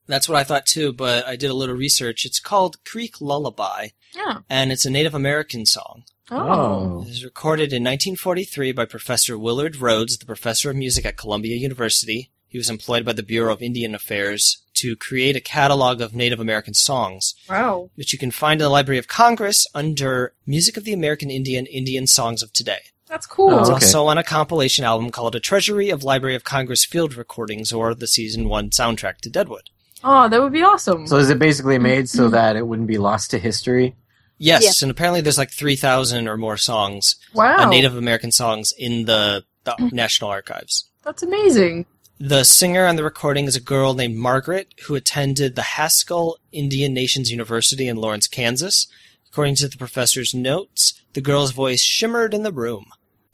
S1: That's what I thought too, but I did a little research. It's called Creek Lullaby,
S5: yeah.
S1: and it's a Native American song.
S5: Oh,
S1: It was recorded in 1943 by Professor Willard Rhodes, the professor of music at Columbia University. He was employed by the Bureau of Indian Affairs to create a catalog of Native American songs,
S5: wow.
S1: which you can find in the Library of Congress under Music of the American Indian Indian Songs of Today.
S5: That's cool.
S2: Oh,
S1: It's
S2: okay.
S1: also on a compilation album called A Treasury of Library of Congress Field Recordings or the Season 1 soundtrack to Deadwood.
S5: Oh, that would be awesome.
S2: So is it basically made so
S5: Mm-hmm.
S2: that it wouldn't be lost to history?
S1: Yes,
S3: Yeah.
S1: and apparently there's like 3,000 or more songs,
S5: wow,
S1: uh, Native American songs in the, the National Archives.
S5: [laughs] that's amazing.
S1: The singer on the recording is a girl named Margaret who attended the Haskell Indian Nations University in Lawrence, Kansas. According to the professor's notes, the girl's voice shimmered in the room.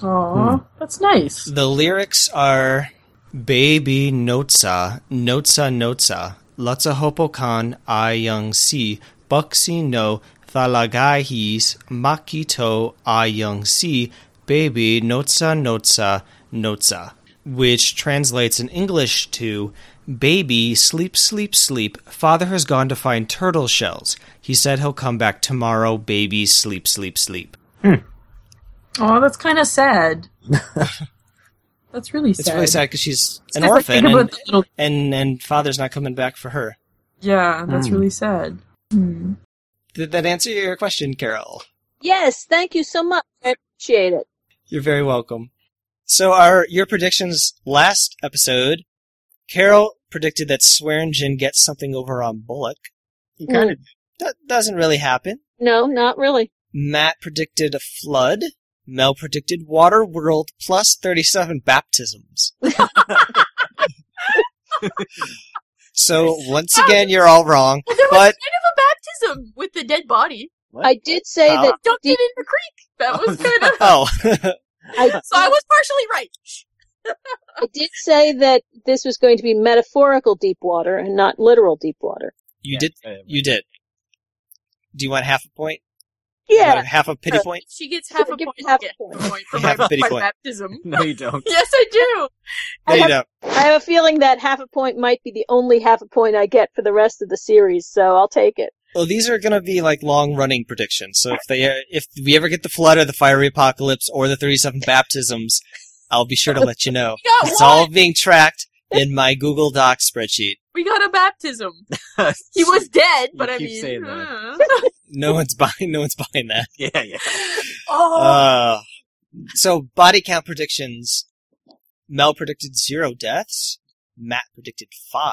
S5: Aw, that's nice.
S1: The lyrics are Baby Notsa, Notsa Notsa, Lutsa Hopokan, I Young Si, Buxi No, Thalagahis, Makito, I Young Si, Baby Notsa Notsa Notsa, which translates in English to Baby, sleep, sleep, sleep. Father has gone to find turtle shells. He said he'll come back tomorrow. Baby, sleep, sleep, sleep.
S5: Oh, that's kind
S2: [laughs]
S5: of sad. that's really sad.
S1: It's really sad because she's an
S5: Just, like,
S1: orphan.
S5: think about
S1: and-
S5: the little-
S1: and and father's not coming back for her.
S5: yeah, that's
S2: Mm.
S5: really sad. Hmm.
S1: Did that answer your question, Carol?
S3: Yes, thank you so much. I appreciate it.
S1: You're very welcome. So our your predictions last episode, Carol predicted that Swearingen gets something over on Bullock.
S2: You
S3: kinda
S1: That doesn't really happen.
S3: No, not really.
S1: Matt predicted a flood. Mel predicted water world plus 37 baptisms. [laughs] so once again, you're all
S5: [laughs]
S1: wrong.
S5: Well, there was
S1: But-
S5: kind of a baptism with the dead body
S3: I did say
S1: Huh?
S3: that.
S5: dumped
S3: Did-
S5: it in the creek. That
S1: [laughs]
S5: was kind of
S1: Oh,
S3: I,
S5: so. I was partially right.
S3: I did say that this was going to be metaphorical deep water and not literal deep water.
S1: you did. You did. Do you want half a point? You
S3: Yeah.
S1: want half a pity
S5: [laughs]
S3: Sure.
S1: point?
S5: She gets half a
S3: Give
S5: point.
S3: her half a
S5: Yeah,
S3: point.
S5: for
S1: Half
S5: my,
S1: a pity
S5: my
S1: point.
S5: baptism.
S2: No, you don't.
S5: [laughs] Yes, I do.
S1: No, you
S3: have-
S1: don't.
S3: I have a feeling that half a point might be the only half a point I get for the rest of the series, so I'll take it.
S1: Well, these are going to be like long running predictions. So if they uh, if we ever get the flood or the fiery apocalypse or the 37 baptisms, I'll be sure to let you know.
S5: We got
S1: It's
S5: one.
S1: all being tracked in my Google Doc spreadsheet.
S5: We got a baptism. He was dead,
S2: You
S5: but I
S2: keep
S5: mean,
S2: saying
S5: uh, [laughs]
S1: No one's buying no one's buying that.
S2: yeah, yeah.
S5: oh,
S1: Uh, so body count predictions. Mel predicted 0 deaths, Matt predicted 5,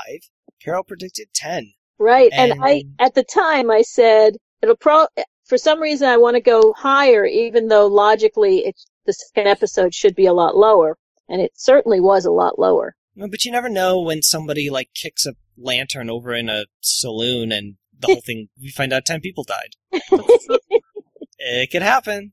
S1: Carol predicted 10.
S3: Right. And, I,
S1: And-
S3: at the time, I said it'll pro, for some reason, I want to go higher, even though logically it, the second episode should be a lot lower. And it certainly was a lot lower.
S1: No, But you never know when somebody like kicks a lantern over in a saloon and the whole thing we find out 10 people died. It could happen.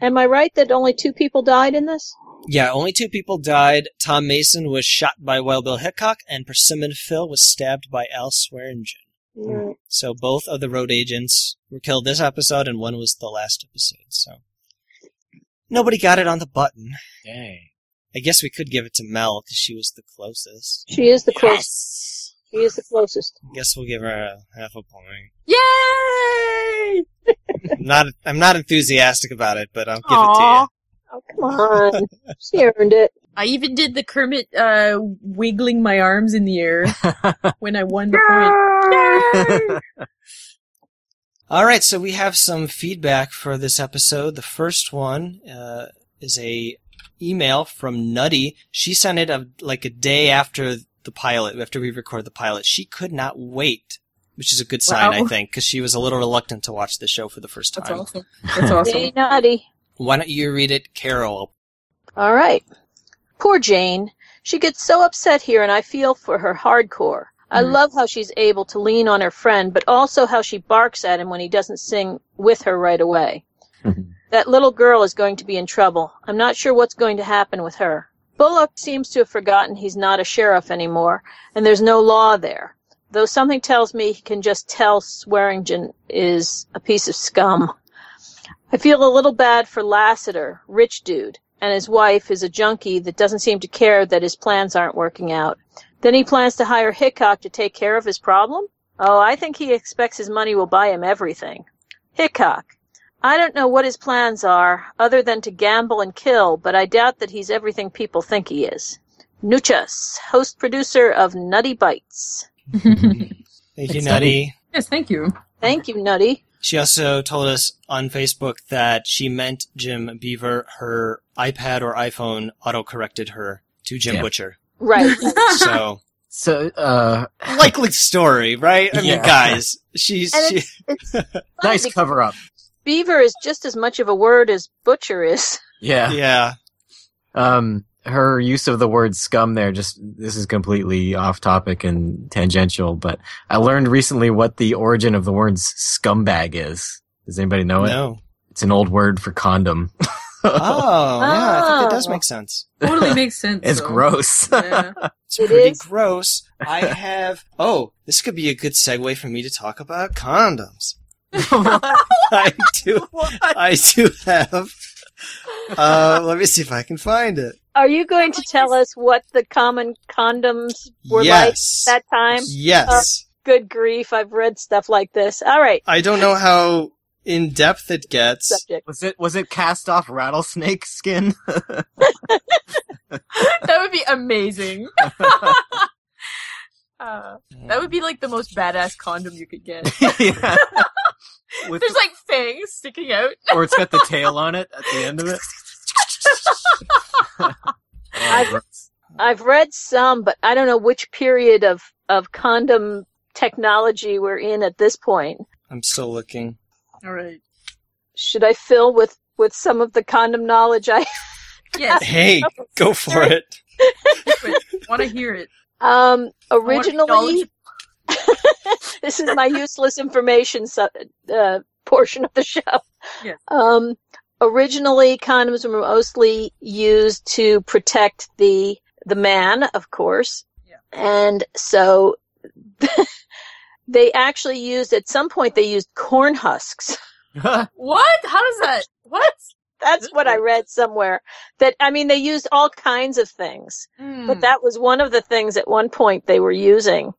S3: Am I right that only two people died in this?
S1: Yeah, only two people died. Tom Mason was shot by Wild Bill Hickok, and Persimmon Phil was stabbed by Al Swearingen.
S3: No.
S1: So both of the road agents were killed this episode, and one was the last episode. So nobody got it on the button.
S2: Dang.
S1: I guess we could give it to Mel because she was the closest.
S3: She is the closest.
S5: yes.
S3: She is the closest.
S1: I guess we'll give her a half a point.
S5: Yay!
S1: I'm not, I'm not enthusiastic about it, but I'll give
S5: Aw.
S3: Oh, come on. she earned it.
S5: I even did the Kermit uh, wiggling my arms in the air when I won the point. Yay!
S1: it to you. All right, so we have some feedback for this episode. The first one uh, is a email from Nutty. She sent it a, like a day after the pilot, after we record the pilot. She could not wait, which is a good sign, I
S5: Wow.
S1: think, because she was a little reluctant to watch the show for the first
S5: That's
S1: time.
S5: awesome. That's awesome.
S3: Yay, naughty.
S1: Why don't you read it, Carol?
S3: All right. Poor Jane. She gets so upset here, and I feel for her hardcore. I
S5: Mhm.
S3: love how she's able to lean on her friend, but also how she barks at him when he doesn't sing with her right away.
S2: Mhm.
S3: that little girl is going to be in trouble. I'm not sure what's going to happen with her. Bullock seems to have forgotten he's not a sheriff anymore, and there's no law there. Though something tells me he can just tell Swearingen is a piece of scum. I feel a little bad for Lassiter, rich dude, and his wife is a junkie that doesn't seem to care that his plans aren't working out. Then he plans to hire Hickok to take care of his problem? Oh, I think he expects his money will buy him everything. Hickok. I don't know what his plans are, other than to gamble and kill, but I doubt that he's everything people think he is. Nuchas, host producer of Nutty Bites.
S1: Thank you,
S2: Thanks,
S1: Nutty.
S5: yes, thank you.
S3: Thank you, Nutty.
S1: She also told us on Facebook that she meant Jim Beaver. Her iPad or iPhone auto corrected her to Jim
S2: Yeah.
S1: Butcher.
S3: Right.
S5: [laughs]
S1: So
S2: [laughs] So, uh,
S1: likely story, right? I mean,
S2: Yeah.
S1: guys, she's
S3: And
S1: she,
S2: [laughs] nice cover up.
S3: Beaver is just as much of a word as butcher is.
S2: Yeah.
S1: yeah.
S2: Um, her use of the word scum there just, this is completely off topic and tangential, but I learned recently what the origin of the word scumbag is. Does anybody know it?
S1: No.
S2: It's an old word for condom.
S1: Oh, yeah. I think that does
S3: Oh.
S1: make sense.
S5: Totally
S1: [laughs]
S5: makes sense.
S2: It's
S5: though.
S2: gross.
S5: [laughs] Yeah.
S1: It's
S3: It
S1: pretty
S3: is.
S1: gross. I have. Oh, this could be a good segue for me to talk about
S5: [laughs]
S1: condoms. I do. I do have. Uh, let me see if I can find it.
S3: Are you going to tell us what the common condoms were
S1: yes.
S3: like that time? Oh,
S1: Yes.
S3: Good grief, I've read stuff like this. All right,
S1: I don't know how in depth it gets.
S3: subject.
S2: was it, was it cast off rattlesnake skin?
S5: [laughs]
S2: [laughs]
S5: that would be amazing. uh, that would be like the most badass condom you could get. [laughs]
S2: yeah. With
S5: There's like fangs sticking out.
S2: or it's
S3: [laughs]
S2: got the tail on it at the end of it.
S3: I've- I've read some, but I don't know which period of, of condom technology we're in at this point.
S1: I'm still looking.
S5: All right.
S3: Should I fill with, with some of the condom knowledge I [laughs]
S5: Yes.
S1: Hey, go for it.
S5: Want to hear it?
S3: um
S5: I wanna acknowledge-
S3: originally [laughs] this is my useless information su- uh, portion of the show.
S5: Yes.
S3: Um originally condoms were mostly used to protect the the man, of course.
S5: Yeah.
S3: And so [laughs] they actually used at some point they used corn husks. [laughs]
S5: What? How does that? What?
S3: That's what I read somewhere. That I mean, they used all kinds of things,
S5: Hmm.
S3: but that was one of the things at one point they were using,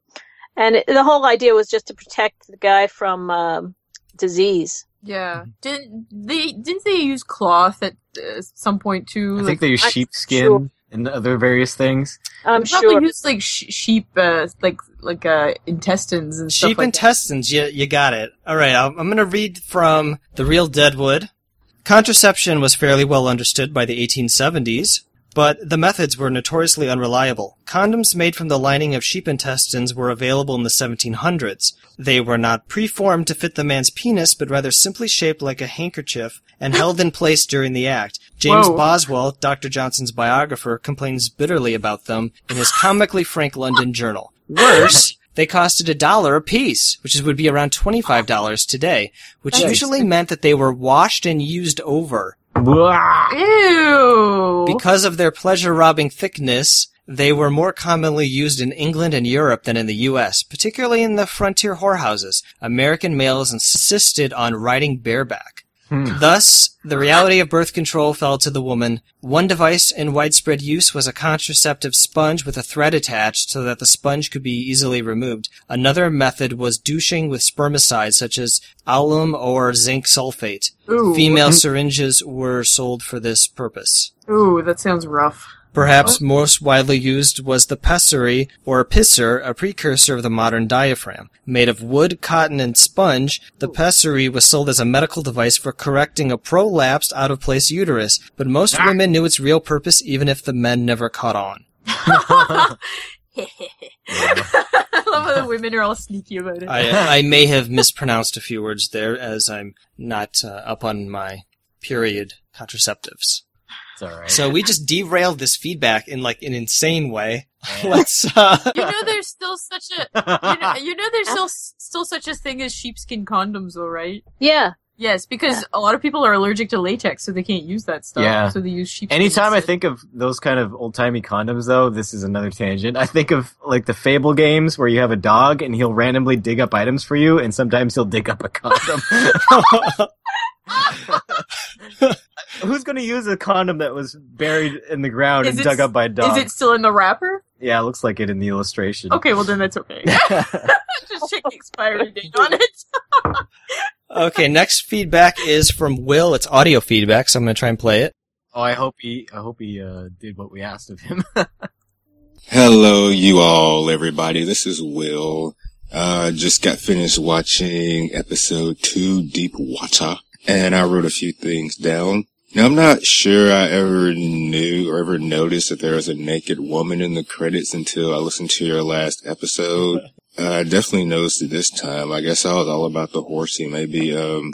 S3: and it, the whole idea was just to protect the guy from um, disease.
S5: Yeah.
S2: Mm-hmm.
S5: Did they? Didn't they use cloth at uh, some point too?
S2: I
S5: Like,
S2: think they use
S3: I'm
S2: sheepskin
S3: sure.
S2: and other various things.
S3: I'm
S5: they probably
S3: sure.
S5: used like sh- sheep, uh, like like uh, intestines and
S1: Sheep
S5: stuff like
S1: intestines, you, you got it. All right, I'm, I'm going to read from The Real Deadwood. Contraception was fairly well understood by the 1870s, but the methods were notoriously unreliable. Condoms made from the lining of sheep intestines were available in the 1700s. They were not preformed to fit the man's penis, but rather simply shaped like a handkerchief and held in place during the act. James
S5: Whoa.
S1: Boswell, Dr. Johnson's biographer, complains bitterly about them in his comically frank London Journal. Worse, they costed a dollar apiece, which is- would be around twenty-five dollars today, which
S5: Nice.
S1: usually meant that they were washed and used over.
S2: Blah.
S5: that. Ew.
S1: Because of their pleasure-robbing thickness, they were more commonly used in England and Europe than in the U.S., particularly in the frontier whorehouses. American males insisted on riding bareback.
S2: Hmm.
S1: Thus, the reality of birth control fell to the woman. One device in widespread use was a contraceptive sponge with a thread attached so that the sponge could be easily removed. Another method was douching with spermicides such as alum or zinc sulfate.
S5: Ooh.
S1: Female syringes were sold for this purpose.
S5: Ooh, that sounds rough. [laughs] Oh.
S1: Perhaps most widely used was the pessary or pisser, a precursor of the modern diaphragm. Made of wood, cotton, and sponge, the
S5: Oh.
S1: pessary was sold as a medical device for correcting a prolapsed, out of place uterus, but most
S5: Ah.
S1: women knew its real purpose even if the men never caught on.
S5: I love how the women are all sneaky about it.
S1: I,
S5: [laughs]
S1: I may have mispronounced a few words there as I'm not uh, up on my period contraceptives.
S2: It's all right.
S7: So we just derailed this feedback in like an insane way.
S1: [laughs]
S7: Let's uh
S5: You know there's still such a you know, you know there's still still such a thing as sheepskin condoms though, right?
S3: Yeah.
S5: Yes, because a lot of people are allergic to latex, so they can't use that stuff.
S2: Yeah.
S5: So they use sheepskin.
S2: Anytime I
S5: instead.
S2: think of those kind of old timey condoms, though, this is another tangent. I think of like the Fable games where you have a dog and he'll randomly dig up items for you, and sometimes he'll dig up a condom. [laughs] Who's going to use a condom that was buried in the ground
S5: Is
S2: and
S5: it
S2: dug
S5: s-
S2: up by a dog?
S5: Is it still in the wrapper?
S2: Yeah, it looks like it in the illustration.
S5: Okay, well then
S2: [laughs]
S5: that's okay. [laughs] Just check the expiry date on it.
S7: Okay, next feedback is from Will. It's audio feedback, so I'm gonna try and play it.
S2: Oh, I hope he, I hope he uh, did what we asked of him. [laughs]
S8: Hello, you all, everybody. This is Will. Uh, just got finished watching episode two, Deep Water, and I wrote a few things down. Now, I'm not sure I ever knew or ever noticed that there was a naked woman in the credits until I listened to your last episode. Uh, I definitely noticed it this time. I guess I was all about the horsey. Maybe, um,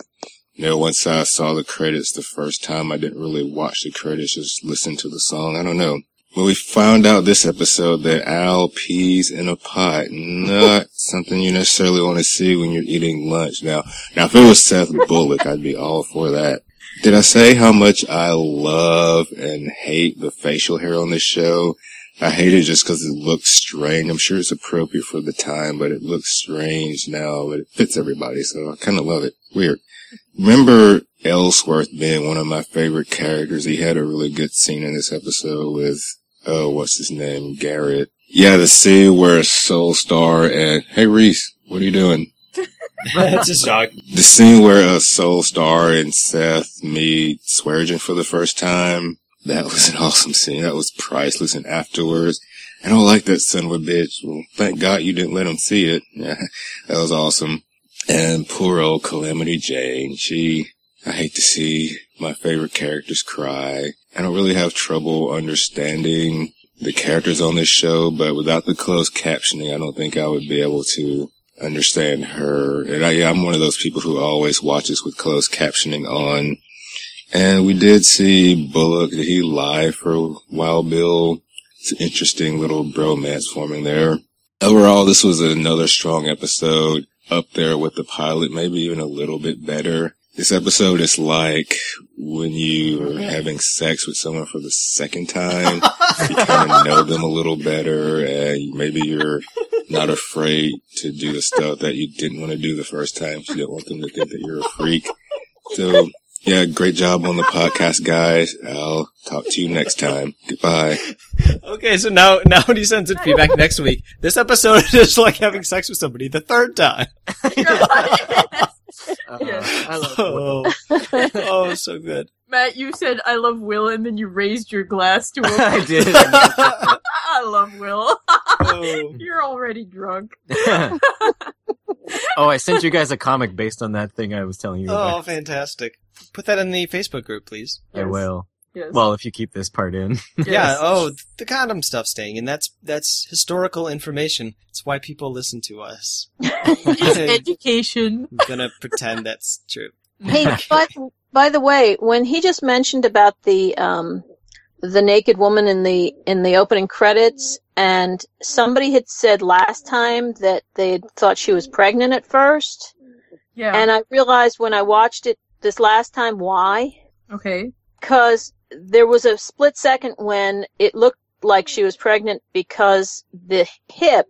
S8: you know, once I saw the credits the first time, I didn't really watch the credits, just listen to the song. I don't know. Well, we found out this episode that Al peas in a pot, not something you necessarily want to see when you're eating lunch. Now, now if it was Seth Bullock, I'd be all for that. Did I say how much I love and hate the facial hair on this show? I hate it just because it looks strange. I'm sure it's appropriate for the time, but it looks strange now, but it fits everybody, so I kind of love it. Weird. Remember Ellsworth being one of my favorite characters? He had a really good scene in this episode with oh, what's his name? Garrett. Yeah, the [laughs] scene where Soul Star and Hey Reese, what are you doing?
S7: That's his dog.
S8: The scene where uh, Soul Star and Seth meet Swearingen for the first time. That [laughs] was an awesome scene. That was priceless. And afterwards, I don't like that son of a bitch. Well, thank God you didn't let him see it. [laughs] Yeah, that was awesome. And poor old Calamity Jane. She, I hate to see my favorite characters cry. I don't really have trouble understanding the characters on this show, but without the closed captioning, I don't think I would be able to understand her. And I, yeah, I'm one of those people who always watches with closed captioning on. And we did see Bullock. Did he lie for Wild Bill? It's an interesting little bromance forming there. Overall, this was another strong episode up there with the pilot, maybe even a little bit better. This episode is like when you are having sex with someone for the second time. you kind of know them a little better, and maybe you're not afraid to do the stuff that you didn't want to do the first time. 'cause You don't want them to think that you're a freak. So, yeah, great job on the podcast, guys. I'll talk to you next time. Goodbye.
S7: Okay, so now now he sends in feedback next week. This episode [laughs] is like having sex with somebody the third
S2: [laughs]
S7: time.
S2: Uh,
S5: Yes.
S2: I love
S7: Oh, oh so good.
S5: [laughs] Matt, you said I love Will and then you raised your glass
S2: [laughs]
S5: to him.
S2: I did.
S5: [laughs] I love Will.
S7: Oh.
S5: [laughs] You're already drunk.
S2: oh, I sent you guys a comic based on that thing I was telling you
S1: Oh,
S2: about.
S1: fantastic. Put that in the Facebook group, please.
S2: I will.
S5: Yes.
S2: Well, if you keep this part in.
S5: yes.
S1: Yeah. Oh, the condom stuff staying, and that's that's historical information. It's why people listen to us.
S5: It's
S1: [laughs]
S5: education.
S1: I'm gonna pretend that's true.
S5: [laughs]
S1: [laughs]
S3: Hey, but by the way, when he just mentioned about the um, the naked woman in the in the opening credits, and somebody had said last time that they had thought she was pregnant at first,
S5: Yeah.
S3: and I realized when I watched it this last time why,
S5: okay.
S3: because there was a split second when it looked like she was pregnant because the hip,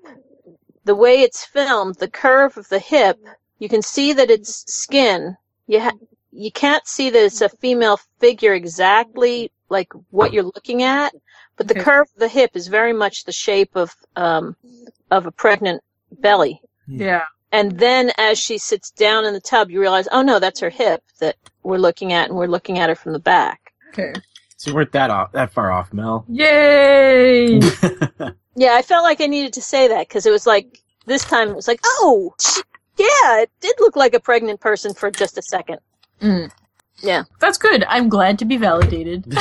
S3: the way it's filmed, the curve of the hip, you can see that it's skin. You ha- you can't see that it's a female figure exactly like what you're looking at, but the
S5: Okay.
S3: curve of the hip is very much the shape of um, of a pregnant belly.
S5: Yeah.
S3: And then as she sits down in the tub, you realize, oh no, that's her hip that we're looking at, and we're looking at her from the back.
S5: Okay.
S2: So you weren't that off, that far off, Mel.
S5: Yay!
S3: Yeah, I felt like I needed to say that because it was like this time it was like, oh, sh- yeah, it did look like a pregnant person for just a second.
S5: Mm.
S3: Yeah.
S5: That's good. I'm glad to be validated.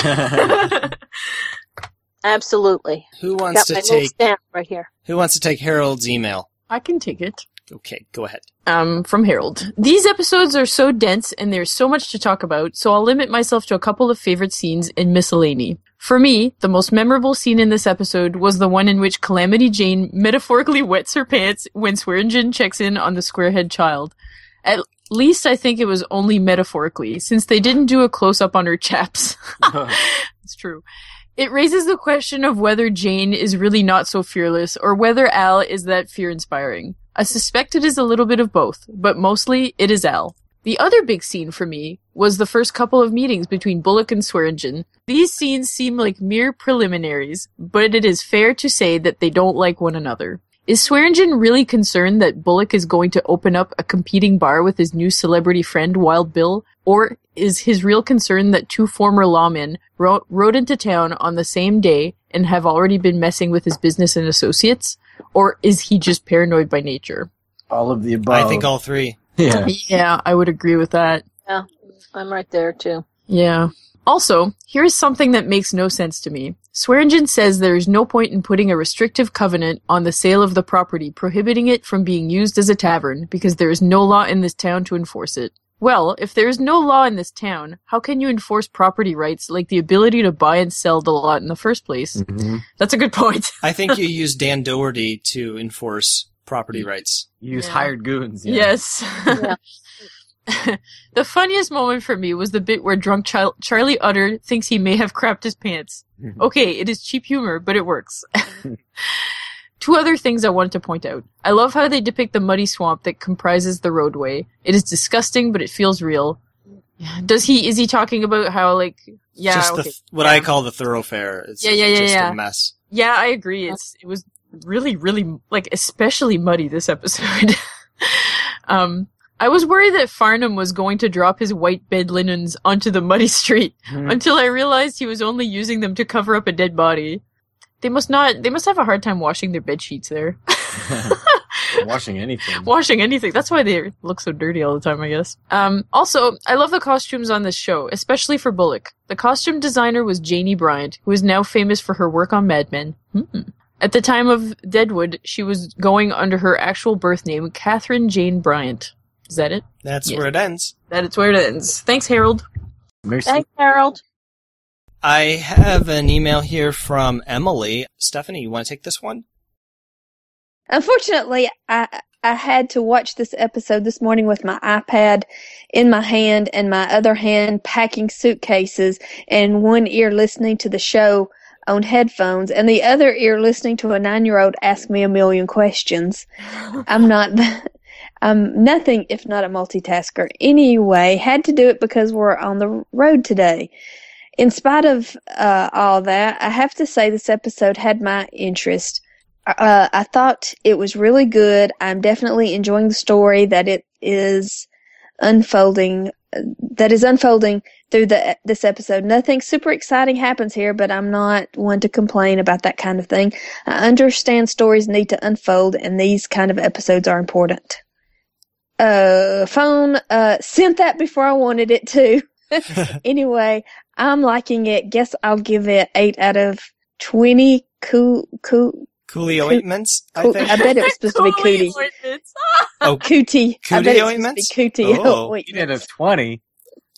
S2: [laughs]
S3: Absolutely.
S7: Who wants
S3: Got my
S7: to
S3: little
S7: take
S3: stamp right here.
S7: Who wants to take Harold's email?
S5: I can take it.
S7: Okay, go ahead.
S5: um, from Harold. These episodes are so dense and there's so much to talk about, so I'll limit myself to a couple of favorite scenes in miscellany. For me, the most memorable scene in this episode was the one in which Calamity Jane metaphorically wets her pants when Swearingen checks in on the squarehead child. At least I think it was only metaphorically, since they didn't do a close up on her chaps. [laughs] it's true. It raises the question of whether Jane is really not so fearless or whether Al is that fear inspiring. I suspect it is a little bit of both, but mostly it is Al. The other big scene for me was the first couple of meetings between Bullock and Swearingen. These scenes seem like mere preliminaries, but it is fair to say that they don't like one another. Is Swearingen really concerned that Bullock is going to open up a competing bar with his new celebrity friend Wild Bill, or is his real concern that two former lawmen ro- rode into town on the same day and have already been messing with his business and associates, or is he just paranoid by nature?
S2: All of the above.
S7: I think all three.
S2: yeah.
S5: Yeah, I would agree with that.
S3: Yeah, I'm right there too.
S5: Yeah. Also, here is something that makes no sense to me. Swearingen says there is no point in putting a restrictive covenant on the sale of the property prohibiting it from being used as a tavern because there is no law in this town to enforce it. Well, if there is no law in this town, how can you enforce property rights like the ability to buy and sell the lot in the first place?
S1: Mm-hmm.
S2: Mhm.
S5: That's a good point.
S7: I think you use Dan Doherty to enforce property rights.
S2: Use
S5: Yeah.
S2: hired goons. Yeah.
S5: Yes.
S3: Yeah.
S5: [laughs] the funniest moment for me was the bit where drunk Chil- Charlie Utter thinks he may have crapped his pants.
S7: Mm-hmm.
S5: Okay, it is cheap humor, but it works. [laughs] Two other things I wanted to point out. I love how they depict the muddy swamp that comprises the roadway. It is disgusting, but it feels real. [sighs] Does he is he talking about how like yeah
S7: just
S5: okay.
S7: the, what I call the thoroughfare. It's
S5: Yeah, yeah, yeah,
S7: just
S5: yeah.
S7: a mess.
S5: Yeah, I agree. It's it was really, really like especially muddy this [laughs] episode. um, I was worried that Farnham was going to drop his white bed linens onto the muddy street
S2: Mhm.
S5: until I realized he was only using them to cover up a dead body. They must not. They must have a hard time washing their bed sheets there.
S2: Washing anything.
S5: washing anything. That's why they look so dirty all the time, I guess. Um, also, I love the costumes on this show, especially for Bullock. The costume designer was Janie Bryant, who is now famous for her work on Mad Men. Hmm. At the time of Deadwood, she was going under her actual birth name, Catherine Jane Bryant. Is that it?
S7: That's
S5: Yeah.
S7: where it ends.
S5: That is where it ends. Thanks, Harold.
S2: Mercy.
S3: Thanks, Harold.
S7: I have an email here from Emily. Stephanie, you want to take this one?
S4: Unfortunately, I I had to watch this episode this morning with my iPad in my hand and my other hand packing suitcases and one ear listening to the show on headphones and the other ear listening to a 9-year-old ask me a million questions. I'm not I'm nothing if not a multitasker. Anyway, had to do it because we're on the road today. In spite of uh, all that, I have to say this episode had my interest uh, I thought it was really good. I'm definitely enjoying the story that it is unfolding. That is unfolding through the this episode. Nothing super exciting happens here, but I'm not one to complain about that kind of thing. I understand stories need to unfold, and these kind of episodes are important. Uh, phone uh, sent that before I wanted it to. [laughs] anyway, I'm liking it. Guess I'll give it eight out of twenty. Cool, cool,
S7: Cooley ointments, I
S4: Coo-
S7: think.
S4: I bet it was supposed to be cootie.
S7: Oh,
S4: Cootie. I
S7: Cootie
S4: bet it was
S7: ointments?
S4: supposed to be cootie.
S7: Oh.
S4: wait.
S2: Eight out of twenty.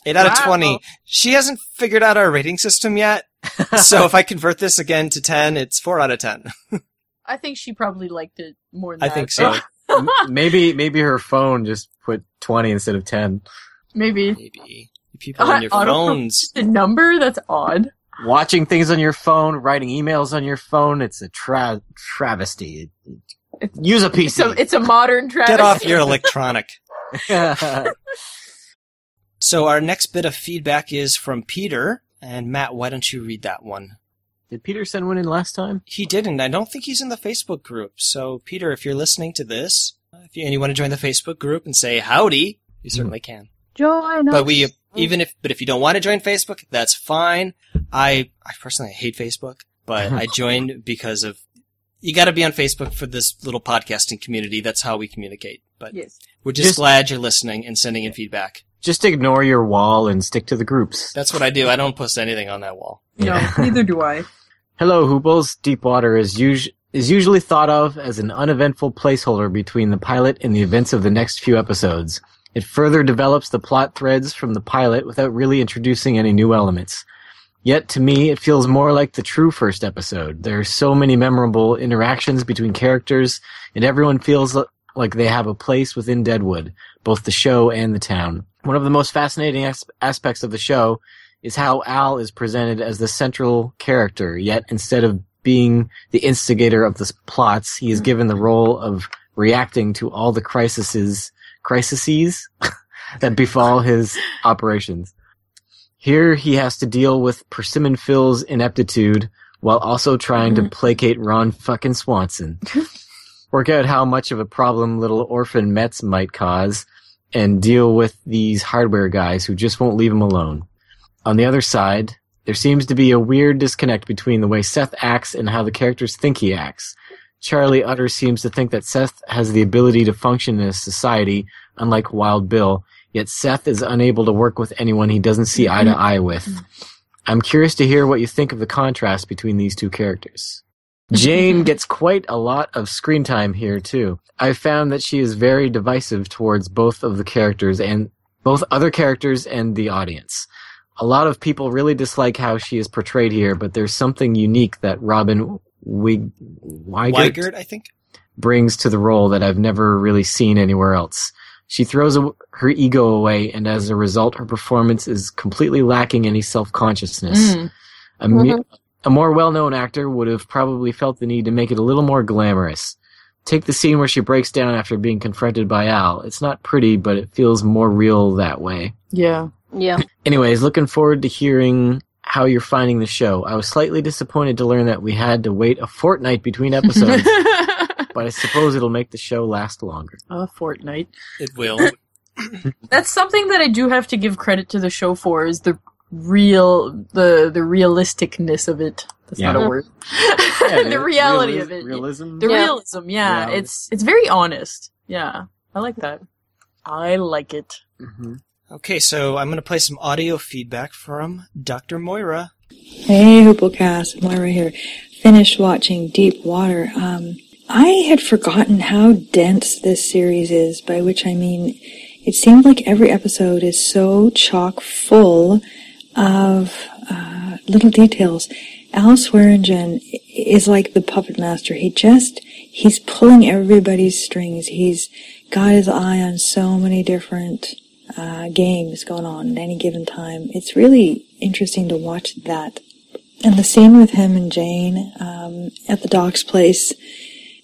S1: 8 out of
S5: Wow.
S1: 20. She hasn't figured out our rating system yet.
S2: [laughs]
S1: so if I convert this again to 10, it's 4 out of 10.
S5: [laughs] I think she probably liked it more than
S7: I
S5: that.
S7: think so.
S2: M- maybe maybe her phone just put twenty instead of ten.
S5: [laughs] Maybe.
S7: Maybe. People on your
S5: Auto-
S7: phones.
S5: The number? That's odd.
S2: Watching things on your phone, writing emails on your phone—it's a tra- travesty. Use a PC.
S5: So it's a modern travesty.
S7: Get off
S2: [laughs]
S7: your electronic.
S2: Yeah.
S7: So our next bit of feedback is from Peter. And Matt, why don't you read that one?
S2: Did Peter send one in last time?
S7: He didn't. I don't think he's in the Facebook group. So Peter, if you're listening to this, if you, and you want to join the Facebook group and say howdy,
S2: Hmm.
S7: you certainly can.
S3: Join
S7: but we uh, even if but if you don't want to join Facebook, that's fine. I I personally hate Facebook, but
S2: [laughs]
S7: I joined because of you got to be on Facebook for this little podcasting community. That's how we communicate. But
S5: Yes.
S7: we're just,
S2: Just-
S7: glad you're listening and sending in feedback.
S2: Just ignore your wall and stick to the groups.
S7: That's what I do. I
S5: [laughs]
S7: don't post anything on that wall.
S5: No,
S2: Yeah.
S5: neither do I.
S2: Hello, Hoobles. Deepwater is usual. is usually thought of as an uneventful placeholder between the pilot and the events of the next few episodes. It further develops the plot threads from the pilot without really introducing any new elements. Yet to me, it feels more like the true first episode. There are so many memorable interactions between characters, and everyone feels l- like they have a place within Deadwood, both the show and the town. One of the most fascinating as- aspects of the show is how Al is presented as the central character, yet instead of being the instigator of the s- plots, he is given the role of reacting to all the crises, crises [laughs] that befall his operations. Here he has to deal with Persimmon Phil's ineptitude while also trying to placate Ron fucking Swanson. Work out how much of a problem little orphan Mets might cause and deal with these hardware guys who just won't leave him alone. On the other side, there seems to be a weird disconnect between the way Seth acts and how the characters think he acts. Charlie Utter seems to think that Seth has the ability to function in a society, unlike Wild Bill, yet Seth is unable to work with anyone he doesn't see eye to eye with. I'm curious to hear what you think of the contrast between these two characters. Jane gets quite a lot of screen time here too. I found that she is very divisive towards both of the characters and both other characters and the audience. A lot of people really dislike how she is portrayed here, but there's something unique that Robin Wig- Weigert,
S7: Weigert, I think.
S2: brings to the role that I've never really seen anywhere else. She throws a, her ego away, and as a result, her performance is completely lacking any self consciousness.
S5: Mm.
S2: A, mu- a more well known actor would have probably felt the need to make it a little more glamorous. Take the scene where she breaks down after being confronted by Al. It's not pretty, but it feels more real that way.
S5: Yeah.
S3: Yeah.
S2: Anyways, looking forward to hearing how you're finding the show. I was slightly disappointed to learn that we had to wait a fortnight between
S5: [laughs]
S2: episodes, but I suppose it'll make the show last longer.
S5: a fortnight.
S7: It will.
S5: Ah, [laughs] That's something that I do have to give credit to the show for is the real the the realisticness of it. That's not
S2: Yeah.
S5: a word. [laughs] the reality of it.
S2: Realism?
S5: The
S3: Yeah.
S5: realism, Mm-hmm. yeah.
S2: Reality.
S5: It's it's very honest. Yeah. I like that. I like it.
S2: Mm-hmm.
S7: Okay, so I'm going to play some audio feedback from Dr. Moira.
S9: Hey, Hooplecast, Moira here. Finished watching Deep Water. Um, I had forgotten how dense this series is, by which I mean it seemed like every episode is so chock full of uh, little details. Al Swearingen i- is like the puppet master. He just, he's pulling everybody's strings. He's got his eye on so many different uh, games going on at any given time. It's really interesting to watch that and the scene with him and Jane um, at the doc's place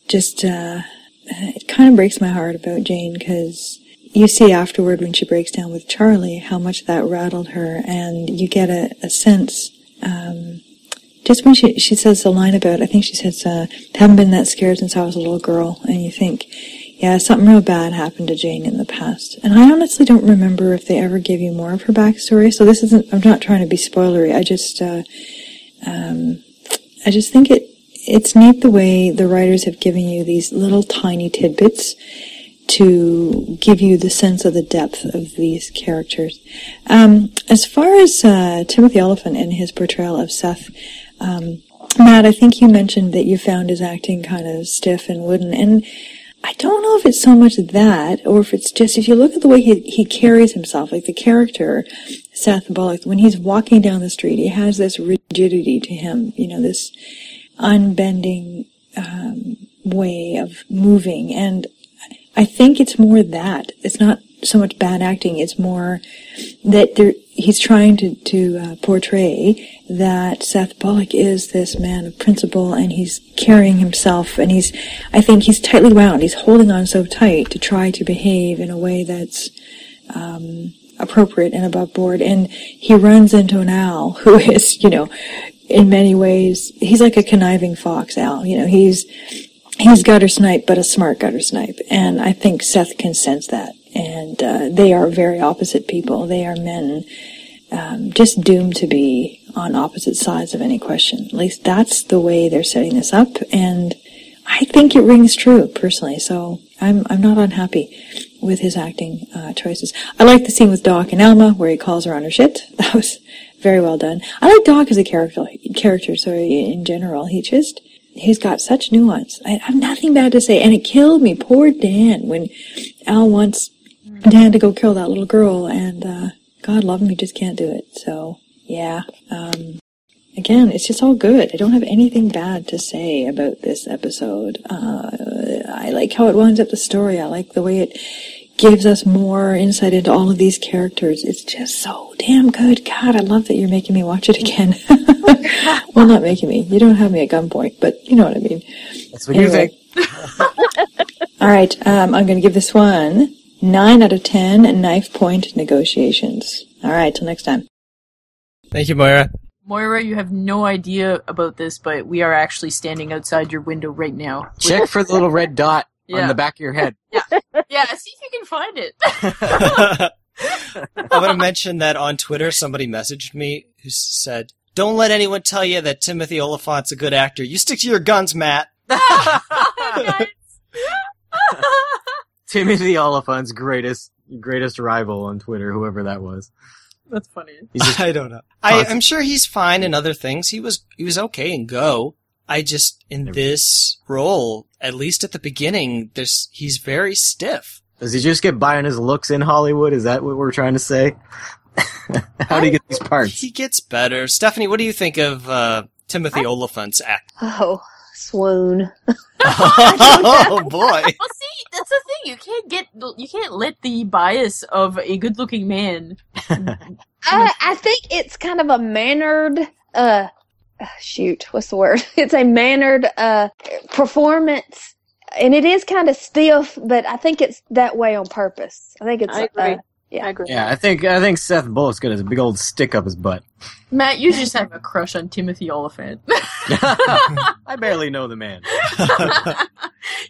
S9: just uh, it kind of breaks my heart about Jane because you see afterward when she breaks down with Charlie how much that rattled her, and you get a, a sense. Um, just when she, she says the line about, I think she says, uh, haven't been that scared since I was a little girl. And you think, yeah, something real bad happened to Jane in the past. And I honestly don't remember if they ever give you more of her backstory. So this isn't, I'm not trying to be spoilery. I just, uh, um, I just think it it's neat the way the writers have given you these little tiny tidbits to give you the sense of the depth of these characters. Um, as far as uh, Timothy Oliphant and his portrayal of Seth, um, Matt, I think you mentioned that you found his acting kind of stiff and wooden, and I don't know if it's so much that, or if it's just if you look at the way he, he carries himself, like the character Seth Bullock, when he's walking down the street, he has this rigidity to him, you know, this unbending um, way of moving, and I think it's more that it's not so much bad acting; it's more that there, he's trying to to uh, portray that Seth Bullock is this man of principle, and he's carrying himself, and he's I think he's tightly wound. He's holding on so tight to try to behave in a way that's um, appropriate and above board. And he runs into an owl [laughs] who is, you know, in many ways, he's like a conniving fox owl. You know, he's he's gutter snipe, but a smart gutter snipe. And I think Seth can sense that. And uh, they are very opposite people. They are men um, just doomed to be on opposite sides of any question. At least that's the way they're setting this up. And I think it rings true personally. So I'm I'm not unhappy with his acting uh, choices. I like the scene with Doc and Alma where he calls her on her shit. [laughs] That was very well done. I like Doc as a character character. Sorry, in general, he just he's got such nuance. I, I have nothing bad to say, and it killed me. Poor Dan when Al wants Dan to go kill that little girl, and uh, God love him, he just can't do it. So yeah, um, again, it's just all good. I don't have anything bad to say about this episode. Uh, I like how it winds up the story. I like the way it gives us more insight into all of these characters. It's just so damn good. God, I love that you're making me watch it again. [laughs] well, not making me. You don't have me at gunpoint, but you know what I mean.
S2: That's what you
S9: Anyway.
S2: think.
S9: All right, um, I'm going to give this one nine out of ten knife point negotiations. All right, till next time.
S7: Thank you, Moira.
S5: Moira, you have no idea about this, but we are actually standing outside your window right now.
S2: Check for
S5: [laughs]
S2: the little red dot
S5: Yeah.
S2: on the back of your head.
S5: Yeah, see if you can find it.
S1: I'm going to mention that on Twitter, somebody messaged me who said, "Don't let anyone tell you that Timothy Oliphant's a good actor. You stick to your guns, Matt."
S5: Nice.
S2: Timothy Oliphant's greatest greatest rival on Twitter, whoever that was.
S5: That's funny.
S2: He's just,
S1: [laughs] I don't know. I,
S2: Constant.
S1: I'm sure he's fine in other things. He was he was okay in Go. I just in this role, at least at the beginning, there's he's very stiff.
S2: does he just get by on his looks in Hollywood? Is that what we're trying to say? [laughs] How do you get these parts?
S1: He gets better. Stephanie, what do you think of uh, Timothy Oliphant's act?
S4: Oh, swoon. [laughs] Uh,
S1: oh boy.
S5: Well, see, that's the thing. You can't get you can't let the bias of a good-looking man.
S4: I, I think it's kind of a mannered, uh, uh, shoot, what's the word? [laughs] It's a mannered, uh, performance. And it is kind of stiff, but I think it's that way on purpose. I think it's,
S3: I agree.
S4: uh, Yeah.
S3: I agree.
S2: Yeah, I think I think Seth Bullock's got a big old stick up his butt.
S5: Matt, you just have a crush on Timothy Oliphant. [laughs]
S2: I barely know the man.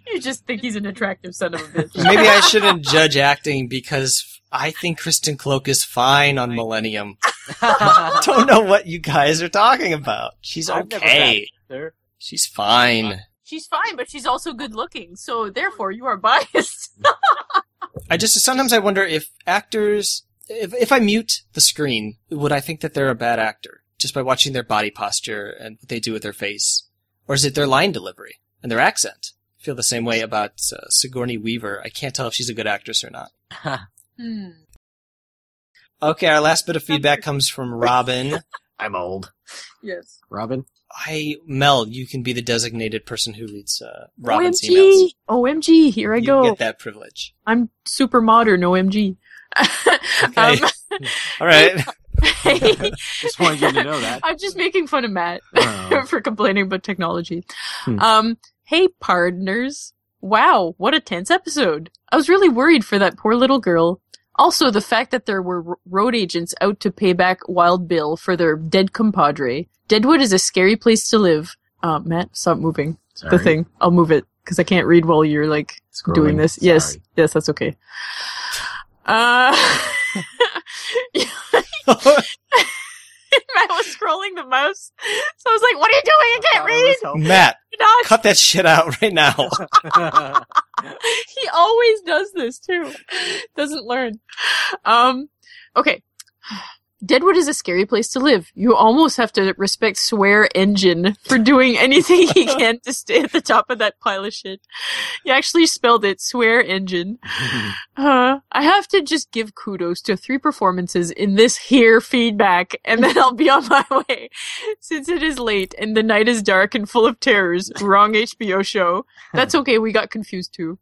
S5: you just think he's an attractive son of a [laughs] bitch.
S1: Maybe I shouldn't judge acting because I think Kristen Cloak is fine on Millennium. Don't know what you guys are talking about. She's
S2: I've never
S1: okay.
S2: There.
S1: She's fine.
S5: [laughs] She's fine, but she's also good-looking, so therefore you are biased.
S1: I just sometimes I wonder if actors, if if I mute the screen, would I think that they're a bad actor just by watching their body posture and what they do with their face, or is it their line delivery and their accent? I feel the same way about uh, Sigourney Weaver. I can't tell if she's a good actress
S2: [laughs]
S1: or not.
S5: [laughs] hmm.
S1: Okay, our last bit of feedback comes from Robin.
S2: [laughs] I'm old.
S5: Yes.
S2: Robin?
S1: I Mel, you can be the designated person who reads uh, Robin's
S5: OMG!
S1: emails.
S5: OMG! Here I
S1: you
S5: go.
S1: get that privilege.
S5: I'm super modern. [laughs] OMG.
S1: Okay.
S5: Um,
S2: [laughs]
S1: All right.
S5: [laughs]
S2: Just wanted you to know that.
S5: I'm just making fun of Matt
S2: Oh.
S5: [laughs] for complaining about technology.
S2: Hmm.
S5: Um, hey, pardners. Wow, what a tense episode. I was really worried for that poor little girl. Also, the fact that there were r- road agents out to pay back Wild Bill for their dead compadre. Deadwood is a scary place to live. Uh, Matt, stop moving
S2: Sorry.
S5: the thing. I'll move it because I can't read while you're like
S2: Scrolling.
S5: doing this. Yes,
S2: Sorry.
S5: yes, that's okay. Uh, [laughs]
S1: [laughs]
S5: Matt was scrolling the mouse, so I was like, "What are you doing? I can't read." [laughs]
S1: Matt,
S5: Not.
S1: cut that shit out
S2: [laughs]
S1: right now.
S5: he always does this too. Doesn't learn. Um, okay. Deadwood is a scary place to live. You almost have to respect Swear Engine for doing [laughs] anything
S3: [laughs]
S5: he can to stay at the top of that pile of shit. He actually spelled it Swear Engine. Uh, I have to just give kudos to three performances in this here feedback, and then I'll be on my way. Since it is late and the night is dark and full of terrors, wrong HBO show. That's okay, we got confused too.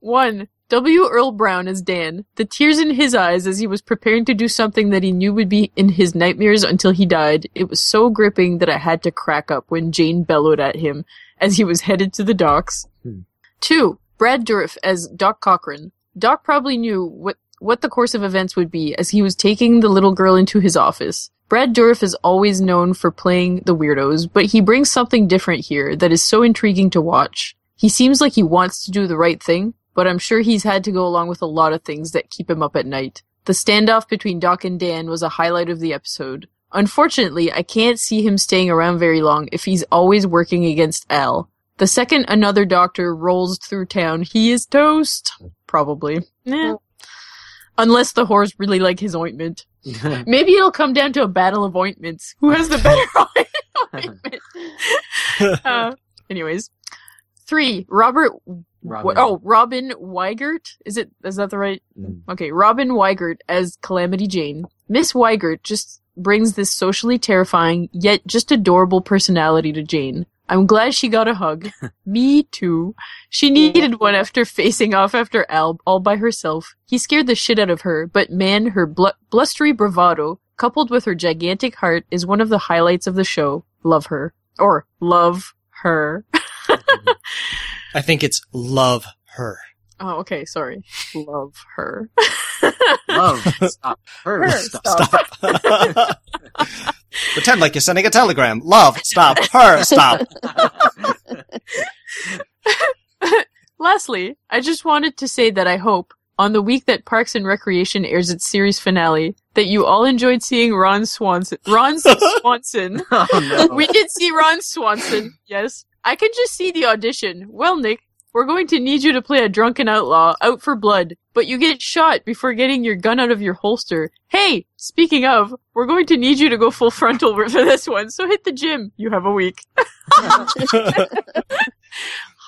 S5: One, W. Earl Brown as Dan, the tears in his eyes as he was preparing to do something that he knew would be in his nightmares until he died. It was so gripping that I had to crack up when Jane bellowed at him as he was headed to the docks.
S2: Hmm.
S5: Two, Brad Dourif as Doc Cochran. Doc probably knew what, what the course of events would be as he was taking the little girl into his office. Brad Dourif is always known for playing the weirdos, but he brings something different here that is so intriguing to watch. He seems like he wants to do the right thing, but I'm sure he's had to go along with a lot of things that keep him up at night. The standoff between Doc and Dan was a highlight of the episode. Unfortunately, I can't see him staying around very long if he's always working against Al. The second another doctor rolls through town, he is toast. Probably. Eh. Unless the whores
S1: [laughs]
S5: really like his ointment. Maybe it'll come down to a battle of ointments. Who has the better [laughs] ointment? disappointment. uh, anyways, three. Robert.
S2: Robin.
S5: Oh, Robin Weigert. Is it? Is that the right?
S2: Mm.
S5: Okay, Robin Weigert as Calamity Jane. Miss Weigert just brings this socially terrifying yet just adorable personality to Jane. I'm glad she got
S2: [laughs]
S5: a hug. Me too. She needed one after facing off after Alb all by herself. He scared the shit out of her, but man, her bl- blustery bravado, coupled with her gigantic heart, is one of the highlights of the show. Love her. Or love her.
S1: I think it's love her.
S5: Oh, okay, sorry. Love her. [laughs]
S2: Love. [laughs] Stop. Her.
S5: Her,
S2: Stop.
S5: stop. [laughs]
S2: [laughs]
S10: Pretend like you're sending a telegram. Love, stop, her, stop.
S5: Lastly, I just wanted to say that I hope, on the week that Parks and Recreation airs its series finale, that you all enjoyed seeing Ron Swanson.
S2: [laughs]
S5: Ron Swanson.
S2: Oh, no.
S5: [laughs] we did see Ron Swanson, yes. I can just see the audition. Well, Nick, we're going to need you to play a drunken outlaw out for blood, but you get shot before getting your gun out of your holster. Hey, speaking of, we're going to need you to go full frontal [laughs] for this one, so hit the gym. You have a week.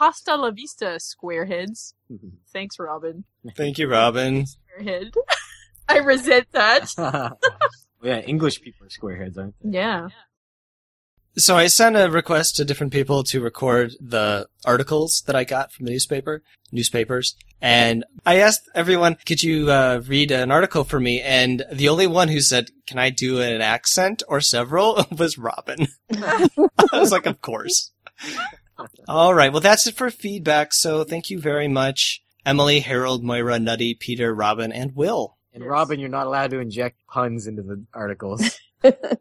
S5: Hasta la vista, squareheads. Thanks, Robin.
S10: Thank you,
S2: [laughs]
S10: Robin.
S5: Squarehead. [laughs] I resent that.
S2: [laughs] yeah, English people are squareheads, aren't they?
S5: Yeah.
S1: So I sent a request to different people to record the articles that I got from the newspaper, newspapers, and I asked everyone, "Could you uh, read an article for me?" And the only one who said, "Can I do an accent or several?" [laughs] was Robin.
S10: I was like, of course.
S1: All right. Well, that's it for feedback. So thank you very much, Emily, Harold, Moira, Nutty, Peter, Robin, and Will.
S2: And Robin, you're not allowed to inject puns into the articles.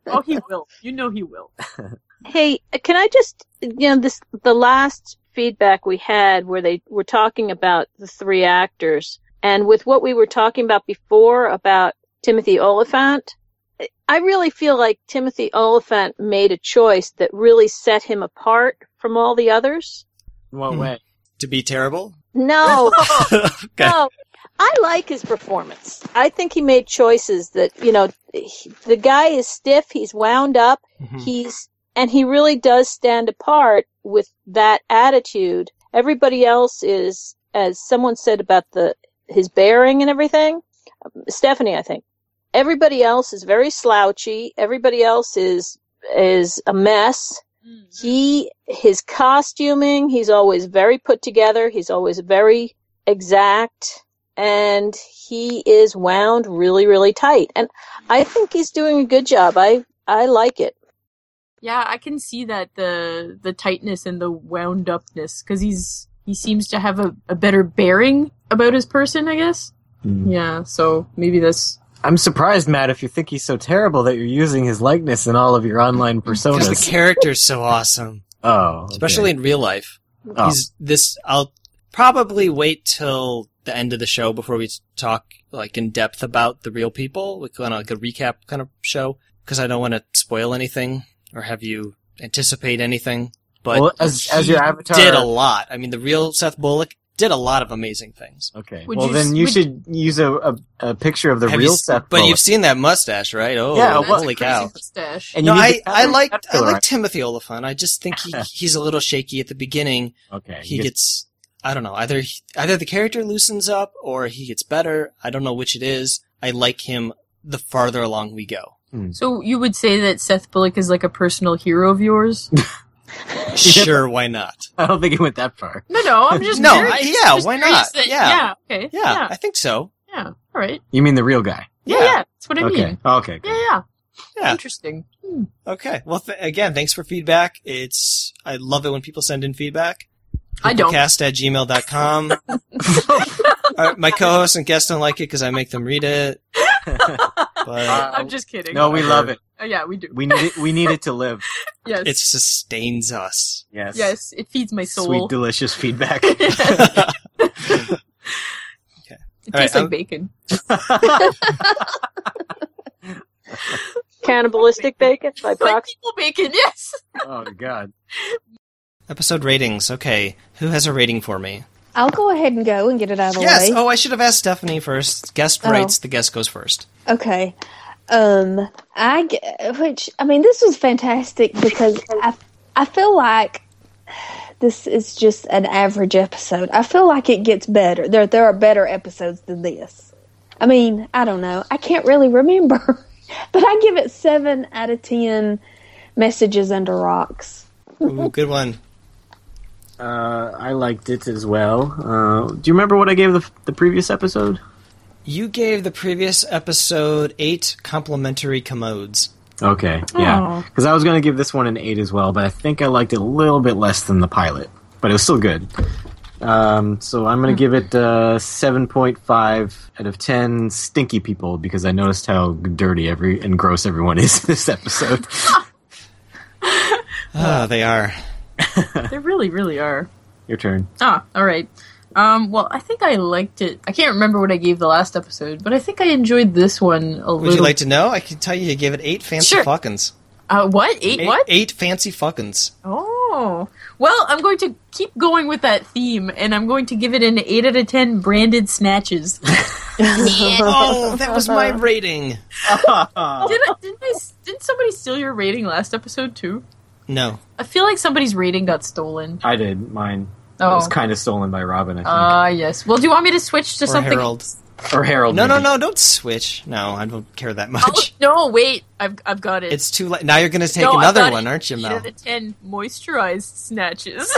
S5: Oh, he will. You know he will.
S3: Hey, can I just you know this the last feedback we had where they were talking about the three actors and with what we were talking about before about Timothy Oliphant, I really feel like Timothy Oliphant made a choice that really set him apart from all the others.
S2: In what
S1: Hmm.
S2: way?
S1: To be terrible.
S3: No,
S1: [laughs] okay.
S3: no. I like his performance. I think he made choices that, you know, he- the guy is stiff, he's wound up, he's and he really does stand apart with that attitude everybody else is as someone said about the his bearing and everything stephanie i think everybody else is very slouchy everybody else is is a mess
S5: Mm-hmm.
S3: he his costuming he's always very put together he's always very exact and he is wound really really tight and i think he's doing a good job i i like
S5: [laughs]
S3: it
S5: Yeah, I can see that the the tightness and the wound upness because he's he seems to have a, a better bearing about his person, I guess. Yeah, so maybe that's
S2: I'm surprised, Matt, if you think he's so terrible that you're using his likeness in all of your online
S1: Because the
S2: personas.
S1: character's so awesome.
S2: oh, okay.
S1: especially in real life.
S2: Oh.
S1: He's this. I'll probably wait till the end of the show before we talk like in depth about the real people, like on like a recap kind of show, because I don't want to spoil anything or have you anticipate anything. But
S2: Well, as- as
S1: he
S2: your avatar-
S1: did a lot. I mean, the real Seth Bullock did a lot of amazing things.
S2: Okay.
S5: Would
S2: well,
S5: you-
S2: then you
S5: would-
S2: should use a, a, a picture of the
S1: Have you
S2: real
S1: s-
S2: Seth.
S1: but
S2: Bullock. [laughs]
S1: you've seen that mustache, right? Oh,
S2: Yeah, well-
S1: holy cow!
S5: mustache.
S2: And
S1: no,
S2: you
S1: I,
S2: need the-
S1: I like I
S2: Right.
S1: like Timothy Oliphant. I just
S2: [laughs]
S1: think he, he's a little shaky at the beginning,
S2: Okay.
S1: he
S2: you get-
S1: gets I don't know either he- either the character loosens up or he gets better. I don't know which it is. I like him the farther along we
S2: [laughs]
S1: go.
S5: So you would say that Seth Bullock is like a personal hero of
S1: [laughs]
S5: yours?
S1: Sure, why not?
S2: I don't think he went that far.
S5: No, no, I'm just
S1: No,
S5: curious.
S1: I- yeah,
S5: Just
S1: why
S5: curious
S1: not?
S5: that-
S1: Yeah.
S5: yeah, okay,
S1: Yeah,
S5: yeah,
S1: I think so.
S5: yeah, all right,
S2: You mean the real guy?
S5: yeah, yeah,
S1: Yeah.
S5: that's what I
S2: okay.
S5: mean.
S2: Okay. good.
S5: Yeah, yeah,
S1: Yeah.
S5: interesting. Hmm.
S1: Okay. Well, th- again, thanks for feedback. It's I love it when people send in feedback.
S5: I don't.
S1: Cast at
S5: [laughs]
S1: gmail.com. Our, my co-hosts and guests don't like it because I make them
S2: [laughs]
S1: read it. But
S5: I'm just kidding.
S2: Uh, No, we love it.
S5: Uh, yeah, we do.
S2: We need it. We need it to live.
S5: yes,
S1: it sustains us.
S2: Yes.
S5: [laughs] yes, it feeds my soul.
S2: Sweet, delicious feedback.
S5: It
S1: All right,
S5: tastes
S1: I'm-
S2: [laughs]
S5: like bacon.
S3: cannibalistic bacon by
S5: Like
S3: proxy.
S5: people bacon, yes.
S2: oh God.
S1: [laughs] Episode ratings. Okay, who has a rating for me?
S4: I'll go ahead and go and get it out of the
S1: Yes.
S4: way.
S1: Oh, I should have asked Stephanie first. Guest
S4: Oh.
S1: writes. The guest goes first.
S4: Okay. Um, I g- which I mean, this was fantastic because I I feel like this is just an average episode. I feel like it gets better. There there are better episodes than this. I mean, I don't know. I can't really remember, [laughs] but I give it seven out of ten messages under rocks.
S1: Ooh, good one.
S2: Uh, I liked it as well. Uh, do you remember what I gave the, the previous episode?
S7: You gave the previous episode eight complimentary commodes.
S2: Okay, yeah.
S5: Oh.
S2: Because I was going to give this one an 8 as well, but I think I liked it a little bit less than the pilot. But it was still good. Um, so I'm
S5: Hmm.
S2: going to give it uh, 7.5 out of 10 stinky people because I noticed how dirty every and gross everyone is [laughs] in this episode.
S1: [laughs] Ah, they are.
S5: They really, really are.
S2: Your turn.
S5: Ah, all right. Um, well, I think I liked it. I can't remember what I gave the last episode, but I think I enjoyed this one a
S1: Would
S5: little.
S1: you like to know? I can tell you, you gave it eight fancy
S5: Sure.
S1: fuckins.
S5: uh, what eight?
S1: Eight,
S5: what?
S1: Eight fancy
S5: [laughs]
S1: fuckins.
S5: Oh, well, I'm going to keep going with that theme, and I'm going to give it an eight out of ten
S1: [laughs]
S5: branded snatches. did
S1: oh, that was
S2: [laughs]
S1: my
S5: [laughs]
S1: rating.
S5: I, didn't, I, didn't somebody steal your rating last episode too?
S1: No.
S5: I feel like somebody's rating got stolen.
S2: I did. Mine it
S5: Oh,
S2: was kind of stolen by Robin, I
S5: ah, yes. Well, do you want me to switch to
S1: Or
S5: something?
S1: Harold.
S2: think. or Harold.
S1: No, no,
S2: maybe.
S1: no, don't switch. No, I don't care that much. [laughs]
S5: Oh, no, wait. I've I've got it.
S1: It's too late. Now you're going to take
S5: No, I've
S1: another
S5: got
S1: one,
S5: it.
S1: aren't you,
S5: eight
S1: Mel?
S5: out of ten moisturized snatches.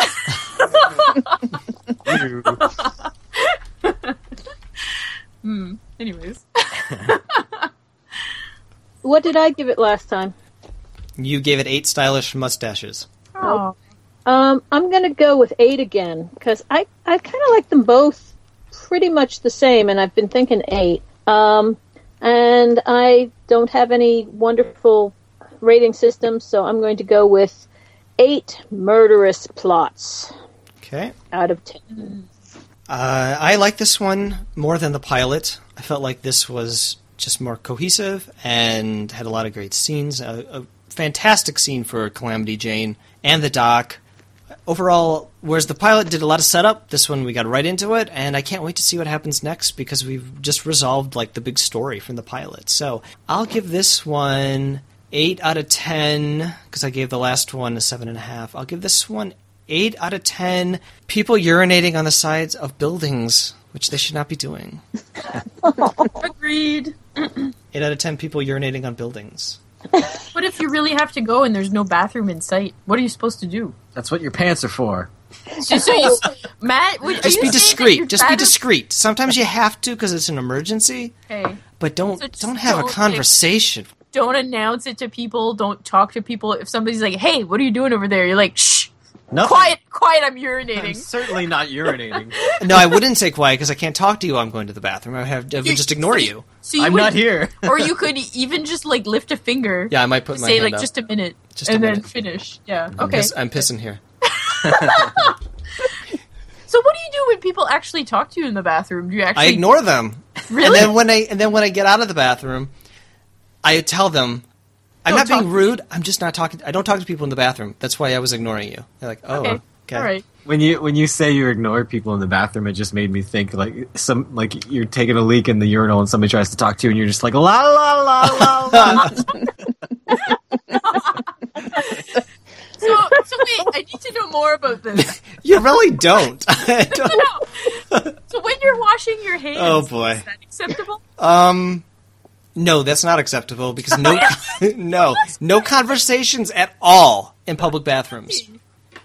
S5: hmm. Anyways,
S3: [laughs] What did I give it last time?
S1: You gave it eight stylish mustaches.
S5: oh,
S3: Um, I'm going to go with eight again because I, I kind of like them both pretty much the same, and I've been thinking eight. Um, and I don't have any wonderful rating systems, so I'm going to go with eight murderous plots
S1: Okay.
S3: out of ten.
S1: Uh, I like this one more than the pilot. I felt like this was just more cohesive and had a lot of great scenes. A, a fantastic scene for Calamity Jane and the Doc. Overall, whereas the pilot did a lot of setup, this one we got right into it, and I can't wait to see what happens next because we've just resolved like the big story from the pilot. So I'll give this one eight out of ten because I gave the last one a seven and a half. I'll give this one eight out of ten people urinating on the sides of buildings, which they should not be doing.
S5: agreed.
S1: Eight out of ten people urinating on buildings.
S5: [laughs] What if you really have to go and there's no bathroom in sight? What are you supposed to do?
S2: That's what your pants are for.
S5: So, so [laughs] you, Matt, would,
S1: Just
S5: are
S1: be
S5: you saying that you're
S1: discreet. Just be
S5: fatter-
S1: discreet. Sometimes you have to because it's an emergency,
S5: Okay.
S1: but don't
S5: So just
S1: don't have
S5: don't,
S1: a
S5: like-
S1: conversation.
S5: Don't announce it to people. Don't talk to people. If somebody's like, "Hey, what are you doing over there?" You're like, "Shh,
S2: Nothing.
S5: quiet, quiet. I'm
S2: I'm
S5: urinating."
S2: certainly not urinating.
S1: no, I wouldn't say quiet because I can't talk to you. while I'm going to the bathroom. I, would have, I would
S5: You-
S1: just ignore you.
S5: [laughs] So you
S2: I'm
S5: would-
S2: not here.
S5: [laughs] or
S2: [laughs]
S5: you could even just like lift a finger.
S1: Yeah, I might put my
S5: Say
S1: hand
S5: like
S1: up.
S5: just a minute,
S1: Just
S5: and
S1: a
S5: then
S1: minute.
S5: finish.
S1: [laughs]
S5: Yeah.
S1: I'm
S5: Okay.
S1: piss- I'm pissing here.
S5: So what do you do when people actually talk to you in the bathroom? Do you actually
S1: I ignore them,
S5: Really?
S1: and then when I and then when I get out of the bathroom, I tell them. I'm
S5: Don't
S1: not being
S5: talk-
S1: rude. I'm just not talking. I don't talk to people in the bathroom. That's why I was ignoring you. They're like, oh,
S5: Okay.
S1: okay.
S5: All right.
S2: When you when you say you ignore people in the bathroom, it just made me think like some like you're taking a leak in the urinal and somebody tries to talk to you and you're just like la la la la.
S5: [laughs]
S2: la.
S5: So, so wait, I need to know more about
S1: [laughs]
S5: this.
S1: You really don't. I don't-
S5: So when you're washing your hands,
S1: Oh, boy.
S5: is that [laughs] acceptable?
S1: Um, no, that's not acceptable because no, no, no conversations at all in public bathrooms.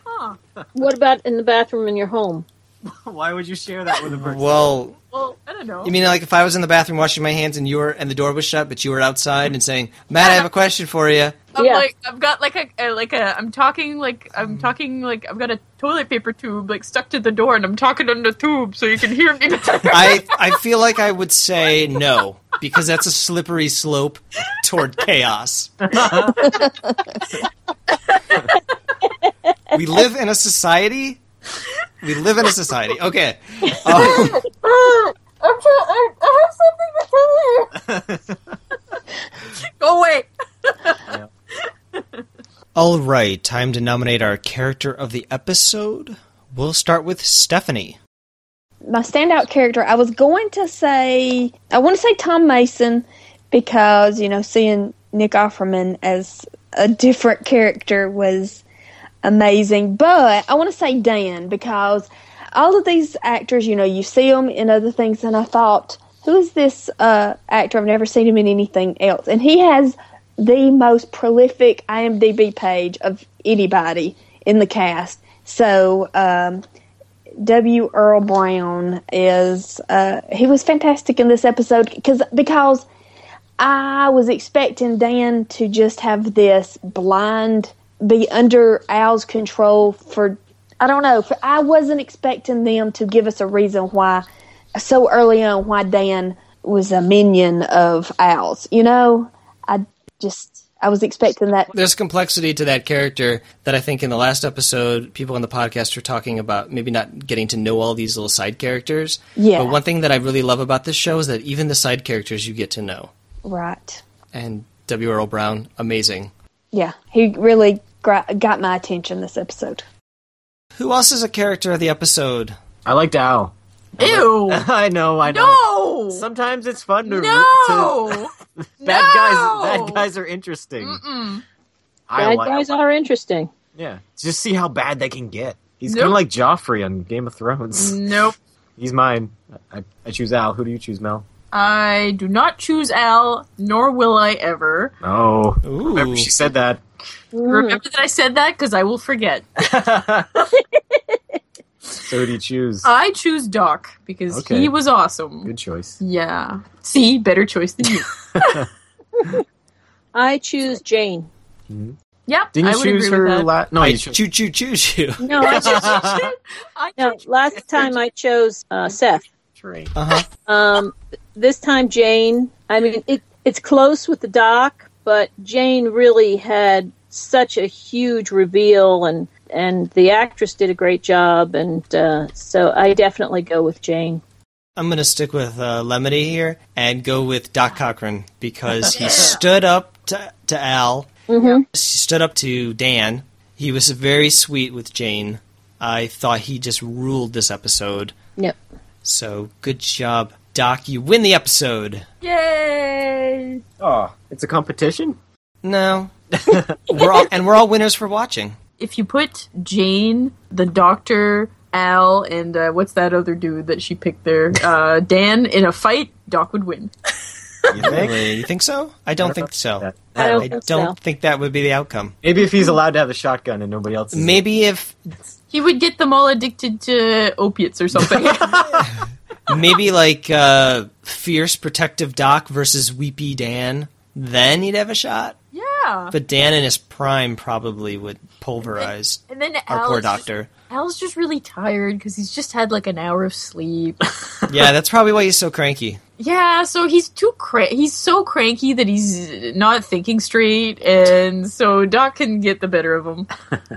S5: Huh.
S3: What about in the bathroom in your home?
S2: [laughs] Why would you share that with a person?
S1: Well,
S5: Well, I don't know.
S1: you mean like if I was in the bathroom washing my hands and you were and the door was shut, but you were outside and saying, "Matt, I have a question for you."
S5: I'm
S3: Yeah.
S5: like I've got like a, a like a I'm talking like I'm
S1: Mm.
S5: talking like I've got a toilet paper tube like stuck to the door and I'm talking on the tube so you can hear me.
S1: [laughs]
S5: [laughs]
S1: I I feel like I would say no because that's a slippery slope toward chaos. we live in a society. We live in a society. Okay. Um,
S5: [laughs] I'm trying, I, I have something to tell you. [laughs] Go away.
S1: All right, time to nominate our character of the episode. We'll start with Stephanie.
S4: my standout character, I was going to say, I want to say Tom Mason because you know seeing Nick Offerman as a different character was amazing. But I want to say Dan because all of these actors, you know, you see them in other things, and I thought, who is this uh, actor? I've never seen him in anything else, and he has the most prolific IMDb page of anybody in the cast. So um, W. Earl Brown is uh, he was fantastic in this episode because because I was expecting Dan to just have this blind be under Al's control for I don't know for, I wasn't expecting them to give us a reason why so early on why Dan was a minion of Al's you know I just I was expecting that
S1: There's complexity to that character that I think in the last episode, people on the podcast were talking about maybe not getting to know all these little side characters.
S4: Yeah.
S1: But one thing that I really love about this show is that even the side characters you get to know.
S4: right
S1: And W. Earl Brown, amazing.
S4: yeah he really gra- got my attention this episode
S1: Who else is a character of the episode?
S2: I liked Al.
S1: [laughs]
S5: Ew!
S2: I know, I know.
S5: No!
S2: Sometimes it's fun to root to
S5: No! [laughs]
S2: bad
S5: No! Mm,
S2: guys. Bad guys are interesting.
S5: Mm-mm.
S2: I
S3: Bad
S2: like.
S3: guys are interesting.
S2: Yeah, just see how bad they can get. He's
S5: Nope.
S2: kind of like Joffrey on Game of Thrones.
S5: Nope.
S2: [laughs] He's mine. I, I choose Al. Who do you choose, Mel?
S5: [laughs] I do not choose Al, nor will I ever.
S2: Oh,
S1: Ooh.
S2: remember she said that.
S5: Remember that I said that because I will forget.
S2: so who do you choose?
S5: I choose Doc because
S2: Okay.
S5: he was awesome.
S2: Good choice.
S5: Yeah. See, better choice than you.
S3: I choose Jane.
S5: yep.
S2: Didn't
S5: I
S2: you
S5: would
S2: choose
S5: agree with
S2: her?
S5: that.
S2: La- no,
S1: I
S2: you chose.
S1: choo choo choose you.
S5: [laughs]
S3: No, I chose,
S5: I
S3: no.
S5: choose
S3: Last time I chose uh, Seth.
S5: Trey.
S1: Uh-huh.
S3: Um, this time Jane. I mean, it it's close with the doc, but Jane really had such a huge reveal, and and the actress did a great job, and uh, so I definitely go with Jane.
S1: I'm going to stick with uh, Lemony here and go with Doc Cochran because he stood up to, to Al.
S3: Mhm.
S1: He stood up to Dan. He was very sweet with Jane. I thought he just ruled this episode.
S3: Yep.
S1: So good job, Doc. You win the episode.
S5: Yay!
S2: Oh, it's a competition.
S1: No. we're all, and we're all winners for watching.
S5: If you put Jane, the doctor, Al, and uh, what's that other dude that she picked there? Uh, Dan in a fight, Doc would win.
S2: You think?
S1: Really? You think so? I don't think so.
S2: That-
S3: I
S1: I don't
S3: don't think so.
S1: think that would be the outcome.
S2: Maybe if he's allowed to have a shotgun and nobody else. Is
S1: Maybe if
S5: He would get them all addicted to opiates or something.
S1: maybe like uh, fierce protective Doc versus weepy Dan. Then he'd have a shot.
S5: yeah.
S1: But Dan in his prime probably would pulverize
S5: And then
S1: our
S5: Al's
S1: poor
S5: just-
S1: doctor.
S5: Al's just really tired because he's just had like an hour of sleep. [laughs]
S1: yeah, that's probably why he's so cranky.
S5: Yeah, so he's too cra- he's so cranky that he's not thinking straight, and so Doc can get the better of
S2: [laughs]
S5: him.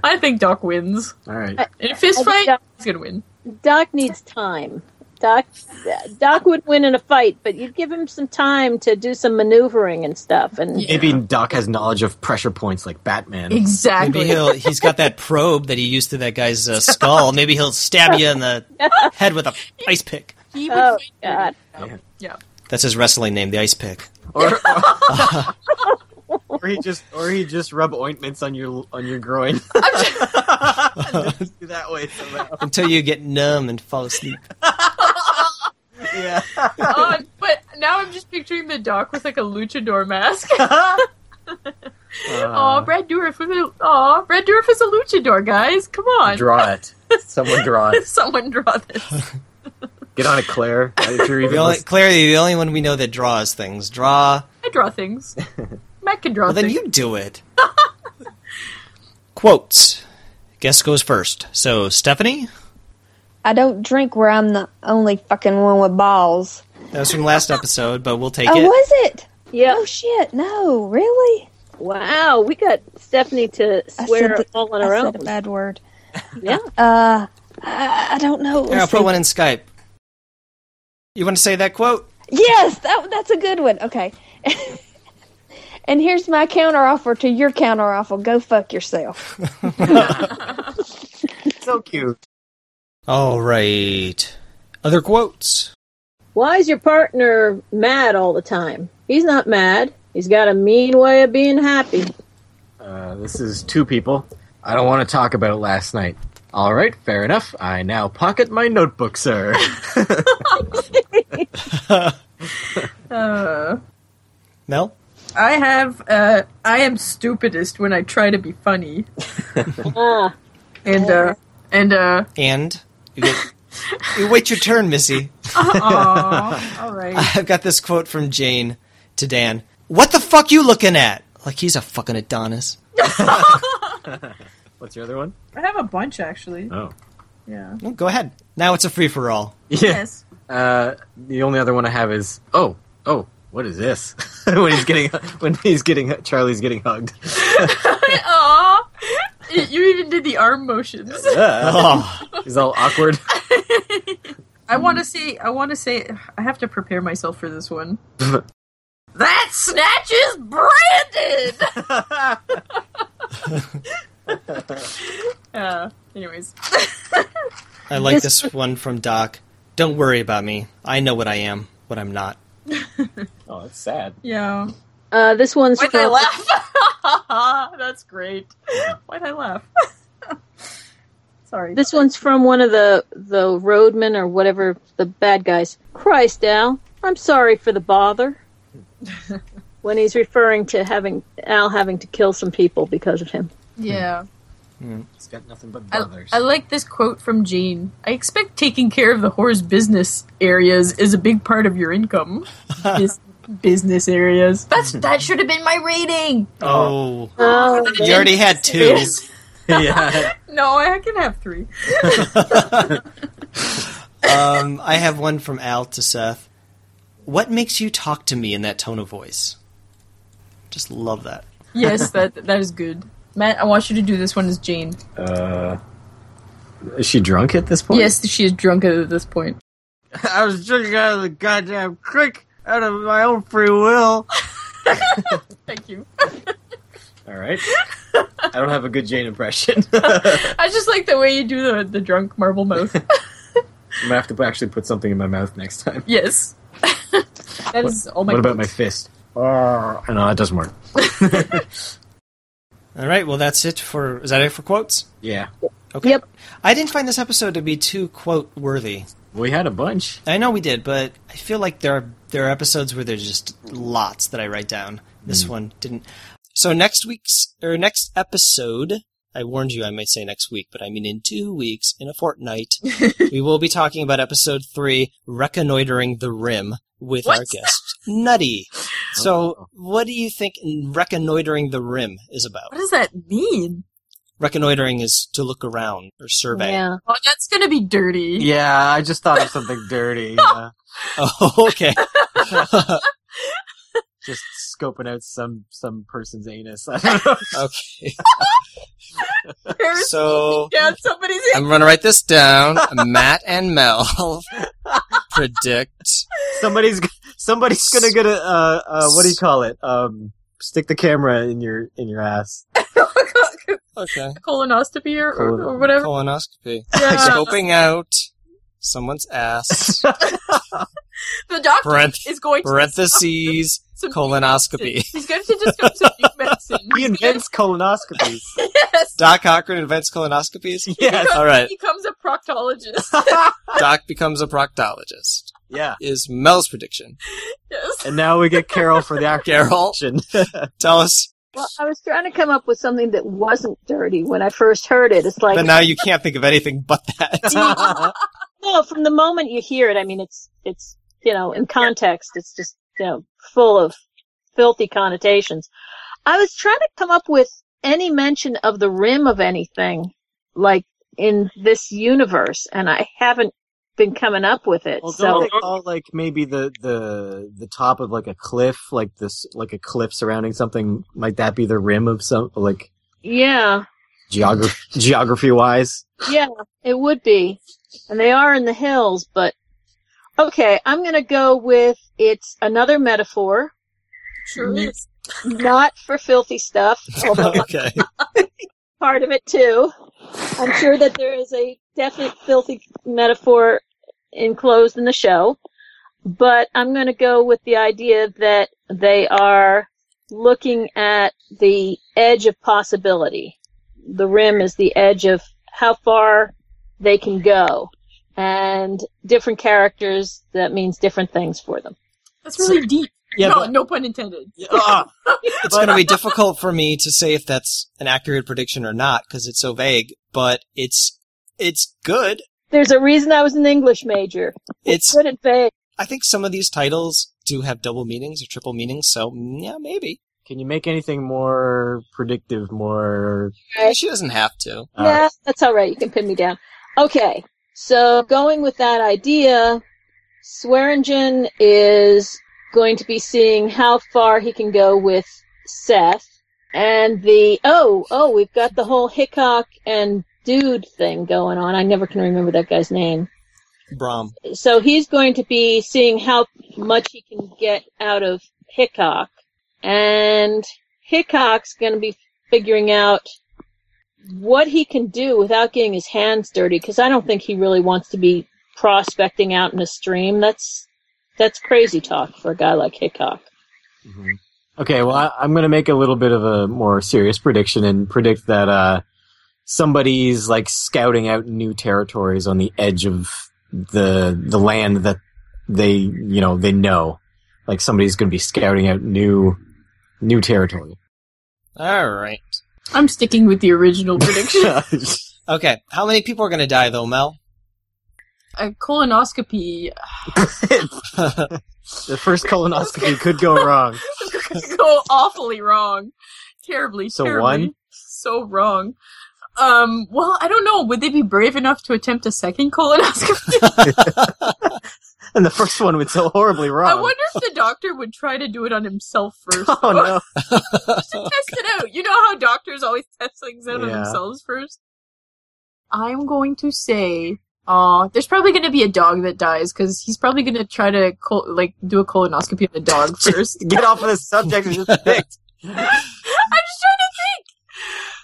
S5: I think Doc wins
S2: All right.
S5: in a fist
S3: I think
S5: fight.
S3: Doc-
S5: he's gonna win.
S3: Doc needs time. Doc Doc would win in a fight, but you'd give him some time to do some maneuvering and stuff, and
S5: Yeah.
S2: Maybe Doc has knowledge of pressure points like Batman.
S1: Maybe
S5: [laughs] Exactly.
S1: he'll he's got that probe that he used to that guy's uh, skull. Maybe he'll stab you in
S5: [laughs]
S1: the head with a ice pick.
S5: He would
S3: oh
S5: win.
S3: god,
S1: That's his wrestling name, the ice pick.
S2: or, or he just or he just rub ointments on your on your groin. Just do [laughs] that way somehow.
S1: [laughs] Until you get numb and fall asleep.
S2: Yeah.
S5: [laughs] Uh, but now I'm just picturing the Doc with like a luchador
S2: [laughs]
S5: mask. [laughs]
S2: Uh.
S5: Aw, Brad Dourif with a aw, Brad Dourif is a luchador, guys. Come on,
S2: draw it. Someone draw it.
S5: [laughs] someone draw this.
S2: Get on it, Claire. If you're even
S1: The only,
S2: listening.
S1: clearly, the only one we know that draws things. Draw.
S5: I draw things. Matt can draw
S1: Well, then
S5: things.
S1: you do it. Quotes. Guess goes first. So, Stephanie?
S4: I don't drink where I'm the only fucking one with balls.
S1: That was from last episode, but we'll take
S4: oh,
S1: it.
S4: was it?
S3: yeah.
S4: Oh shit! No, really?
S3: Wow, we got Stephanie to
S4: I
S3: swear
S4: said the-
S3: all on her
S4: I
S3: own.
S4: said a bad word.
S3: [laughs] Yeah.
S4: Uh, I, I don't know.
S1: Here, I'll put one in Skype. You want to say that quote?
S4: Yes, that that's a good one. Okay. [laughs] and here's my counteroffer to your counteroffer. Go fuck
S1: [laughs]
S4: yourself.
S2: so cute.
S1: All right. Other quotes.
S3: Why is your partner mad all the time? He's not mad. He's got a mean way of being happy.
S2: Uh, this is two people. I don't want to talk about last night. All right, fair enough. I now pocket my notebook,
S5: [laughs]
S2: sir.
S5: Uh,
S7: Mel?
S5: I have. Uh, I am stupidest when I try to be funny,
S3: Ah,
S5: and uh, and uh.
S7: And? You get-
S1: You wait your turn, Missy.
S5: aw, all right.
S1: [laughs] I've got this quote from Jane to Dan. What the fuck you looking at? Like he's a fucking Adonis.
S2: What's your other one?
S5: I have a bunch actually.
S2: Oh.
S5: Yeah.
S1: No, go ahead. Now it's a free for all.
S2: Yeah.
S5: Yes.
S2: Uh, the only other one I have is oh oh what is this [laughs] when he's getting when he's getting Charlie's getting
S1: [laughs]
S2: hugged. [laughs]
S5: [laughs] Aw. You even did the arm
S7: [laughs]
S5: motions.
S1: Oh,
S2: He's all
S1: [laughs]
S2: awkward.
S5: I want to say. I want to say. I have to prepare myself for this one.
S1: Oh.
S5: that snatch is
S7: [laughs]
S5: branded. [laughs] Uh, anyways,
S7: I like this one from Doc. Don't worry about me. I know what I am, what I'm not.
S2: oh, that's sad.
S5: yeah.
S3: uh, this one's
S5: Why'd I
S3: from
S5: laugh? [laughs] That's great. Why'd I laugh? Sorry.
S3: this one's from one of the the roadmen or whatever the bad guys. Christ, Al, I'm sorry for the [laughs] bother. when he's referring to having Al having to kill some people because of him.
S5: Yeah.
S2: He's got nothing but
S5: I,
S2: brothers.
S5: I like this quote from Jane. I expect taking care of the whore's business areas is a big part of
S2: [laughs]
S5: your income. Bus- business areas. That's that should have been my rating.
S7: Oh.
S3: Oh,
S1: you already had two.
S2: [laughs] yeah.
S5: [laughs] No, I can have three.
S1: Um, I have one from Al to Seth. What makes you talk to me in that tone of voice? Just love that.
S7: [laughs]
S5: Yes, that that is good. Matt, I want you to do this one as Jane.
S2: Uh, is she drunk at this point?
S5: Yes, she is drunk at this point.
S2: I was drinking [laughs] out of the goddamn creek out of my own free will.
S5: [laughs]
S2: [laughs]
S5: Thank you.
S2: All right. I don't have a good Jane impression. [laughs]
S5: [laughs] I just like the way you do the the drunk marble mouth. [laughs]
S2: I'm gonna have to actually put something in my mouth next time.
S5: yes. [laughs] that is all my
S2: what about my fist? Oh, no, that doesn't work.
S7: All right, well, that's it for. Is that it for quotes?
S2: Yeah,
S7: Okay.
S3: Yep.
S1: I didn't find this episode to be too quote worthy.
S2: we had a bunch.
S1: I know we did.
S7: did, but I feel like there are there are episodes where there's just lots that I write down.
S2: Hmm.
S7: This one didn't. So next week's or next episode, I warned you I might say next week, but I mean in two weeks, in a fortnight, we will be talking about episode three, reconnoitering the rim with our
S5: What's
S7: guest Nutty.
S2: Oh.
S7: So what do you think reconnoitering the rim is about?
S5: What does that mean?
S7: Reconnoitering is to look around or survey.
S3: yeah.
S5: Oh, that's gonna be dirty. [laughs]
S2: Yeah, I just thought of something dirty. yeah.
S7: Oh, okay.
S2: [laughs] Just scoping out some some person's anus. [laughs] I don't know.
S7: [laughs] Okay. [laughs]
S5: There's-
S7: So
S5: yeah, somebody's
S7: I'm gonna write this down. Matt and Mel [laughs] predict.
S2: somebody's g- somebody's gonna get a uh, uh, what do you call it? Um, stick the camera in your in your ass.
S7: Okay.
S5: colonoscopy or, or, or whatever.
S7: Colonoscopy.
S5: Yeah.
S7: Scoping out someone's
S5: [laughs]
S7: ass.
S5: the doctor
S7: Parenth-
S5: is going to
S7: parentheses.
S5: [laughs] some [laughs]
S7: Colonoscopy.
S5: He's going to
S2: [laughs]
S5: discover some new medicine.
S2: He invents colonoscopies.
S5: yes.
S7: Doc Cochran invents colonoscopies.
S2: [laughs] yes.
S7: All right.
S5: He becomes a proctologist.
S7: Doc becomes a proctologist.
S2: [laughs] Yeah.
S7: Is Mel's prediction?
S5: yes.
S2: And now we get Carol for the actual
S7: Carol.
S2: action. [laughs]
S7: Tell us.
S3: Well, I was trying to come up with something that wasn't dirty when I first heard it. It's like
S7: But now you can't think of anything but that.
S3: [laughs] no, from the moment you hear it, I mean, it's it's you know, in context, it's just you know, full of filthy connotations. I was trying to come up with any mention of the rim of anything, like in this universe, and I haven't been coming up with it.
S2: [laughs]
S5: [laughs]
S2: Well,
S3: so
S2: don't they call like maybe the the the top of like a cliff, like this, like a cliff surrounding something? Might that be the rim of some like
S3: yeah,
S2: [laughs] geography geography wise?
S3: yeah, it would be, and they are in the hills, but okay, I'm gonna go with it's another metaphor,
S5: Sure is.
S3: not for filthy stuff, although
S7: okay.
S3: part of it too. I'm sure that there is a definite filthy metaphor enclosed in the show. but I'm going to go with the idea that they are looking at the edge of possibility. The rim is the edge of how far they can go. And different characters, that means different things for them.
S5: That's
S2: [laughs]
S5: really deep.
S11: Yeah,
S5: no,
S11: but-
S5: no pun intended.
S2: uh,
S11: Ah,
S5: [laughs]
S1: it's going to be difficult for me to say if that's an accurate prediction or not because it's so vague. But it's it's good.
S3: There's a reason I was an English major.
S1: It's
S3: Good and vague.
S1: I think some of these titles do have double meanings or triple meanings. So mm, yeah, maybe
S2: Can you make anything more predictive, more
S3: Right.
S1: Uh, she doesn't have to.
S2: All
S3: yeah, that's all right. You can pin me down. Okay, so going with that idea, Swearingen is going to be seeing how far he can go with Seth and the oh oh we've got the whole Hickok and dude thing going on. I never can remember that guy's name.
S1: Brom.
S3: So he's going to be seeing how much he can get out of Hickok, and Hickok's going to be figuring out what he can do without getting his hands dirty because I don't think he really wants to be prospecting out in a stream. That's that's crazy talk for a guy like Hickok.
S2: Mhm. Okay, well, I, I'm going to make a little bit of a more serious prediction and predict that uh, somebody's like scouting out new territories on the edge of the the land that they you know they know. Like somebody's going to be scouting out new new territory.
S1: All right.
S5: I'm sticking with the original prediction.
S2: [laughs]
S1: Okay. How many people are going to die though, Mel?
S5: a colonoscopy
S2: the
S1: [laughs]
S2: first colonoscopy could go
S5: [laughs]
S2: wrong.
S5: could go awfully wrong. Terribly,
S2: So
S5: terribly.
S2: one?
S5: So wrong. Um, well, I don't know. Would they be brave enough to attempt a second [laughs] colonoscopy?
S2: And the first one went so horribly wrong.
S5: I wonder if the doctor would try to do it on himself first.
S2: [laughs] oh no.
S5: [laughs] Just to test it out. You know how doctors always test things out on
S2: Yeah.
S5: themselves first? I'm going to say, uh, there's probably going to be a dog that dies because he's probably going to try to, col- like, do a colonoscopy on a dog first.
S2: Get off of this subject we just picked.
S5: I'm just trying to think.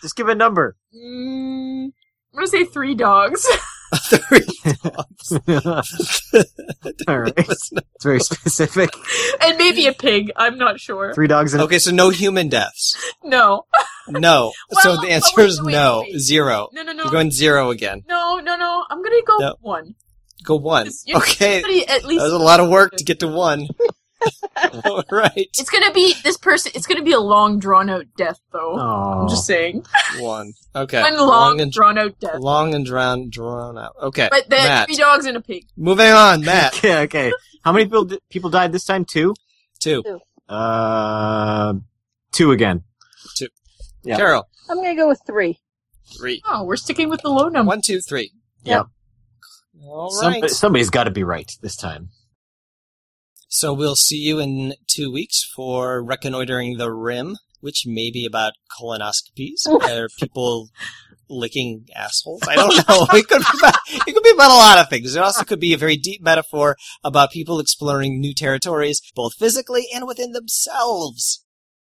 S2: Just give a
S5: [laughs]
S2: number. [laughs]
S5: Mm, I'm going to say three dogs. [laughs]
S1: Three.
S2: All right. It's very specific.
S5: and maybe a pig. I'm not sure.
S2: Three dogs and a
S1: Okay, so no human deaths.
S5: No,
S1: No.
S5: [laughs] Well,
S1: so
S5: oh,
S1: the answer is
S5: wait, wait,
S1: no.
S5: wait.
S1: Zero.
S5: no, no,
S1: You're
S5: no,
S1: going zero again.
S5: no, no, no. I'm gonna go
S1: No.
S5: one.
S1: Go one.
S5: Just- you know,
S1: Okay.
S5: somebody at
S1: That
S5: least
S1: was a lot of work to get to one. All right.
S5: it's gonna be this person. It's gonna be a long, drawn out death, though.
S2: Oh.
S5: I'm just saying,
S1: One. Okay.
S5: one long,
S1: and
S5: drawn out death.
S1: long and drawn drawn out. Okay.
S5: But then
S1: Matt.
S5: three dogs and a pig.
S1: Moving
S2: [laughs]
S1: on, Matt.
S2: Okay, okay. How many people di- people died this time? Two.
S1: Two.
S2: Uh, two again. Yeah.
S1: Carol.
S3: I'm gonna go with three.
S1: Three.
S5: Oh, we're sticking with the low number.
S1: One, two, three.
S2: Yep.
S1: All
S2: Some-
S1: right.
S2: somebody's got to be right this time.
S1: So we'll see you in two weeks for reconnoitering the rim, which may be about colonoscopies or people licking assholes. I don't know. [laughs] It could be about, it could be about a lot of things. It also could be a very deep metaphor about people exploring new territories, both physically and within themselves.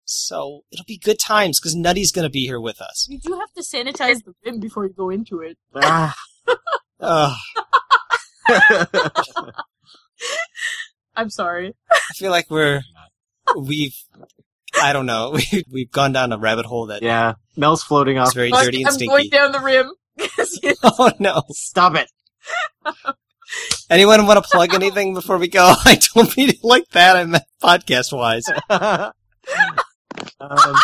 S1: So it'll be good times because Nutty's going to be here with us.
S5: You do have to sanitize the rim before you go into it.
S2: Ah.
S1: Ugh,
S5: I'm sorry. [laughs]
S1: I feel like we're we've I don't know [laughs] we we've gone down a rabbit hole that
S2: yeah. Mel's floating
S1: is
S2: off.
S1: very
S5: I'm,
S1: dirty and
S5: I'm going
S1: stinky.
S5: down the rim. 'Cause you-
S1: [laughs] Oh no.
S2: Stop it.
S1: Anyone want to plug anything before we go? [laughs] I don't mean it like that. I meant podcast wise.
S2: [laughs] um,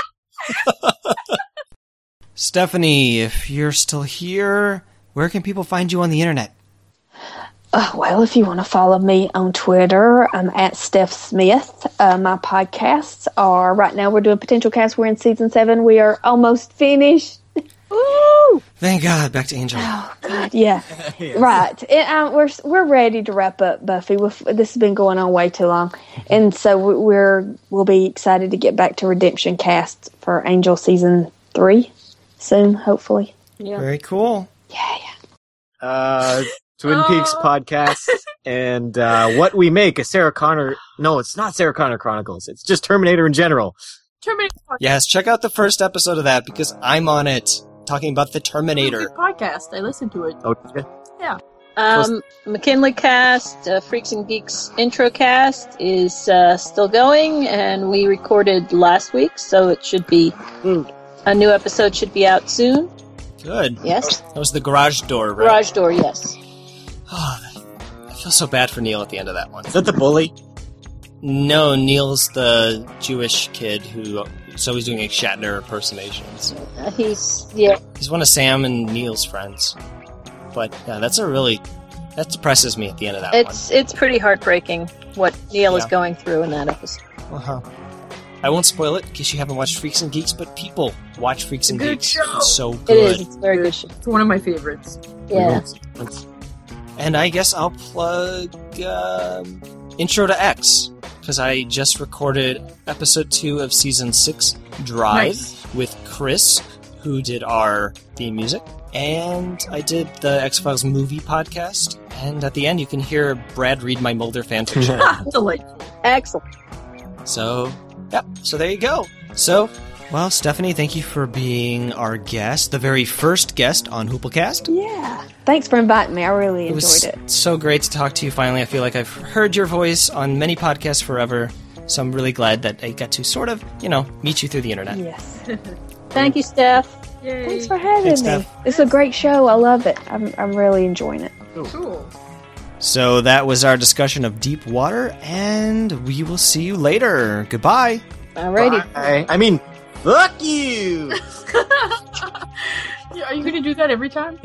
S1: Stephanie, if you're still here, where can people find you on the internet?
S4: Oh, well, if you want to follow me on Twitter, I'm at Steph Smith. Uh, my podcasts are right now we're doing Potential Cast. We're in season seven. We are almost finished. Ooh,
S1: Thank God, back to Angel.
S5: Oh.
S4: God,
S1: [laughs]
S4: yeah, right. And, um, we're we're ready to wrap up Buffy. We've, this has been going on way
S1: [laughs]
S4: too long, and so we- we're we'll be excited to get back to Redemption Cast for Angel season three soon, hopefully.
S1: Very cool.
S4: Yeah, yeah.
S2: uh, Twin Peaks
S5: Oh. [laughs]
S2: podcast and uh, what we make a Sarah Connor. No, it's not Sarah Connor Chronicles. It's just Terminator in general.
S5: Terminator
S1: Yes, check out the first episode of that
S5: Oh
S1: because I'm on it talking about the Terminator.
S5: podcast. I listened to it.
S2: Oh, yeah.
S3: Um, McKinley Cast, uh, Freaks and Geeks intro cast is uh, still going, and we recorded last week, so it should be
S1: Hmm.
S3: a new episode should be out soon.
S1: Good.
S3: Yes,
S1: That was the garage door, right?
S3: garage door. Yes,
S1: I feel so bad for Neil at the end of that one.
S2: Is that the bully?
S1: No, Neil's the Jewish kid who is always doing like Shatner impersonations.
S3: uh, he's yeah.
S1: He's one of Sam and Neil's friends. But yeah, that's a really that depresses me at the end of that
S3: It's it's pretty heartbreaking what Neil is
S1: Yeah.
S3: going through in that episode.
S1: one. Uh-huh. I won't spoil it in case you haven't watched Freaks and Geeks, but people watch Freaks and
S5: Good
S1: Geeks.
S5: show.
S1: It's so
S3: It is.
S1: good.
S3: It's very good. show.
S5: It's one of my favorites.
S3: Yeah.
S1: And I guess I'll plug um, Intro to X because I just recorded episode two of season six Drive
S5: Nice.
S1: with Chris, who did our theme music. And I did the X Files movie podcast. And at the end, you can hear Brad read my Mulder fanfiction.
S5: [laughs] Delightful.
S3: Excellent.
S1: So, yep. So there you go. So, well, Stephanie, thank you for being our guest, the very first guest on Hooplecast.
S4: Yeah. Thanks for inviting me. I really
S1: It
S4: enjoyed
S1: was
S4: it.
S1: so great to talk to you finally. I feel like I've heard your voice on many podcasts forever. So I'm really glad that I got to sort of, you know, meet you through the internet.
S4: Yes.
S3: Thank you, Steph.
S5: Yay.
S4: Thanks for having
S1: Thanks,
S4: me.
S1: Steph.
S4: It's a great show. I love it. I'm, I'm really enjoying it.
S5: cool.
S1: So that was our discussion of deep water, and we will see you later. Goodbye.
S3: Alrighty.
S2: I, I mean, fuck you.
S5: Yeah, Are you going to do that every time?
S2: [laughs]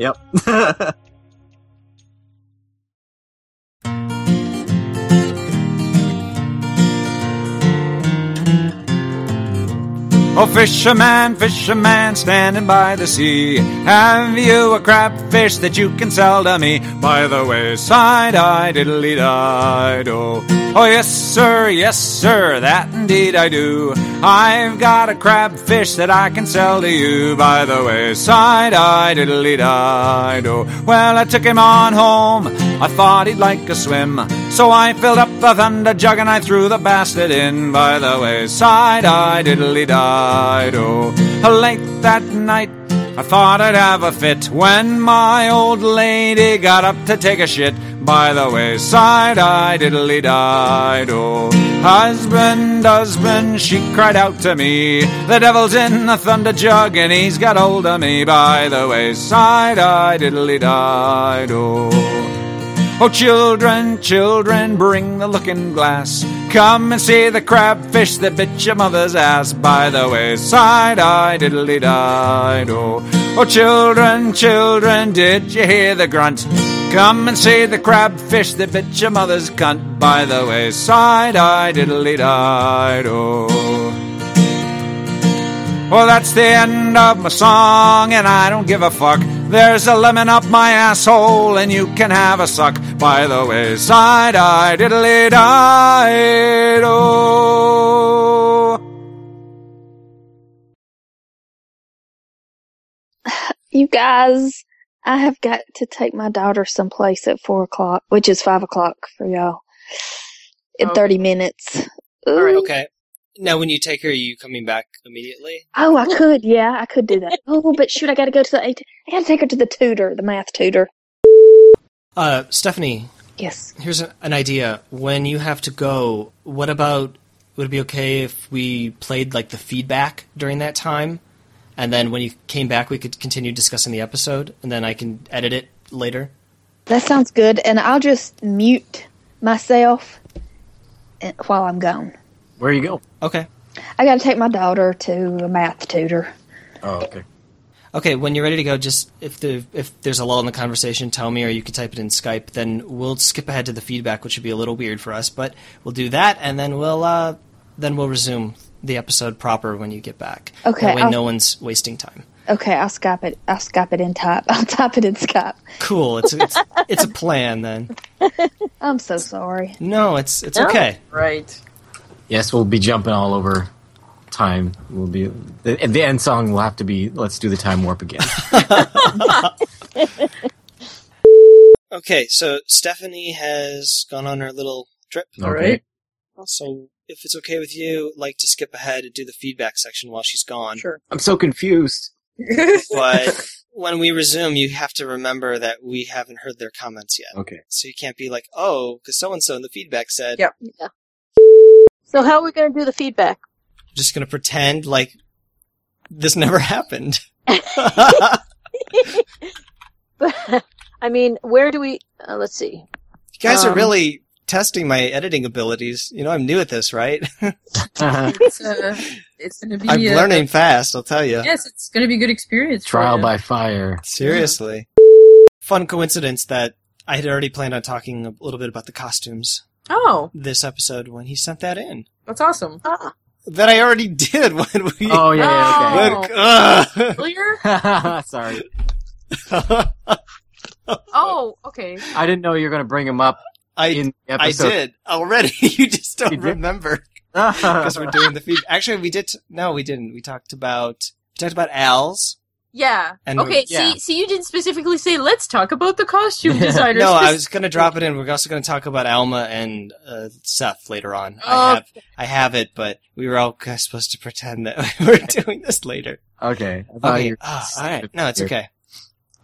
S12: Oh, fisherman, fisherman, standing by the sea. Have you a crabfish that you can sell to me? By the wayside, I diddly dido. Oh, yes, sir, yes, sir, that indeed I do. I've got a crabfish that I can sell to you. By the wayside, I diddly dido. Well, I took him on home. I thought he'd like a swim. So I filled up the thunder jug and I threw the bastard in. By the wayside, I diddly dido. Oh, Late that night, I thought I'd have a fit when my old lady got up to take a shit. By the wayside, I diddly dido. Husband, husband, she cried out to me. The devil's in the thunder jug and he's got hold of me. By the wayside, I diddly dido. Oh, children, children, bring the looking glass. Come and see the crabfish that bit your mother's ass by the wayside. I diddly dido. Oh, children, children, did you hear the grunt? Come and see the crabfish that bit your mother's cunt by the wayside. I oh. diddly dido. Well, that's the end of my song, and I don't give a fuck. There's a lemon up my asshole, and you can have a suck. By the wayside, I oh. diddly dido.
S4: You guys, I have got to take my daughter someplace at four o'clock, which is five o'clock for y'all. In
S5: Oh.
S4: thirty minutes.
S5: All right.
S4: Ooh.
S1: Okay. Now, when you take her, are you coming back immediately?
S4: Oh, I could. Yeah, I could do that. Oh, but shoot, I got to go to the. AT- I got to take her to the tutor, the math tutor.
S1: Uh, Stephanie,
S4: Yes.
S1: here's an, an idea. When you have to go, what about? Would it be okay if we played like the feedback during that time, and then when you came back, we could continue discussing the episode, and then I can edit it later.
S4: That sounds good, and I'll just mute myself eh, while I'm gone.
S2: Where you go?
S1: Okay.
S4: I got to take my daughter to a math tutor.
S2: Oh, okay.
S1: Okay. When you're ready to go, just if the if there's a lull in the conversation, tell me, or you can type it in Skype. Then we'll skip ahead to the feedback, which would be a little weird for us, but we'll do that, and then we'll uh, then we'll resume the episode proper when you get back.
S4: Okay,
S1: That way,
S4: I'll-
S1: no one's wasting time.
S4: Okay, I'll Skype it. I'll Skype it in type. [laughs] I'll type it in Skype.
S1: Cool. It's it's, it's a plan then.
S4: [laughs] I'm so sorry.
S1: No, it's it's okay.
S5: Right.
S2: Yes, we'll be jumping all over time. We'll be the, the end song will have to be "Let's Do the Time Warp
S1: [laughs]
S2: Again."
S1: Okay, so Stephanie has gone on her little trip.
S5: All
S2: Okay.
S5: right.
S1: So if it's okay with you, like to skip ahead and do the feedback section while she's gone.
S5: Sure.
S2: I'm so confused.
S5: That's
S1: [laughs] But when we resume, you have to remember that we haven't heard their comments yet.
S2: Okay.
S1: So you can't be like, oh, because so and so in the feedback said.
S5: Yep.
S3: Yeah. So how are we going to do the feedback? [laughs]
S1: I'm just going to pretend like this never [laughs] happened.
S3: I mean, where do we? Uh, let's see.
S1: You guys are
S3: Um,
S1: really testing my editing abilities. You know, I'm new at this,
S5: [laughs]
S1: right?
S5: It's, uh, it's gonna be.
S1: Uh-huh. I'm
S5: uh,
S1: learning fast, I'll tell you.
S5: Yes, it's gonna be a good experience. for
S2: Trial
S5: you.
S2: by fire.
S1: Seriously. Fun coincidence that I had already planned on talking a little bit about the costumes
S5: Oh,
S1: this episode when he sent that in.
S5: that's awesome.
S3: Ah,
S1: That I already [laughs] did when we.
S2: Oh yeah.
S1: when-
S5: Oh.
S1: Ugh.
S5: Earlier?
S2: yeah okay. [laughs] Sorry,
S5: [laughs] Oh, okay.
S2: I didn't know you were going to bring him up
S1: I,
S2: in the
S1: I
S2: episode.
S1: did already. [laughs] you just
S2: You
S1: don't
S2: did? [laughs]
S1: remember because
S2: I
S1: we're doing the feed. Actually, we did. No, we didn't. We talked about we talked about Al's.
S5: Yeah.
S1: And
S5: okay.
S1: we- yeah.
S5: See, see, you didn't specifically say let's talk about the
S1: [laughs]
S5: costume designer.
S1: No, I
S5: spec-
S1: was gonna drop it in. We're also gonna talk about Alma and uh, Seth later on.
S5: Oh.
S1: I have I have it, but we were all kinda supposed to pretend that [laughs]
S5: [laughs]
S1: we were doing this later.
S2: okay. I thought
S1: Okay.
S2: you were-
S1: Ah, all right. No, it's okay.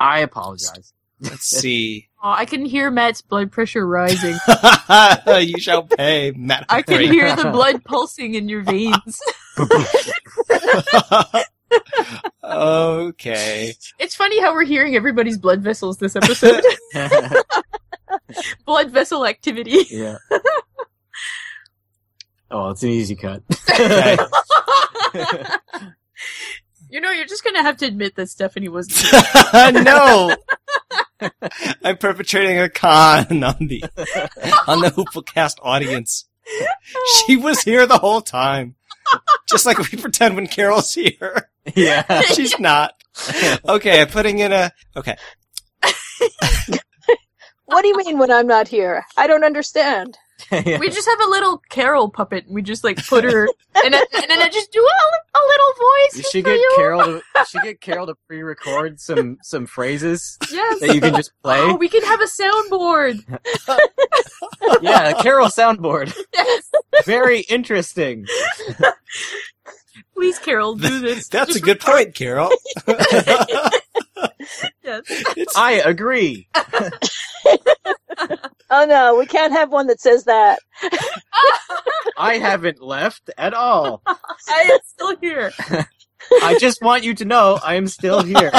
S2: I apologize.
S1: Let's see. [laughs]
S5: Aw, I can hear Matt's blood pressure rising.
S1: you shall pay, Matt.
S5: I can
S1: Humphrey.
S5: hear
S1: [laughs]
S5: [laughs] the blood pulsing in your veins.
S1: okay.
S5: it's funny how we're hearing everybody's blood vessels
S2: [laughs]
S5: this episode. [laughs] blood vessel activity.
S1: [laughs]
S2: yeah. Oh, it's an easy cut. [laughs]
S1: okay.
S5: [laughs] You know, you're just gonna have to admit that
S2: [laughs]
S5: Stephanie was.
S1: no. [laughs] I'm perpetrating a con on the on the Hooplecast audience. She was here the whole time. Just like we pretend when Carol's here.
S2: yeah.
S1: [laughs] She's not. Okay, I'm putting in a okay.
S3: what do you mean when I'm not here? I don't understand.
S2: yeah.
S5: [laughs] We just have a little Carol puppet, and we just like
S2: [laughs]
S5: put her, and, I, and then I just do a, a little voice.
S2: You should
S5: for
S2: get
S5: you.
S2: Carol. To, you should get Carol to pre-record some some phrases
S5: [laughs] Yes.
S2: that you can just play.
S5: Oh, we can have a soundboard.
S2: [laughs] Yeah, Carol soundboard.
S5: Yes.
S2: Very interesting.
S5: Please,
S1: [laughs]
S5: Carol, do this.
S1: That's a good point, Carol.
S5: [laughs]
S1: [laughs]
S5: Yes.
S1: It's-
S2: I agree.
S3: Oh no, we can't have one that says that.
S2: I haven't left at all.
S5: I am still here.
S2: I just want you to know I am still here.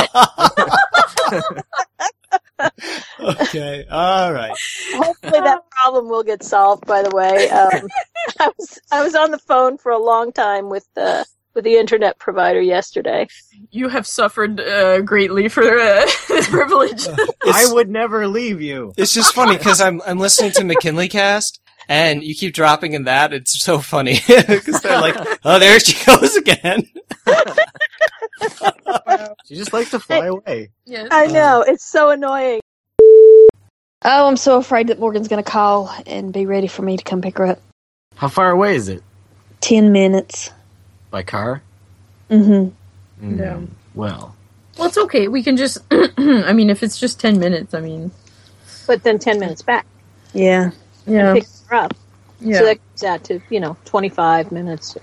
S1: okay. All right.
S3: Hopefully
S5: [laughs]
S3: that problem will get solved. By the way, um, [laughs] I was I was on the phone for a long time with the with the internet provider yesterday.
S5: You have suffered uh, greatly for uh, [laughs] this privilege.
S2: I would never leave you.
S1: It's just funny because I'm I'm listening to McKinley Cast and you keep dropping in that. It's so funny [laughs] because they're like, oh, there she goes again.
S2: She just likes to fly away.
S5: Yes.
S3: I know it's so annoying.
S4: Oh, I'm so afraid that Morgan's gonna call and be ready for me to come pick her up.
S2: How far away is it?
S4: Ten minutes.
S2: By car?
S4: Mm-hmm.
S2: Mm,
S5: Yeah.
S2: Well,
S5: Well, it's okay. We can just. [clears throat] I mean, if it's just ten minutes, I mean.
S3: But then ten minutes back,
S4: Yeah.
S5: Yeah.
S3: pick her up.
S5: Yeah.
S3: So that comes out to you know twenty five minutes.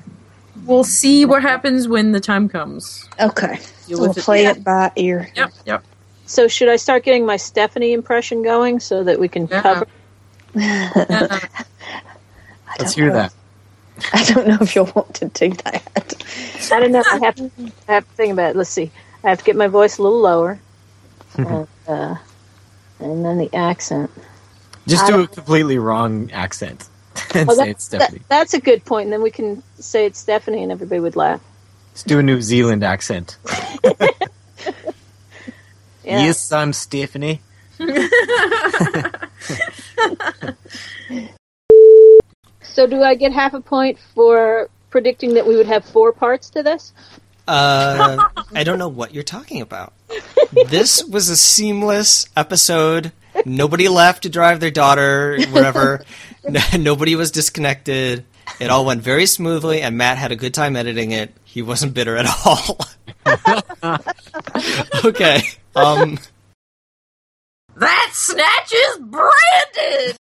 S5: we'll see what happens when the time comes.
S4: Okay.
S5: You'll
S4: we'll
S5: live it-
S4: play it by ear.
S5: Yep. Yep.
S3: So should I start getting my Stephanie impression going so that we can
S5: Yeah.
S3: cover?
S5: Uh,
S4: [laughs] I
S2: let's
S4: don't
S2: hear
S4: know.
S2: that.
S4: I don't know if you'll want to do that.
S3: I don't know. I have, I have to think about it. Let's see. I have to get my voice a little
S2: [laughs]
S3: lower, and, uh, and then the accent.
S2: Just
S3: I
S2: do a
S3: don't-
S2: completely wrong accent [laughs] and
S3: Oh,
S2: say
S3: that-
S2: it's Stephanie.
S3: that- that's a good point, And then we can say it's Stephanie, and everybody would laugh.
S2: Just do a New Zealand accent.
S3: [laughs] Yeah.
S2: Yes, I'm Stephanie.
S3: So do I get half a point for predicting that we would have four parts to this?
S1: Uh, I don't know what you're talking about. This was a seamless episode. Nobody left to drive their daughter wherever. [laughs] N- Nobody was disconnected. It all went very smoothly, and Matt had a good time editing it. He wasn't bitter at all. [laughs] okay. Um.
S5: that snatch is branded.